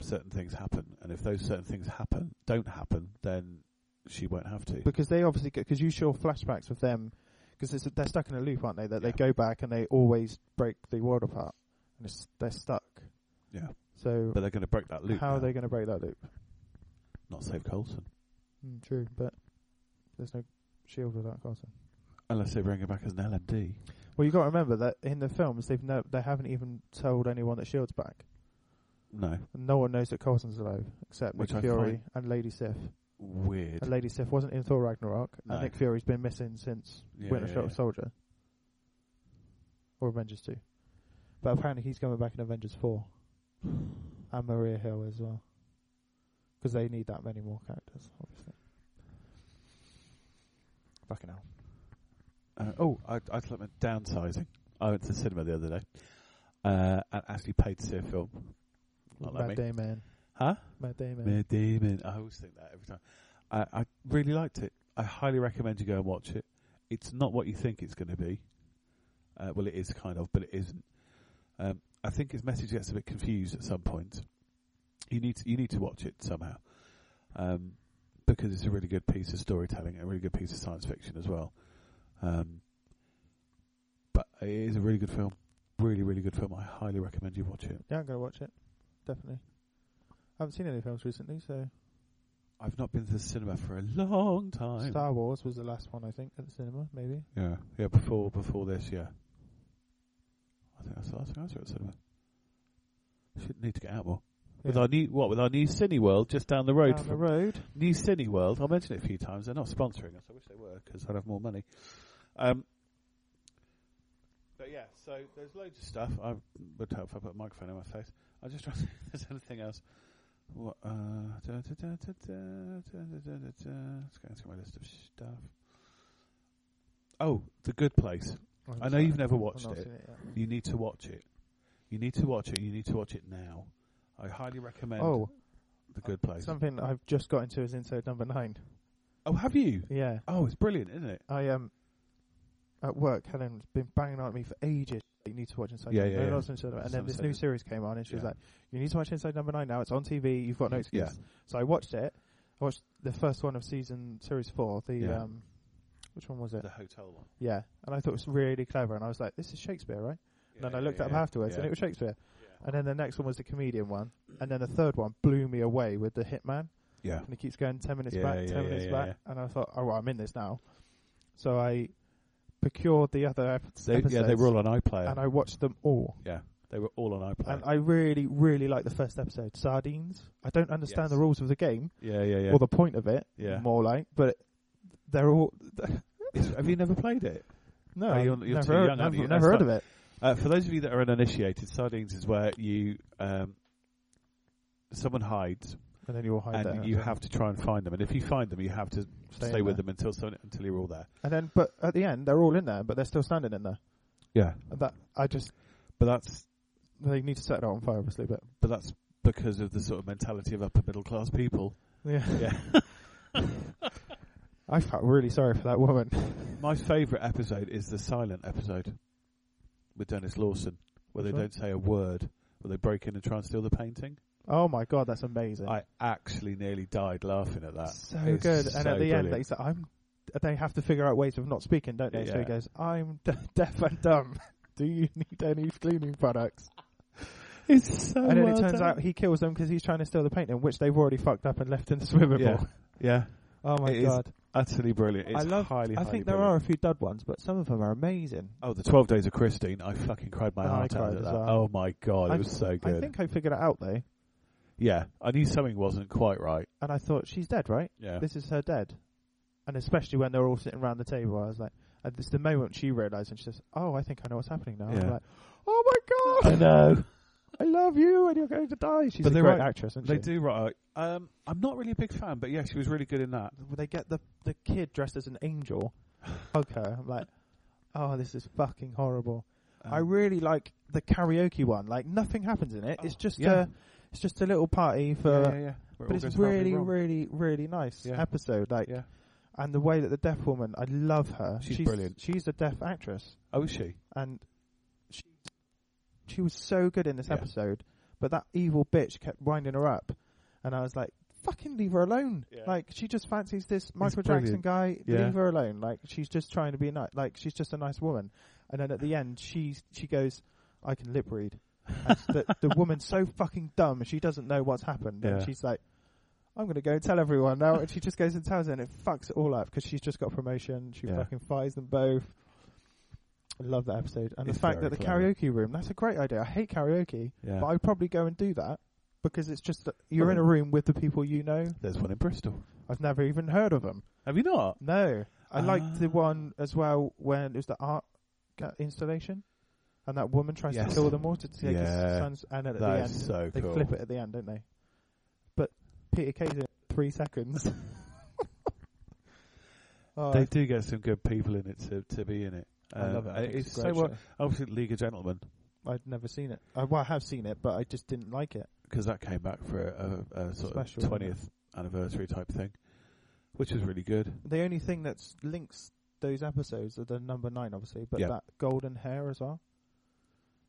Speaker 1: certain things happen, and if those certain things happen don't happen, then she won't have to.
Speaker 2: because they obviously because you show flashbacks with them because they're stuck in a loop, aren't they? That they
Speaker 1: Yeah.
Speaker 2: go back and they always break the world apart, and it's, they're stuck.
Speaker 1: yeah,
Speaker 2: So
Speaker 1: but they're going to break that loop.
Speaker 2: how are
Speaker 1: now.
Speaker 2: they going to break that loop? Hmm,
Speaker 1: not save Coulson?
Speaker 2: Mm, true, but there's no shield without Carson.
Speaker 1: Unless they bring her back as an LMD.
Speaker 2: Well, you got to remember that in the films they've no, they haven't even told anyone that Shield's back.
Speaker 1: No.
Speaker 2: And no one knows that Coulson's alive except
Speaker 1: Which
Speaker 2: Nick
Speaker 1: I
Speaker 2: Fury and Lady Sif.
Speaker 1: Weird.
Speaker 2: And Lady Sif wasn't in Thor Ragnarok,
Speaker 1: No.
Speaker 2: and Nick Fury's been missing since
Speaker 1: Yeah,
Speaker 2: Winter
Speaker 1: yeah,
Speaker 2: Sol-
Speaker 1: yeah.
Speaker 2: Soldier or Avengers Two. But apparently he's coming back in Avengers Four, and Maria Hill as well, because they need that many more characters, obviously. Fucking hell!
Speaker 1: Uh, oh, I, I thought meant downsizing. I went to the cinema the other day uh, and actually paid to see a film. Not like
Speaker 2: Matt
Speaker 1: me.
Speaker 2: Damon.
Speaker 1: Huh?
Speaker 2: Matt Damon.
Speaker 1: Mayor Damon. I always think that every time. I, I really liked it. I highly recommend you go and watch it. It's not what you think it's going to be. Uh, well, it is kind of, but it isn't. Um, I think his message gets a bit confused at some point. You need to, you need to watch it somehow um, because it's a really good piece of storytelling and a really good piece of science fiction as well. Um, but it is a really good film. Really, really good film. I highly recommend you watch it.
Speaker 2: Yeah, I'm gonna watch it. Definitely. I haven't seen any films recently, so
Speaker 1: I've not been to the cinema for a long time.
Speaker 2: Star Wars was the last one I think at the cinema, maybe.
Speaker 1: Yeah, yeah. Before before this, yeah. I think that's the last thing I saw at cinema. Should need to get out more with
Speaker 2: Yeah.
Speaker 1: our new what with our new Cine World just down the road.
Speaker 2: Down the
Speaker 1: from-
Speaker 2: road.
Speaker 1: New Cine World. I'll mention it a few times. They're not sponsoring us. I wish they were because I'd have more money. Um, but yeah, so there's loads of stuff. I would help if I put a microphone in my face. I'm just trying to think *laughs* if there's anything else. What, uh, da, da, da, da, da, da, da, da, da, da. Let's go into my list of stuff. Oh, The Good Place. I know
Speaker 2: sorry.
Speaker 1: you've never
Speaker 2: I've
Speaker 1: watched
Speaker 2: not
Speaker 1: it.
Speaker 2: seen yet.
Speaker 1: You need to watch it. You need to watch it. You need to watch it now. I highly recommend
Speaker 2: Oh,
Speaker 1: The Good Place.
Speaker 2: something that I've just got into is Inside Number Nine.
Speaker 1: oh, have you?
Speaker 2: Yeah,
Speaker 1: Oh, it's brilliant, isn't it?
Speaker 2: I um, at work, Helen's been banging on at me for ages. You need to watch Inside.
Speaker 1: Yeah,
Speaker 2: Number
Speaker 1: yeah,
Speaker 2: Nine.
Speaker 1: yeah.
Speaker 2: Lots of Inside Number- And then
Speaker 1: Some
Speaker 2: this
Speaker 1: said
Speaker 2: new
Speaker 1: it.
Speaker 2: series came on, and she was
Speaker 1: Yeah.
Speaker 2: like, "You need to watch Inside Number Nine now. It's on TV. You've got no excuse."
Speaker 1: Yeah.
Speaker 2: So I watched it. I watched the first one of season series four. The
Speaker 1: Yeah.
Speaker 2: um, which one was it?
Speaker 1: The hotel one.
Speaker 2: Yeah, and I thought it was really clever, and I was like, "This is Shakespeare, right?" and then I looked it up afterwards, and it was Shakespeare. And then the next one was the comedian one, and then the third one blew me away with the hitman,
Speaker 1: Yeah.
Speaker 2: and he keeps going ten minutes
Speaker 1: Yeah,
Speaker 2: back,
Speaker 1: yeah,
Speaker 2: ten
Speaker 1: yeah,
Speaker 2: minutes
Speaker 1: yeah,
Speaker 2: back, and I thought, "Oh, well, I'm in this now." So I procured the other ep-
Speaker 1: They,
Speaker 2: episodes,
Speaker 1: yeah, they were all on iPlayer.
Speaker 2: and I watched them all.
Speaker 1: yeah, they were all on iPlayer.
Speaker 2: And I really, really like the first episode, Sardines. I don't understand
Speaker 1: Yes.
Speaker 2: the rules of the game
Speaker 1: yeah, yeah, yeah.
Speaker 2: or the point of it,
Speaker 1: Yeah.
Speaker 2: more like, but they're all.
Speaker 1: It's- have you never played it?
Speaker 2: No,
Speaker 1: Oh,
Speaker 2: I've
Speaker 1: you're- you're
Speaker 2: never,
Speaker 1: too
Speaker 2: heard-
Speaker 1: young, aren't
Speaker 2: never,
Speaker 1: you?
Speaker 2: never heard
Speaker 1: That's
Speaker 2: of it.
Speaker 1: Uh, for those of you that are uninitiated, sardines is where you um, someone hides,
Speaker 2: And then you all hide
Speaker 1: and
Speaker 2: there.
Speaker 1: you have to try and find them. And if you find them, you have to stay,
Speaker 2: Stay in
Speaker 1: with
Speaker 2: there.
Speaker 1: them until someone, until you're all there.
Speaker 2: And then, but at the end, they're all in there, but they're still standing in there.
Speaker 1: Yeah,
Speaker 2: And That I just
Speaker 1: but that's
Speaker 2: they need to set it on fire, obviously. But
Speaker 1: but that's because of the sort of mentality of upper middle class people.
Speaker 2: yeah,
Speaker 1: Yeah. *laughs*
Speaker 2: I felt really sorry for that woman.
Speaker 1: My favourite episode is the silent episode with Dennis Lawson, where
Speaker 2: Which
Speaker 1: they
Speaker 2: one?
Speaker 1: don't say a word, where they break in and try and steal the painting.
Speaker 2: Oh my god, that's amazing!
Speaker 1: I actually nearly died laughing at that.
Speaker 2: so
Speaker 1: It's
Speaker 2: good.
Speaker 1: so
Speaker 2: and at the end,
Speaker 1: brilliant.
Speaker 2: they say, "I'm." They have to figure out ways of not speaking, don't they? So he
Speaker 1: Yeah.
Speaker 2: goes, "I'm d- *laughs* deaf and dumb. *laughs* Do you need any cleaning products?"
Speaker 1: It's so.
Speaker 2: and then it turns out he kills them because he's trying to steal the painting, which they've already fucked up and left in the swimming
Speaker 1: Yeah.
Speaker 2: pool. *laughs*
Speaker 1: yeah,
Speaker 2: Oh my
Speaker 1: It is
Speaker 2: god!
Speaker 1: utterly brilliant. It's
Speaker 2: I love.
Speaker 1: Highly,
Speaker 2: I
Speaker 1: highly
Speaker 2: think there are a few dud ones, but some of them are amazing.
Speaker 1: Oh, the Twelve Days of Christine! I fucking cried my
Speaker 2: I
Speaker 1: heart
Speaker 2: cried
Speaker 1: out
Speaker 2: as
Speaker 1: at that.
Speaker 2: well.
Speaker 1: Oh my god,
Speaker 2: I-
Speaker 1: it was so good.
Speaker 2: I think I figured it out though,
Speaker 1: yeah, I knew something wasn't quite right.
Speaker 2: and I thought she's dead, right?
Speaker 1: Yeah,
Speaker 2: this is her dead. And especially when they're all sitting around the table, I was like, and this the moment she realised and she says, oh, I think I know what's happening now. I'm
Speaker 1: Yeah.
Speaker 2: like, oh my
Speaker 1: I
Speaker 2: *laughs* god,
Speaker 1: know.
Speaker 2: I love you and you're going to die. She's
Speaker 1: But
Speaker 2: a
Speaker 1: they're
Speaker 2: great
Speaker 1: right.
Speaker 2: actress, isn't
Speaker 1: They
Speaker 2: she?
Speaker 1: do right. Um, I'm not really a big fan, but yeah, she was really good in that.
Speaker 2: When They get the, the kid dressed as an angel, hug her. I'm like, oh, this is fucking horrible.
Speaker 1: Um,
Speaker 2: I really like the karaoke one. Like, nothing happens in it. it's
Speaker 1: Oh,
Speaker 2: just
Speaker 1: yeah.
Speaker 2: a, it's just a little party for,
Speaker 1: yeah, yeah, yeah. Where it all
Speaker 2: but it's
Speaker 1: goes horribly
Speaker 2: really,
Speaker 1: wrong.
Speaker 2: really, really nice
Speaker 1: Yeah.
Speaker 2: episode. Like,
Speaker 1: Yeah.
Speaker 2: and the way that the deaf woman, I love her.
Speaker 1: She's brilliant.
Speaker 2: She's a deaf actress.
Speaker 1: Oh, is she?
Speaker 2: and she she was so good in this
Speaker 1: Yeah.
Speaker 2: episode, but that evil bitch kept winding her up, and I was like, "Fucking leave her alone!"
Speaker 1: Yeah.
Speaker 2: Like she just fancies this Michael Jackson
Speaker 1: brilliant.
Speaker 2: guy.
Speaker 1: Yeah.
Speaker 2: Leave her alone. Like she's just trying to be nice. Like she's just a nice woman. And then at the end, she she goes, "I can lip *laughs* read." And the, the woman's so fucking dumb, she doesn't know what's happened,
Speaker 1: Yeah.
Speaker 2: and she's like. I'm going to go and tell everyone now. and she just goes and tells her, and it fucks it all up because she's just got promotion. She
Speaker 1: Yeah.
Speaker 2: fucking fires them both. I love that episode. And
Speaker 1: It's
Speaker 2: the fact
Speaker 1: very
Speaker 2: that the
Speaker 1: clever.
Speaker 2: karaoke room, that's a great idea. I hate karaoke,
Speaker 1: Yeah.
Speaker 2: but I'd probably go and do that because it's just that you're
Speaker 1: Well,
Speaker 2: in a room with the people you know.
Speaker 1: There's one in Bristol.
Speaker 2: I've never even heard of them.
Speaker 1: Have you not?
Speaker 2: No. I liked the
Speaker 1: Ah.
Speaker 2: one as well when it was the art ca- installation and that woman tries
Speaker 1: Yes.
Speaker 2: to kill them all to take his
Speaker 1: Yeah.
Speaker 2: son's and then at the
Speaker 1: That
Speaker 2: end
Speaker 1: is so
Speaker 2: they
Speaker 1: cool.
Speaker 2: flip it at the end, don't they? But Peter Kay's in
Speaker 1: *laughs*
Speaker 2: three seconds. oh,
Speaker 1: They do get some good people in it to, to be in it. Um,
Speaker 2: I love it. I think
Speaker 1: it's
Speaker 2: it's a great
Speaker 1: so well,
Speaker 2: show.
Speaker 1: obviously League of Gentlemen
Speaker 2: I'd never seen it. I, well, I have seen it, but I just didn't like it.
Speaker 1: because that came back for a, a sort
Speaker 2: Special,
Speaker 1: of
Speaker 2: isn't it?
Speaker 1: twentieth anniversary type thing, which was really good.
Speaker 2: The only thing that links those episodes are the number nine, obviously, but
Speaker 1: Yeah.
Speaker 2: that golden hair as well.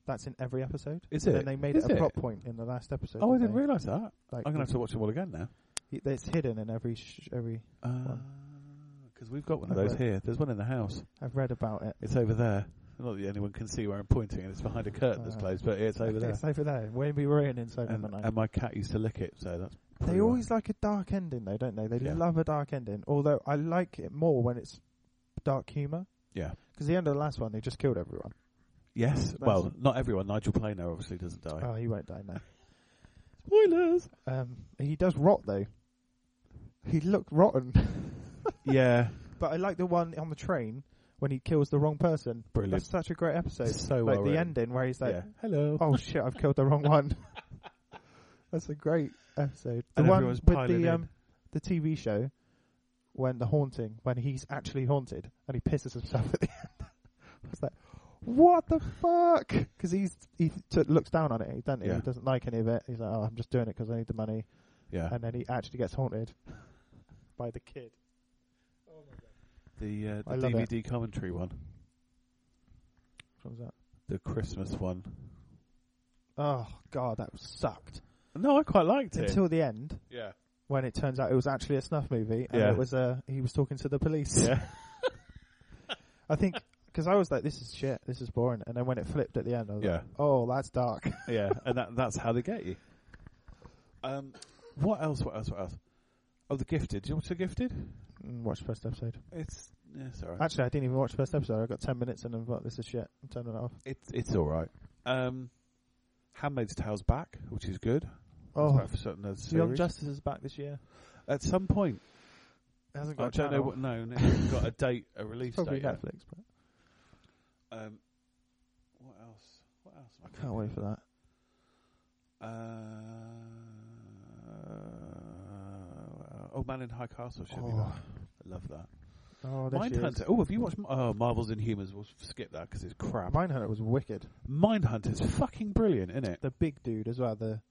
Speaker 2: That's in every episode.
Speaker 1: Is
Speaker 2: And
Speaker 1: it?
Speaker 2: then they made
Speaker 1: Is
Speaker 2: it a
Speaker 1: it?
Speaker 2: plot point in the last episode.
Speaker 1: oh, I
Speaker 2: didn't
Speaker 1: didn't
Speaker 2: they?
Speaker 1: realise that.
Speaker 2: Like,
Speaker 1: I'm gonna have to watch them all again now.
Speaker 2: it- It's hidden in every sh- every.
Speaker 1: Because we've got one of
Speaker 2: I've
Speaker 1: those
Speaker 2: read-
Speaker 1: here. There's one in the house.
Speaker 2: I've read about it.
Speaker 1: It's over there. Not that anyone can see where I'm pointing, and it's behind a curtain that's
Speaker 2: Ah.
Speaker 1: closed, but it's
Speaker 2: *laughs*
Speaker 1: over there.
Speaker 2: It's over there. When we were in inside
Speaker 1: And, um,
Speaker 2: number nine,
Speaker 1: and my cat used to lick it, so that's.
Speaker 2: they
Speaker 1: probably why.
Speaker 2: always like a dark ending, though, don't they? They
Speaker 1: Yeah.
Speaker 2: love a dark ending. Although I like it more when it's dark humor.
Speaker 1: Yeah.
Speaker 2: Because the end of the last one, they just killed everyone.
Speaker 1: Yes.
Speaker 2: That's-
Speaker 1: Well, not everyone. Nigel Planer obviously doesn't die.
Speaker 2: Oh, he won't die now.
Speaker 1: Spoilers.
Speaker 2: Um, he does rot though. He looked rotten. *laughs*
Speaker 1: yeah.
Speaker 2: but I like the one on the train when he kills the wrong person.
Speaker 1: Brilliant.
Speaker 2: That's such a great episode.
Speaker 1: so
Speaker 2: like
Speaker 1: well
Speaker 2: the
Speaker 1: written.
Speaker 2: ending where he's like,
Speaker 1: yeah. Hello.
Speaker 2: "Oh shit, I've killed the wrong one." *laughs* That's a great episode. The
Speaker 1: And
Speaker 2: one
Speaker 1: everyone's
Speaker 2: with
Speaker 1: piling in.
Speaker 2: the um, the TV show when the haunting, when he's actually haunted and he pisses himself *laughs* at the end. I was like, what the fuck? Because he's he t- looks down on it, doesn't he?
Speaker 1: Yeah.
Speaker 2: He doesn't like any of it. He's like, oh, I'm just doing it because I need the money,
Speaker 1: Yeah.
Speaker 2: and then he actually gets haunted *laughs* by the kid. Oh my god!
Speaker 1: The, uh,
Speaker 2: I
Speaker 1: the
Speaker 2: love it.
Speaker 1: DVD commentary one,
Speaker 2: What was that?
Speaker 1: the Christmas one.
Speaker 2: Oh god, that sucked.
Speaker 1: No, I quite liked it.
Speaker 2: Until the end,
Speaker 1: yeah.
Speaker 2: when it turns out it was actually a snuff movie, and
Speaker 1: Yeah.
Speaker 2: it was uh, he was talking to the police.
Speaker 1: Yeah.
Speaker 2: *laughs* I think because I was like, "This is shit. This is boring." And then when it flipped at the end, I was
Speaker 1: Yeah.
Speaker 2: like, "Oh, that's dark." *laughs*
Speaker 1: yeah. And that, that's how they get you. Um, what else? What else? What else? Oh, the Gifted. Do you watch the Gifted?
Speaker 2: Mm, watch the first episode.
Speaker 1: It's yeah, sorry.
Speaker 2: Actually, I didn't even watch the first episode. I got ten minutes and I thought, "This is shit. I'm turning it off."
Speaker 1: It's it's all right. Um, Handmaid's Tale's back, which is good. It's
Speaker 2: Oh, *laughs*
Speaker 1: back for certain other
Speaker 2: Young
Speaker 1: series.
Speaker 2: Justice is back this year.
Speaker 1: At some point,
Speaker 2: It hasn't got.
Speaker 1: I
Speaker 2: a
Speaker 1: don't know
Speaker 2: channel.
Speaker 1: what. No, no, it's got a date, a release
Speaker 2: It's probably
Speaker 1: date. yet.
Speaker 2: Netflix, but
Speaker 1: Um, what else? What else? am
Speaker 2: I can't wait for that.
Speaker 1: Uh, oh, Man in High Castle should be
Speaker 2: Oh,
Speaker 1: back. I love that.
Speaker 2: oh there she is.
Speaker 1: Mindhunter. Oh, have you watched M- oh, Marvels and Humans? We'll skip that because it's crap.
Speaker 2: *laughs* Mindhunter was wicked.
Speaker 1: Mindhunter's fucking brilliant, isn't it?
Speaker 2: The big dude as well. The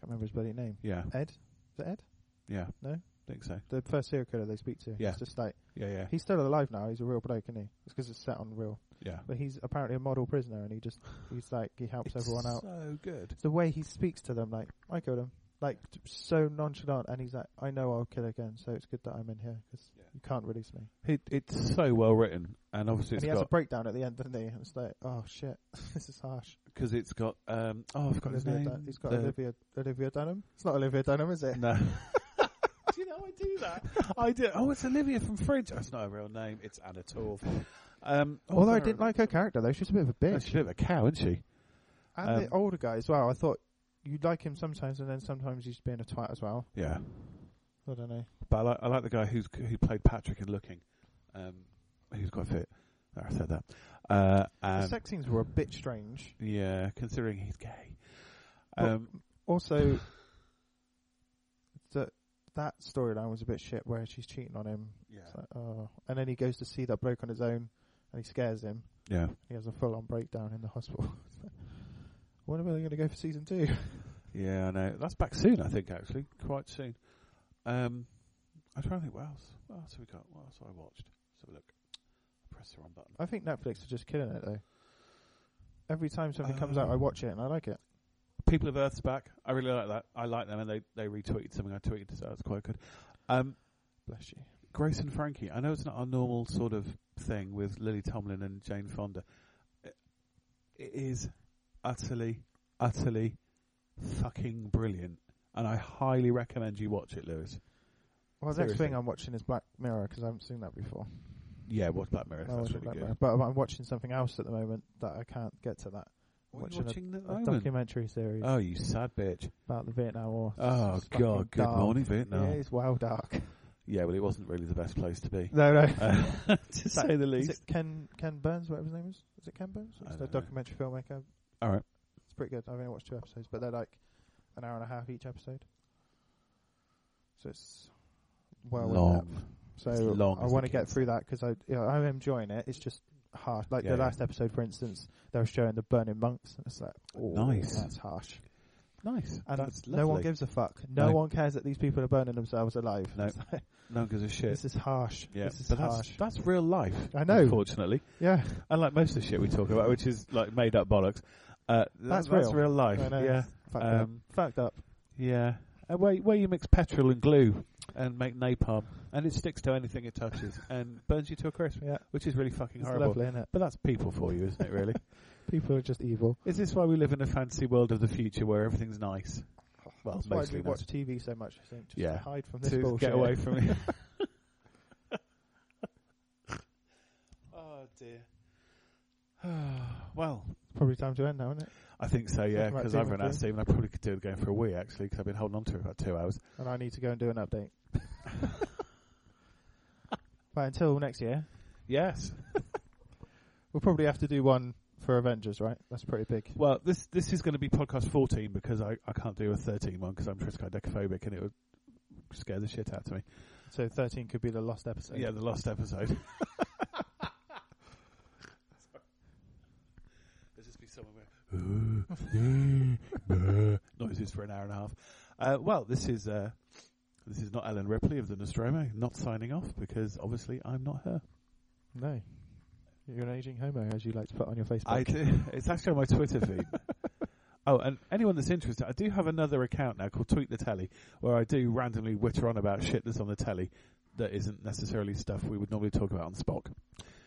Speaker 2: can't remember his bloody name.
Speaker 1: Yeah,
Speaker 2: Ed. Is it Ed?
Speaker 1: yeah.
Speaker 2: No?
Speaker 1: think so.
Speaker 2: The first serial killer they speak to.
Speaker 1: Yeah.
Speaker 2: It's just like
Speaker 1: Yeah, yeah,
Speaker 2: he's still alive now. He's a real bloke, isn't he? It's because it's set on real.
Speaker 1: yeah.
Speaker 2: But he's apparently a model prisoner, and he just he's like he helps everyone out.
Speaker 1: So good.
Speaker 2: It's the way he speaks to them, like I killed him, like t- so nonchalant, and he's like, I know I'll kill again, so it's good that I'm in here because
Speaker 1: Yeah.
Speaker 2: you can't release me.
Speaker 1: It, it's so well written, and obviously it's
Speaker 2: and he has a
Speaker 1: got
Speaker 2: breakdown at the end, doesn't he? And it's like, oh shit, *laughs* this is harsh.
Speaker 1: because it's got um. Oh, I've got his
Speaker 2: Olivia
Speaker 1: name.
Speaker 2: Dun- he's got
Speaker 1: The-
Speaker 2: Olivia Olivia Dunham. It's not Olivia Dunham,
Speaker 1: *laughs*
Speaker 2: is it?
Speaker 1: No. do you know I do that? I do. Oh, it's Olivia from Fringe. That's not a real name. It's Anna Torv. Um, oh,
Speaker 2: Although I
Speaker 1: can't
Speaker 2: didn't
Speaker 1: remember.
Speaker 2: like her character though, she's a bit of a
Speaker 1: Oh,
Speaker 2: bitch.
Speaker 1: she's a bit of a cow, isn't she?
Speaker 2: and
Speaker 1: um,
Speaker 2: the older guy as well. I thought you'd like him sometimes, and then sometimes he's being a twat as well.
Speaker 1: Yeah.
Speaker 2: I don't know.
Speaker 1: But I like, I like the guy who's who played Patrick in Looking. Um, he was quite fit. There, I said that. Uh,
Speaker 2: the
Speaker 1: and
Speaker 2: sex scenes were a bit strange.
Speaker 1: yeah, considering he's gay.
Speaker 2: Well,
Speaker 1: Um, *laughs*
Speaker 2: Also, that that storyline was a bit shit where she's cheating on him.
Speaker 1: yeah.
Speaker 2: It's like, oh. And then he goes to see that bloke on his own and he scares him.
Speaker 1: Yeah.
Speaker 2: He has a full on breakdown in the hospital. *laughs* It's like, when are they going to go for season two? *laughs*
Speaker 1: Yeah, I know. That's back soon, I think, actually. Quite soon. Um, I'm trying to think what else. What else have we got? What else have I watched? Let's have a look. Press the wrong button.
Speaker 2: I think Netflix are just killing it though. Every time something comes out, I
Speaker 1: Um,
Speaker 2: watch it and I like it.
Speaker 1: People of Earth's back. I really like that. I like them, and they, they retweeted something I tweeted, so that's quite good. Um,
Speaker 2: Bless you.
Speaker 1: Grace and Frankie. I know it's not our normal sort of thing with Lily Tomlin and Jane Fonda. It, it is utterly, utterly fucking brilliant. and I highly recommend you watch it, Lewis.
Speaker 2: Well, the next
Speaker 1: Seriously.
Speaker 2: thing I'm watching is Black Mirror because I haven't seen that before.
Speaker 1: Yeah, watch Black Mirror.
Speaker 2: I
Speaker 1: That's
Speaker 2: watch
Speaker 1: really
Speaker 2: Black
Speaker 1: good.
Speaker 2: Mirror, but I'm watching something else at the moment that I can't get to that.
Speaker 1: What are you
Speaker 2: Watching
Speaker 1: watching
Speaker 2: a-
Speaker 1: at the
Speaker 2: A
Speaker 1: moment?
Speaker 2: documentary series
Speaker 1: Oh, you sad bitch.
Speaker 2: about the Vietnam War.
Speaker 1: Oh,
Speaker 2: It's fucking
Speaker 1: God. Good
Speaker 2: dark.
Speaker 1: morning, Vietnam.
Speaker 2: Yeah, it's well dark. *laughs*
Speaker 1: Yeah, well, it wasn't really the best place to be. *laughs*
Speaker 2: no, no.
Speaker 1: Uh, to
Speaker 2: Is that-
Speaker 1: say the
Speaker 2: Is
Speaker 1: least.
Speaker 2: it Ken Ken Burns, whatever his name is? Is it Ken Burns?
Speaker 1: I
Speaker 2: It's a
Speaker 1: don't know.
Speaker 2: documentary filmmaker.
Speaker 1: All right.
Speaker 2: It's pretty good. I've only watched two episodes, but they're like an hour and a half each episode. So it's well in
Speaker 1: Long.
Speaker 2: depth. So
Speaker 1: It's long
Speaker 2: I
Speaker 1: as
Speaker 2: want
Speaker 1: the
Speaker 2: to get
Speaker 1: kids.
Speaker 2: through that because I you know, I'm enjoying it. It's just harsh. Like
Speaker 1: Yeah,
Speaker 2: the
Speaker 1: yeah.
Speaker 2: last episode, for instance, they were showing the burning monks. and It's like oh,
Speaker 1: Nice.
Speaker 2: That's harsh.
Speaker 1: Nice.
Speaker 2: And
Speaker 1: That's
Speaker 2: no one
Speaker 1: lovely.
Speaker 2: gives a fuck. No,
Speaker 1: No.
Speaker 2: one cares that these people are burning themselves alive. *laughs*
Speaker 1: No.
Speaker 2: It's like,
Speaker 1: No one gives a shit.
Speaker 2: This is harsh.
Speaker 1: yeah,
Speaker 2: This is
Speaker 1: but
Speaker 2: harsh.
Speaker 1: that's that's real life.
Speaker 2: I know.
Speaker 1: Unfortunately, *laughs*
Speaker 2: yeah.
Speaker 1: unlike most of the shit we talk about, which is like made up bollocks. Uh,
Speaker 2: That's
Speaker 1: that's
Speaker 2: real.
Speaker 1: real life.
Speaker 2: I know.
Speaker 1: Yeah,
Speaker 2: Fucked up.
Speaker 1: um,
Speaker 2: Fucked up.
Speaker 1: yeah. Uh, where where you mix petrol and glue and make napalm, and it sticks to anything it touches and burns you to a crisp,
Speaker 2: Yeah.
Speaker 1: which is really fucking
Speaker 2: It's
Speaker 1: horrible.
Speaker 2: lovely, isn't it?
Speaker 1: But that's people for you, isn't it?
Speaker 2: *laughs*
Speaker 1: Really?
Speaker 2: People are just evil.
Speaker 1: is this why we live in a fancy world of the future where everything's nice? Well,
Speaker 2: That's why
Speaker 1: mostly
Speaker 2: we
Speaker 1: nice.
Speaker 2: watch TV so much. I think just
Speaker 1: Yeah.
Speaker 2: to hide from this
Speaker 1: to
Speaker 2: bullshit.
Speaker 1: get away from
Speaker 2: *laughs*
Speaker 1: it. oh dear. *sighs* well,
Speaker 2: It's probably time to end now, isn't it?
Speaker 1: I think so. Yeah,
Speaker 2: Talking about
Speaker 1: because
Speaker 2: Demon
Speaker 1: I've run out of
Speaker 2: King.
Speaker 1: steam, and I probably could do it again for a wee actually, because I've been holding on to it for about two hours.
Speaker 2: And I need to go and do
Speaker 1: *laughs*
Speaker 2: an update. but until next year,
Speaker 1: Yes.
Speaker 2: we'll probably have to do one for Avengers, right? That's pretty big.
Speaker 1: Well, this this is going to be podcast fourteen because I, I can't do a thirteen one because I'm triskaidekaphobic and it would scare the shit out of me.
Speaker 2: So 13 could be the lost episode.
Speaker 1: Yeah, the last episode. *laughs* There's just be someone going, "Uh, yeah, bah," *laughs* noises for an hour and a half. Uh, well, this is uh, this is not Ellen Ripley of the Nostromo not signing off because obviously I'm not her.
Speaker 2: No. You're an aging homo, as you like to put on your Facebook.
Speaker 1: I do. *laughs* It's actually on my Twitter feed. *laughs* oh, and anyone that's interested, I do have another account now called Tweet the Telly, where I do randomly witter on about shit that's on the telly that isn't necessarily stuff we would normally talk about on Spock.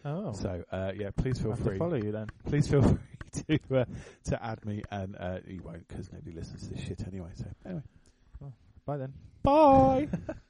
Speaker 2: oh.
Speaker 1: So uh, yeah, please
Speaker 2: I
Speaker 1: feel
Speaker 2: have
Speaker 1: free.
Speaker 2: to follow you then.
Speaker 1: Please feel *laughs* free to uh, to add me, and uh, you won't because nobody listens to this shit anyway. So anyway,
Speaker 2: Bye then.
Speaker 1: bye.